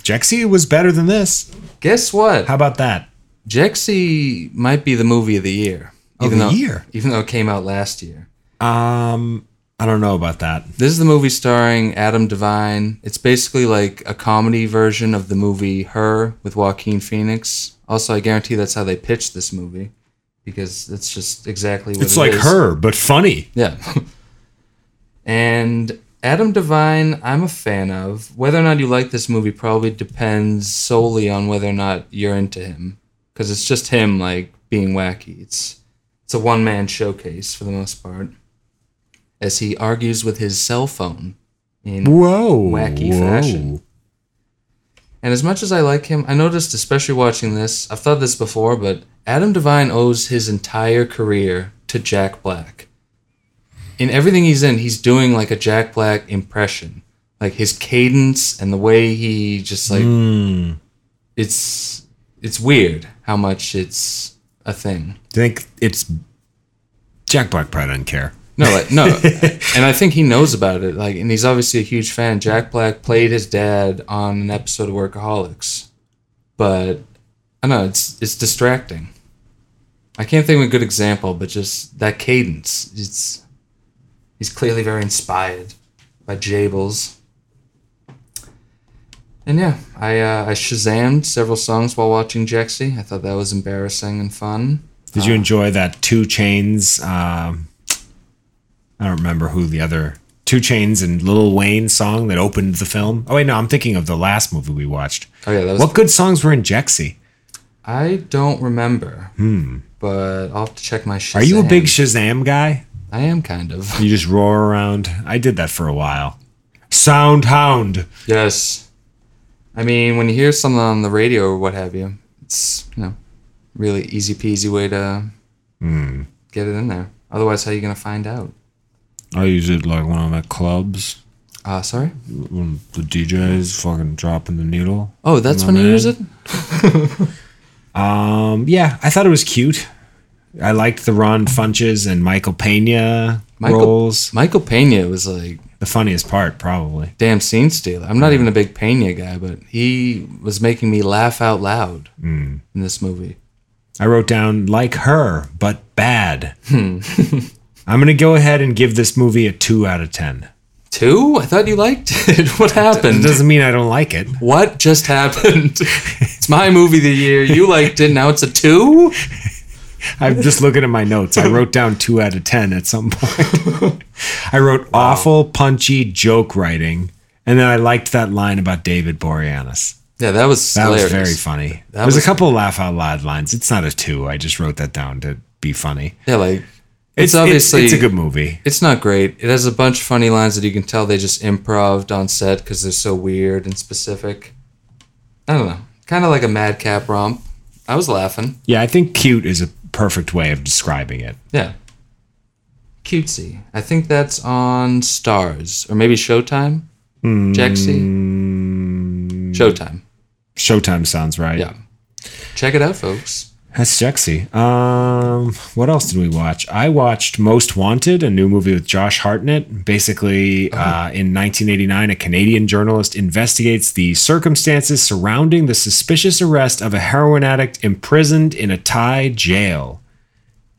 Speaker 6: Jexy was better than this.
Speaker 4: Guess what?
Speaker 6: How about that?
Speaker 4: Jexy might be the movie of the year.
Speaker 6: Of the
Speaker 4: though,
Speaker 6: year?
Speaker 4: Even though it came out last year.
Speaker 6: Um, I don't know about that.
Speaker 4: This is the movie starring Adam Devine. It's basically like a comedy version of the movie Her with Joaquin Phoenix. Also, I guarantee that's how they pitched this movie because it's just exactly what
Speaker 6: It's
Speaker 4: it
Speaker 6: like
Speaker 4: is.
Speaker 6: her, but funny.
Speaker 4: Yeah. (laughs) and Adam Devine, I'm a fan of. Whether or not you like this movie probably depends solely on whether or not you're into him, because it's just him like being wacky. It's it's a one man showcase for the most part, as he argues with his cell phone. In
Speaker 6: Whoa.
Speaker 4: Wacky fashion. and as much as I like him, I noticed, especially watching this, I've thought this before, but Adam Devine owes his entire career to Jack Black. In everything he's in, he's doing like a Jack Black impression. Like his cadence and the way he just like it's it's weird how much it's a thing.
Speaker 6: Do you think it's Jack Black probably doesn't care.
Speaker 4: No, like, no, and I think he knows about it. Like, and he's obviously a huge fan. Jack Black played his dad on an episode of Workaholics, but I don't know it's it's distracting. I can't think of a good example, but just that cadence. It's he's clearly very inspired by Jables. And yeah, I uh, I shazammed several songs while watching Jexy. I thought that was embarrassing and fun.
Speaker 6: Did you enjoy that Two Chains? Um, I don't remember who the other Two Chains and Lil Wayne song that opened the film. Oh wait, no, I'm thinking of the last movie we watched.
Speaker 4: Oh yeah, that was
Speaker 6: What good songs were in Jexy?
Speaker 4: I don't remember. Hmm. But I'll have to check my Shazam.
Speaker 6: Are you a big Shazam guy?
Speaker 4: I am kind of. (laughs)
Speaker 6: You just roar around. I did that for a while. Sound Hound.
Speaker 4: Yes. I mean, when you hear something on the radio or what have you, it's you know, really easy peasy way to
Speaker 6: Hmm.
Speaker 4: get it in there. Otherwise, how are you gonna find out?
Speaker 6: I use it like when I'm at clubs.
Speaker 4: Uh, sorry.
Speaker 6: When the DJ is fucking dropping the needle.
Speaker 4: Oh, that's
Speaker 6: My
Speaker 4: when you use
Speaker 6: man.
Speaker 4: it.
Speaker 6: Um, yeah, I thought it was cute. I liked the Ron Funches and Michael Pena
Speaker 4: Michael-
Speaker 6: roles.
Speaker 4: Michael Pena was like
Speaker 6: The funniest part, probably.
Speaker 4: damn scene stealer. I'm
Speaker 6: Hmm.
Speaker 4: not even a big Pena guy, but he was making me laugh out loud
Speaker 6: Hmm.
Speaker 4: in this movie.
Speaker 6: I wrote down like her, but bad.
Speaker 4: Hmm. (laughs)
Speaker 6: I'm gonna go ahead and give this movie a two out of ten.
Speaker 4: Two? I thought you liked it. (laughs) what
Speaker 6: It
Speaker 4: happened?
Speaker 6: doesn't mean I don't like it.
Speaker 4: What just
Speaker 6: (laughs)
Speaker 4: happened? it's my movie of the year. You liked it. Now it's a two? (laughs)
Speaker 6: I'm just looking at my notes. I wrote down two out of ten at some point. (laughs) I wrote awful, punchy joke writing, and then I liked that line about David Boreanaz.
Speaker 4: Yeah, that was
Speaker 6: That
Speaker 4: hilarious.
Speaker 6: was very funny.
Speaker 4: That
Speaker 6: There's
Speaker 4: was-
Speaker 6: a couple of laugh out loud lines. It's not a two. I just wrote that down to be funny.
Speaker 4: Yeah, like it's, obviously
Speaker 6: it's, a good movie.
Speaker 4: It's not great. It has a bunch of funny lines that you can tell they just improved on set because they're so weird and specific. I don't know. Kind of like a madcap romp. I was laughing.
Speaker 6: Yeah, I think cute is a perfect way of describing it.
Speaker 4: Yeah. Cutesy. I think that's on Stars or maybe Showtime. Jaxie.
Speaker 6: Hmm.
Speaker 4: Showtime.
Speaker 6: Showtime sounds right.
Speaker 4: Yeah. Check it out, folks.
Speaker 6: That's sexy. Um, what else did we watch? I watched Most Wanted, a new movie with Josh Hartnett. Basically, uh, in 1989, a Canadian journalist investigates the circumstances surrounding the suspicious arrest of a heroin addict imprisoned in a Thai jail.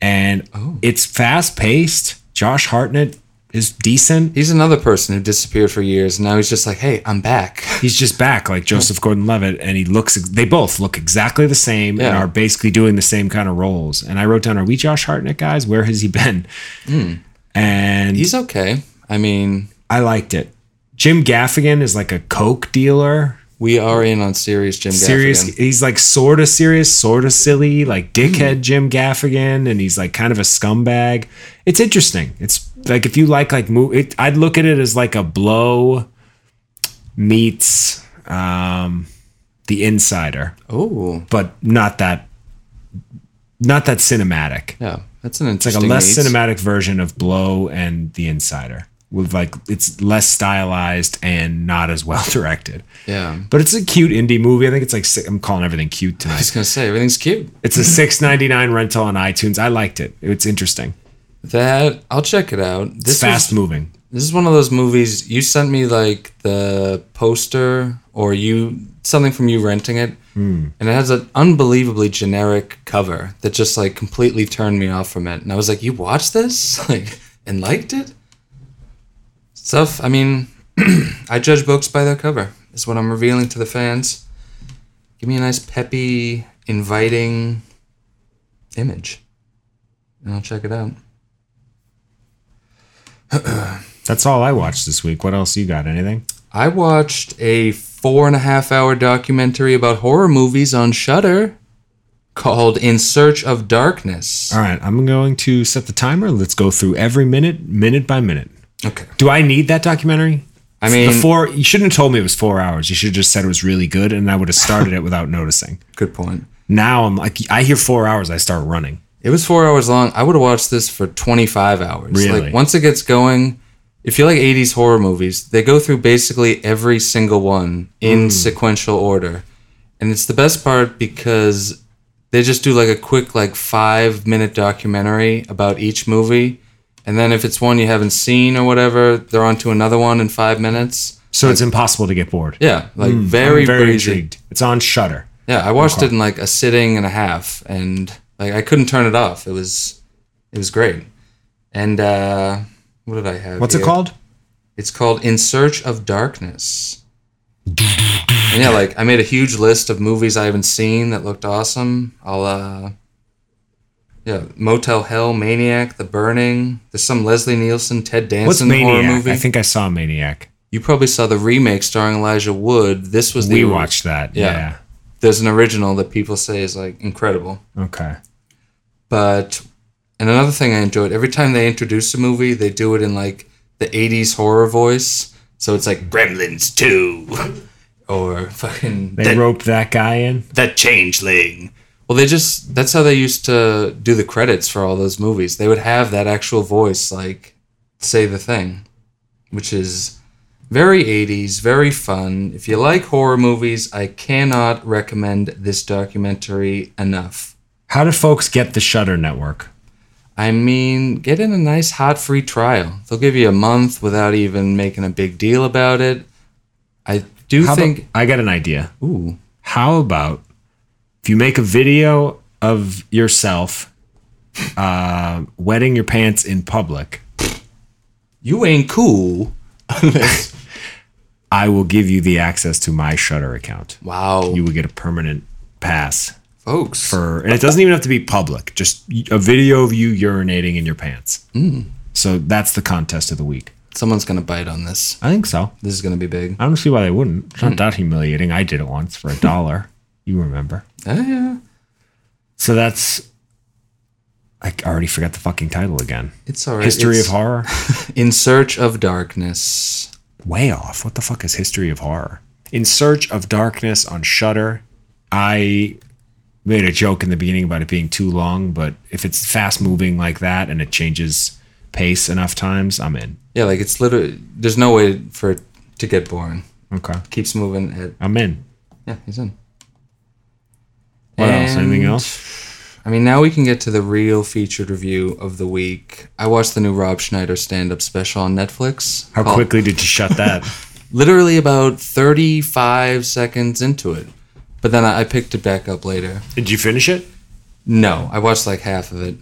Speaker 6: And it's fast paced. Josh Hartnett is decent.
Speaker 4: He's another person who disappeared for years, and now he's just like, "Hey, I'm back." (laughs)
Speaker 6: He's just back like Joseph Gordon Levitt, and he looks, they both look exactly the same and
Speaker 4: Yeah.
Speaker 6: are basically doing the same kind of roles. And I wrote down, Are we Josh Hartnett guys? Where has he been? And
Speaker 4: He's okay. I mean,
Speaker 6: I liked it. Jim Gaffigan is like a coke dealer.
Speaker 4: We are in on serious Jim
Speaker 6: Serious.
Speaker 4: Gaffigan.
Speaker 6: He's like sort of serious, sort of silly,
Speaker 4: Hmm.
Speaker 6: like dickhead Jim Gaffigan, and he's like kind of a scumbag. It's interesting. It's like if you like like mo- it, I'd look at it as like a blow meets um, the Insider,
Speaker 4: Oh,
Speaker 6: but not that not that cinematic.
Speaker 4: yeah. That's an
Speaker 6: It's
Speaker 4: interesting.
Speaker 6: like a less
Speaker 4: meets.
Speaker 6: cinematic version of Blow and The Insider. With like it's less stylized and not as well (laughs) directed.
Speaker 4: Yeah.
Speaker 6: But it's a cute indie movie. I think it's like si- I'm calling everything cute
Speaker 4: I was
Speaker 6: (laughs) tonight.
Speaker 4: gonna say everything's cute.
Speaker 6: It's a 6.99 rental on iTunes. I liked it. It's interesting.
Speaker 4: That I'll check it out. This
Speaker 6: It's fast
Speaker 4: Was,
Speaker 6: moving.
Speaker 4: this is one of those movies you sent me like the poster or you something from you renting it, and it has an unbelievably generic cover that just like completely turned me off from it. And I was like, "You watched this (laughs) like and liked it?" Stuff. I mean, (clears throat) I judge books by their cover. Is what I'm revealing to the fans. Give me a nice peppy, inviting image, and I'll check it out.
Speaker 6: That's all I watched this week. What else you got? Anything?
Speaker 4: I watched a four and a half hour documentary about horror movies on Shudder called In Search of Darkness.
Speaker 6: All right. I'm going to set the timer. Let's go through every minute, minute by minute.
Speaker 4: Okay.
Speaker 6: Do I need that documentary?
Speaker 4: I mean,
Speaker 6: the four. You shouldn't have told me it was four hours. You should have just said it was really good, and I would have started it without noticing.
Speaker 4: good point.
Speaker 6: Now I'm like, I hear four hours, I start running.
Speaker 4: It was four hours long. I would have watched this for 25 hours.
Speaker 6: Really?
Speaker 4: Like, once it gets going, if you like 80s horror movies, they go through basically every single one
Speaker 6: Hmm.
Speaker 4: in sequential order. And it's the best part because they just do like a quick, like, five minute documentary about each movie. And then if it's one you haven't seen or whatever, they're on to another one in five minutes.
Speaker 6: So it's impossible to get bored.
Speaker 4: Yeah. Like,
Speaker 6: Hmm. I'm
Speaker 4: very, breezy.
Speaker 6: It's on Shutter.
Speaker 4: Yeah, I watched it in like a sitting and a half, and like I couldn't turn it off. It was, it was great. And uh, what did I have?
Speaker 6: What's it
Speaker 4: here?
Speaker 6: called?
Speaker 4: It's called In Search of Darkness. And yeah, like I made a huge list of movies I haven't seen that looked awesome. I'll uh, yeah, Motel Hell, Maniac, The Burning. There's some Leslie Nielsen, Ted
Speaker 6: What's
Speaker 4: Danson horror
Speaker 6: Maniac?
Speaker 4: movie.
Speaker 6: I think I saw Maniac.
Speaker 4: you probably saw the remake starring Elijah Wood. This was the
Speaker 6: We watched that. Yeah.
Speaker 4: Yeah. There's an original that people say is like incredible.
Speaker 6: Okay.
Speaker 4: But and another thing I enjoyed every time they introduce a movie, they do it in like the '80s horror voice. So it's like (laughs) Gremlins Two, or fucking
Speaker 6: They
Speaker 4: the,
Speaker 6: roped that guy in.
Speaker 4: The Changeling. Well, they just that's how they used to do the credits for all those movies. They would have that actual voice like say the thing, which is very 80s, very fun. If you like horror movies, I cannot recommend this documentary enough.
Speaker 6: How do folks get the Shutter network?
Speaker 4: I mean, get in a nice hot free trial. They'll give you a month without even making a big deal about it. I do
Speaker 6: How
Speaker 4: think.
Speaker 6: about, I got an idea.
Speaker 4: ooh,
Speaker 6: How about if you make a video of yourself uh, wetting your pants in public,
Speaker 4: you ain't cool. (laughs)
Speaker 6: I will give you the access to my Shutter account.
Speaker 4: Wow,
Speaker 6: You will get a permanent pass
Speaker 4: folks.
Speaker 6: for, and it doesn't even have to be public, just a video of you urinating in your pants.
Speaker 4: Hmm.
Speaker 6: So that's the contest of the week.
Speaker 4: someone's gonna bite on this.
Speaker 6: I think so.
Speaker 4: This is gonna be big.
Speaker 6: I don't see why they wouldn't. It's not that humiliating. I did it once for a dollar. (laughs) You remember.
Speaker 4: Ah, yeah,
Speaker 6: So that's, I already forgot the fucking title again.
Speaker 4: it's alright.
Speaker 6: History
Speaker 4: It's
Speaker 6: of (laughs) Horror?
Speaker 4: In Search of Darkness.
Speaker 6: Way off. What the fuck is History of Horror? In Search of Darkness on Shudder. I made a joke in the beginning about it being too long, but if it's fast moving like that and it changes pace enough times, I'm in.
Speaker 4: Yeah, like it's literally. There's no way for it to get boring.
Speaker 6: Okay.
Speaker 4: Keeps moving. At
Speaker 6: I'm in.
Speaker 4: yeah, he's in.
Speaker 6: What else? Anything
Speaker 4: And-
Speaker 6: else?
Speaker 4: I mean, now we can get to the real featured review of the week. I watched the new Rob Schneider stand up special on Netflix.
Speaker 6: How
Speaker 4: Called-
Speaker 6: quickly did you shut that?
Speaker 4: Literally about 35 seconds into it. But then I I picked it back up later.
Speaker 6: (laughs) did you finish it?
Speaker 4: No, I watched like half of it.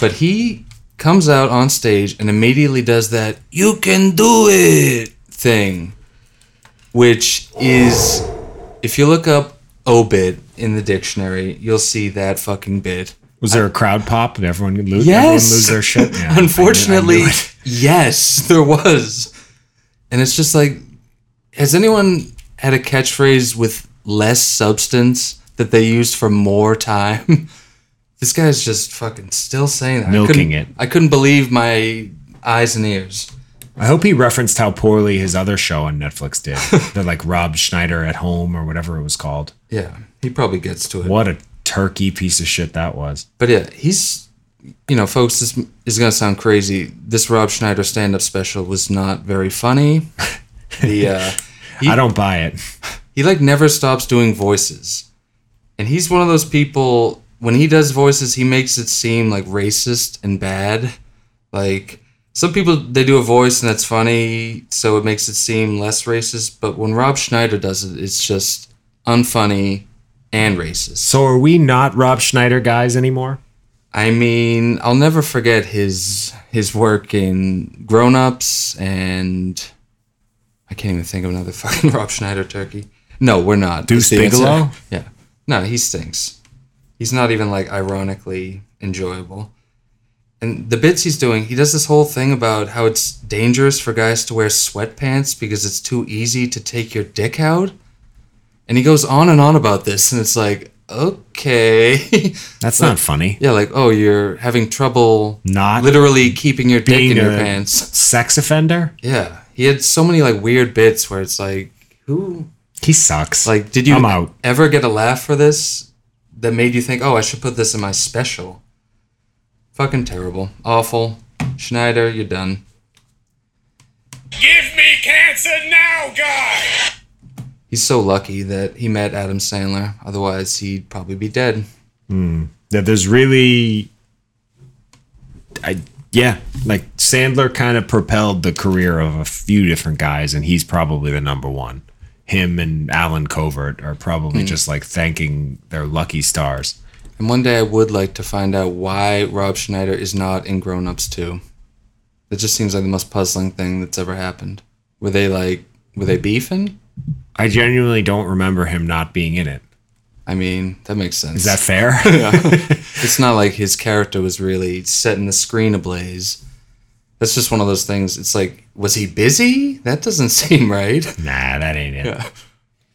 Speaker 4: But he comes out on stage and immediately does that "you can do it" thing, which is if you look up "obit" in the dictionary, you'll see that fucking bit.
Speaker 6: Was there a crowd pop? Did everyone lose? Everyone
Speaker 4: Yes.
Speaker 6: lose
Speaker 4: (laughs)
Speaker 6: their shit. Yeah, (laughs) I knew- I knew
Speaker 4: Unfortunately,
Speaker 6: it.
Speaker 4: yes, there was. And it's just like has anyone had a catchphrase with less substance that they used for more time? (laughs) this guy's just fucking still saying that.
Speaker 6: Milking
Speaker 4: I couldn't-
Speaker 6: it.
Speaker 4: I couldn't believe my eyes and ears.
Speaker 6: I hope he referenced how poorly his other show on Netflix
Speaker 4: (laughs)
Speaker 6: did, the like Rob Schneider at Home or whatever it was called.
Speaker 4: Yeah, he probably gets to it.
Speaker 6: What a turkey piece of shit that was.
Speaker 4: But yeah, he's, you know, folks, this is going to sound crazy. This Rob Schneider stand up special was not very funny. (laughs) the, uh,
Speaker 6: I don't buy it.
Speaker 4: he like never stops doing voices. And he's one of those people, when he does voices, he makes it seem like racist and bad. Like, some people, they do a voice and that's funny, so it makes it seem less racist. But when Rob Schneider does it, it's just unfunny and racist.
Speaker 6: So are we not Rob Schneider guys anymore?
Speaker 4: I mean, I'll never forget his his work in Grown Ups and I can't even think of another (laughs) fucking Rob Schneider turkey. No, we're not.
Speaker 6: Deuce
Speaker 4: is the answer.
Speaker 6: Bigelow?
Speaker 4: (laughs) Yeah. No, he stinks. He's not even like ironically enjoyable. And the bits he's doing, he does this whole thing about how it's dangerous for guys to wear sweatpants because it's too easy to take your dick out. And he goes on and on about this, and it's like, okay. (laughs)
Speaker 6: That's not funny.
Speaker 4: Yeah, like oh, you're having trouble
Speaker 6: Not
Speaker 4: literally keeping your dick
Speaker 6: being
Speaker 4: in your
Speaker 6: a-
Speaker 4: pants.
Speaker 6: Sex offender?
Speaker 4: Yeah, he had so many like weird bits where it's like, who?
Speaker 6: He sucks.
Speaker 4: Like, did you
Speaker 6: I'm out.
Speaker 4: ever get a laugh for this that made you think, oh, I should put this in my special? Fucking terrible, awful. Schneider, you're done.
Speaker 2: Give me cancer now, guy!
Speaker 4: He's so lucky that he met Adam Sandler. Otherwise, he'd probably be dead.
Speaker 6: that there's really I yeah, like Sandler kind of propelled the career of a few different guys and he's probably the number one. Him and Alan Covert are probably just like thanking their lucky stars.
Speaker 4: And one day, I would like to find out why Rob Schneider is not in Grown Ups too. That just seems like the most puzzling thing that's ever happened. Were they like, were they beefing?
Speaker 6: I genuinely don't remember him not being in it.
Speaker 4: I mean, that makes sense.
Speaker 6: Is that fair?
Speaker 4: it's not like his character was really setting the screen ablaze. That's just one of those things. It's like, was he busy? That doesn't (laughs) seem right.
Speaker 6: nah, that ain't it.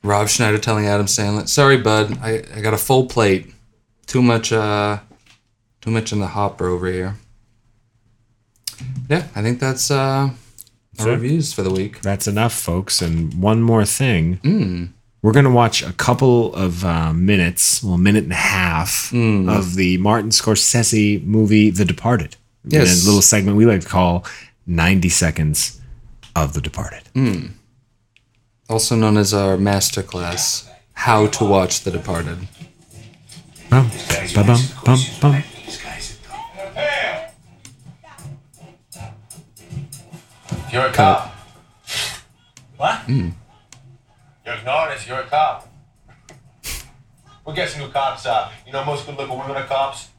Speaker 4: Rob Schneider telling Adam Sandler, "Sorry, bud, I, I got a full plate. Too much, uh, too much in the hopper over here." Yeah, I think that's uh, our
Speaker 6: it.
Speaker 4: reviews for the week.
Speaker 6: That's enough, folks. And one more thing. We're going to watch a couple of uh, minutes, well, minute and a half, of the Martin Scorsese movie, The Departed.
Speaker 4: Yes.
Speaker 6: In a little segment we like to call 90 Seconds of The Departed.
Speaker 4: Also known as our master class, how to watch The Departed.
Speaker 6: Bum, ba-bum, bum, bum.
Speaker 9: You're a cop. What? You're ignoring us. You're a cop. We'll get some new cops out. You know, most good looking women are cops.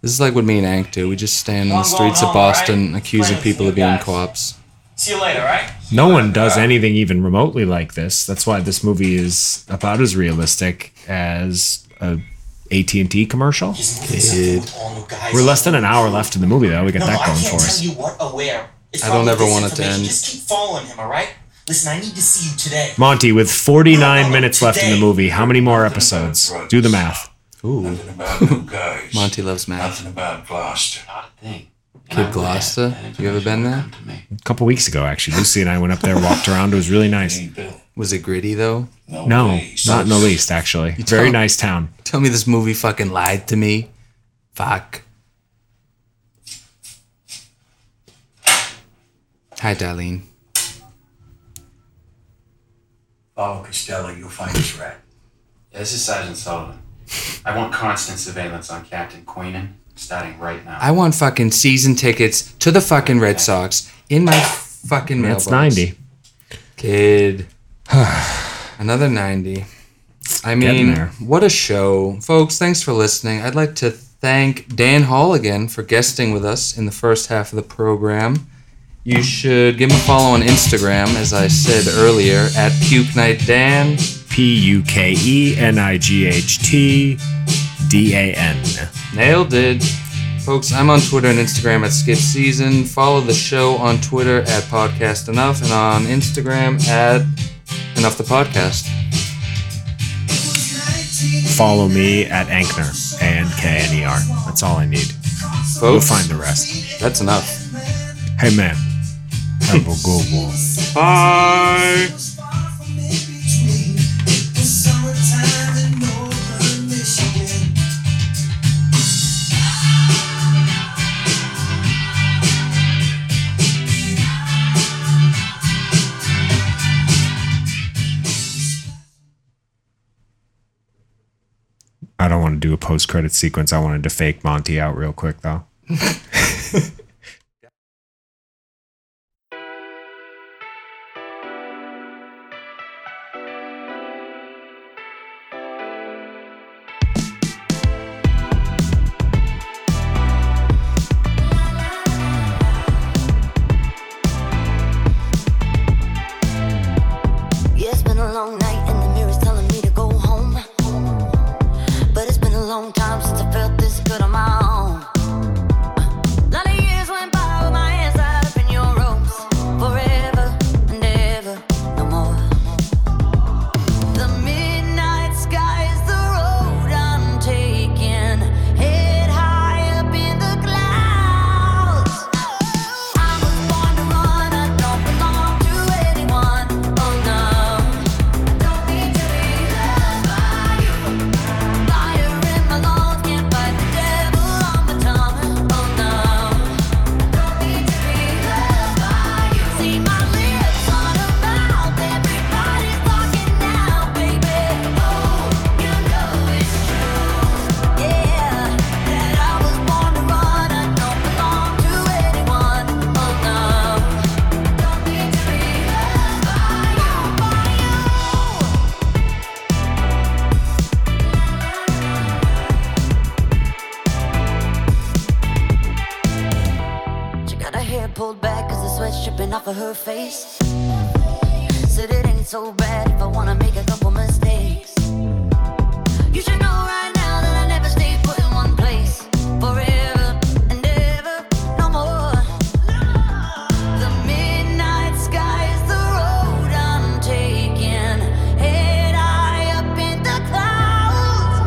Speaker 4: This is like what me and Ank do. We just stand on the
Speaker 9: I'm going
Speaker 4: streets of
Speaker 9: home, all right?
Speaker 4: Boston accusing
Speaker 9: Plans,
Speaker 4: people
Speaker 9: you
Speaker 4: of being
Speaker 9: guys.
Speaker 4: co-ops.
Speaker 9: See you later, right?
Speaker 6: No one does anything even remotely like this. That's why this movie is about as realistic as a AT&T commercial. We're less than an hour left in the movie, though. We got
Speaker 10: Oh, No,
Speaker 6: that
Speaker 10: I
Speaker 6: going
Speaker 10: can't
Speaker 6: for us.
Speaker 10: tell you what or where. It's
Speaker 4: I don't
Speaker 10: probably
Speaker 4: ever want it to
Speaker 10: disinformation.
Speaker 4: end.
Speaker 10: Just keep following him, all right? Listen, I need to see you today.
Speaker 6: Monty, with 49
Speaker 10: No, no, no,
Speaker 6: minutes left in the
Speaker 10: today.
Speaker 6: movie, how many more episodes? Do the math.
Speaker 4: Ooh,
Speaker 9: Nothing about new guys.
Speaker 4: Monty loves math.
Speaker 9: about Gloucester. Not a thing.
Speaker 4: Kid Gloucester, you ever been there?
Speaker 6: A couple weeks ago, actually, Lucy and I went up there, walked around. It was really nice.
Speaker 4: Was it gritty though?
Speaker 6: No, not in the least, actually. Very
Speaker 4: don't-
Speaker 6: nice town.
Speaker 4: Tell me this movie fucking lied to me. Fuck. Hi, Darlene.
Speaker 9: Follow Oh, Costello. You'll find his rat.
Speaker 11: This is Sergeant Sullivan. I want constant surveillance on Captain Queenan, starting right now.
Speaker 4: I want fucking season tickets to the fucking Red Sox in my fucking mailbox.
Speaker 6: That's 90. (sighs)
Speaker 4: Kid. Another 90. I mean,
Speaker 6: there.
Speaker 4: what a show. Folks, thanks for listening. I'd like to thank Dan Hall again for guesting with us in the first half of the program. You should give him a follow on Instagram, as I said earlier, at Puke Night Dan.
Speaker 6: P U K E N I G H T D A N.
Speaker 4: Nailed it. Folks, I'm on Twitter and Instagram at Skip Season. Follow the show on Twitter at Podcast Enough and on Instagram at enough the podcast.
Speaker 6: Follow me at Ankner, A N K N E R. That's all I need.
Speaker 4: Folks,
Speaker 6: We'll find the rest.
Speaker 4: That's enough.
Speaker 6: Hey, man. Have a good one.
Speaker 4: Bye.
Speaker 6: I don't want to do a post credit sequence. I wanted to fake Monty out real quick, though.
Speaker 12: Yeah, it's been a long night and the mirror's telling me to go home. But it's been a long time since I felt this good on my own. Lot of years went by with my hands tied up in your ropes. Forever and ever, no more. The midnight sky is the road I'm taking. Head high up in the clouds. I was born to run, I don't belong to anyone. Oh no, I don't need to be loved by you. Fire in my lungs, can't fight the devil on my tongue. Oh no, I don't need to be loved by you. See my lips on a mouth, everybody's talking now, baby. Oh, you know it's true, yeah. That I was born to run, I don't belong to anyone. Oh no, I don't need to be loved by you. She got her hair pulled back cause the sweat's dripping off of her face. Said it ain't so bad if I wanna make a couple mistakes. You should know right now that I never stay put in one place forever and ever, no more. The midnight sky is the road I'm taking, head high up in the clouds.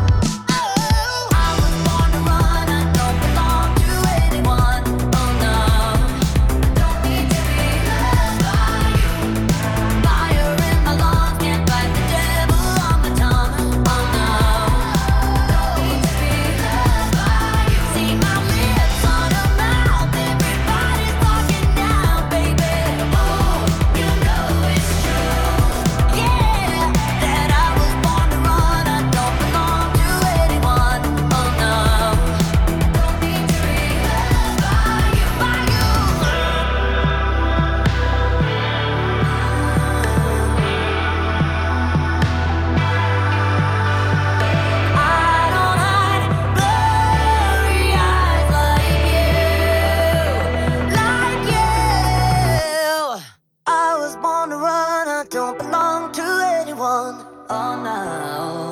Speaker 12: Oh, I was born to run, I don't belong to anyone. Oh no, I don't need to be loved by you. Fire in my lungs, can't fight the devil on my tongue. Oh no, I don't need to be loved by you. See my lips on a mouth, everybody's talking now, baby. Oh, you know it's true, yeah. That I was born to run, I don't belong to anyone. Oh no, I don't need to be loved by you, by you. I don't hide blurry eyes like you, like you. I was born to run. I don't belong to anyone. Oh no. Oh, Oh,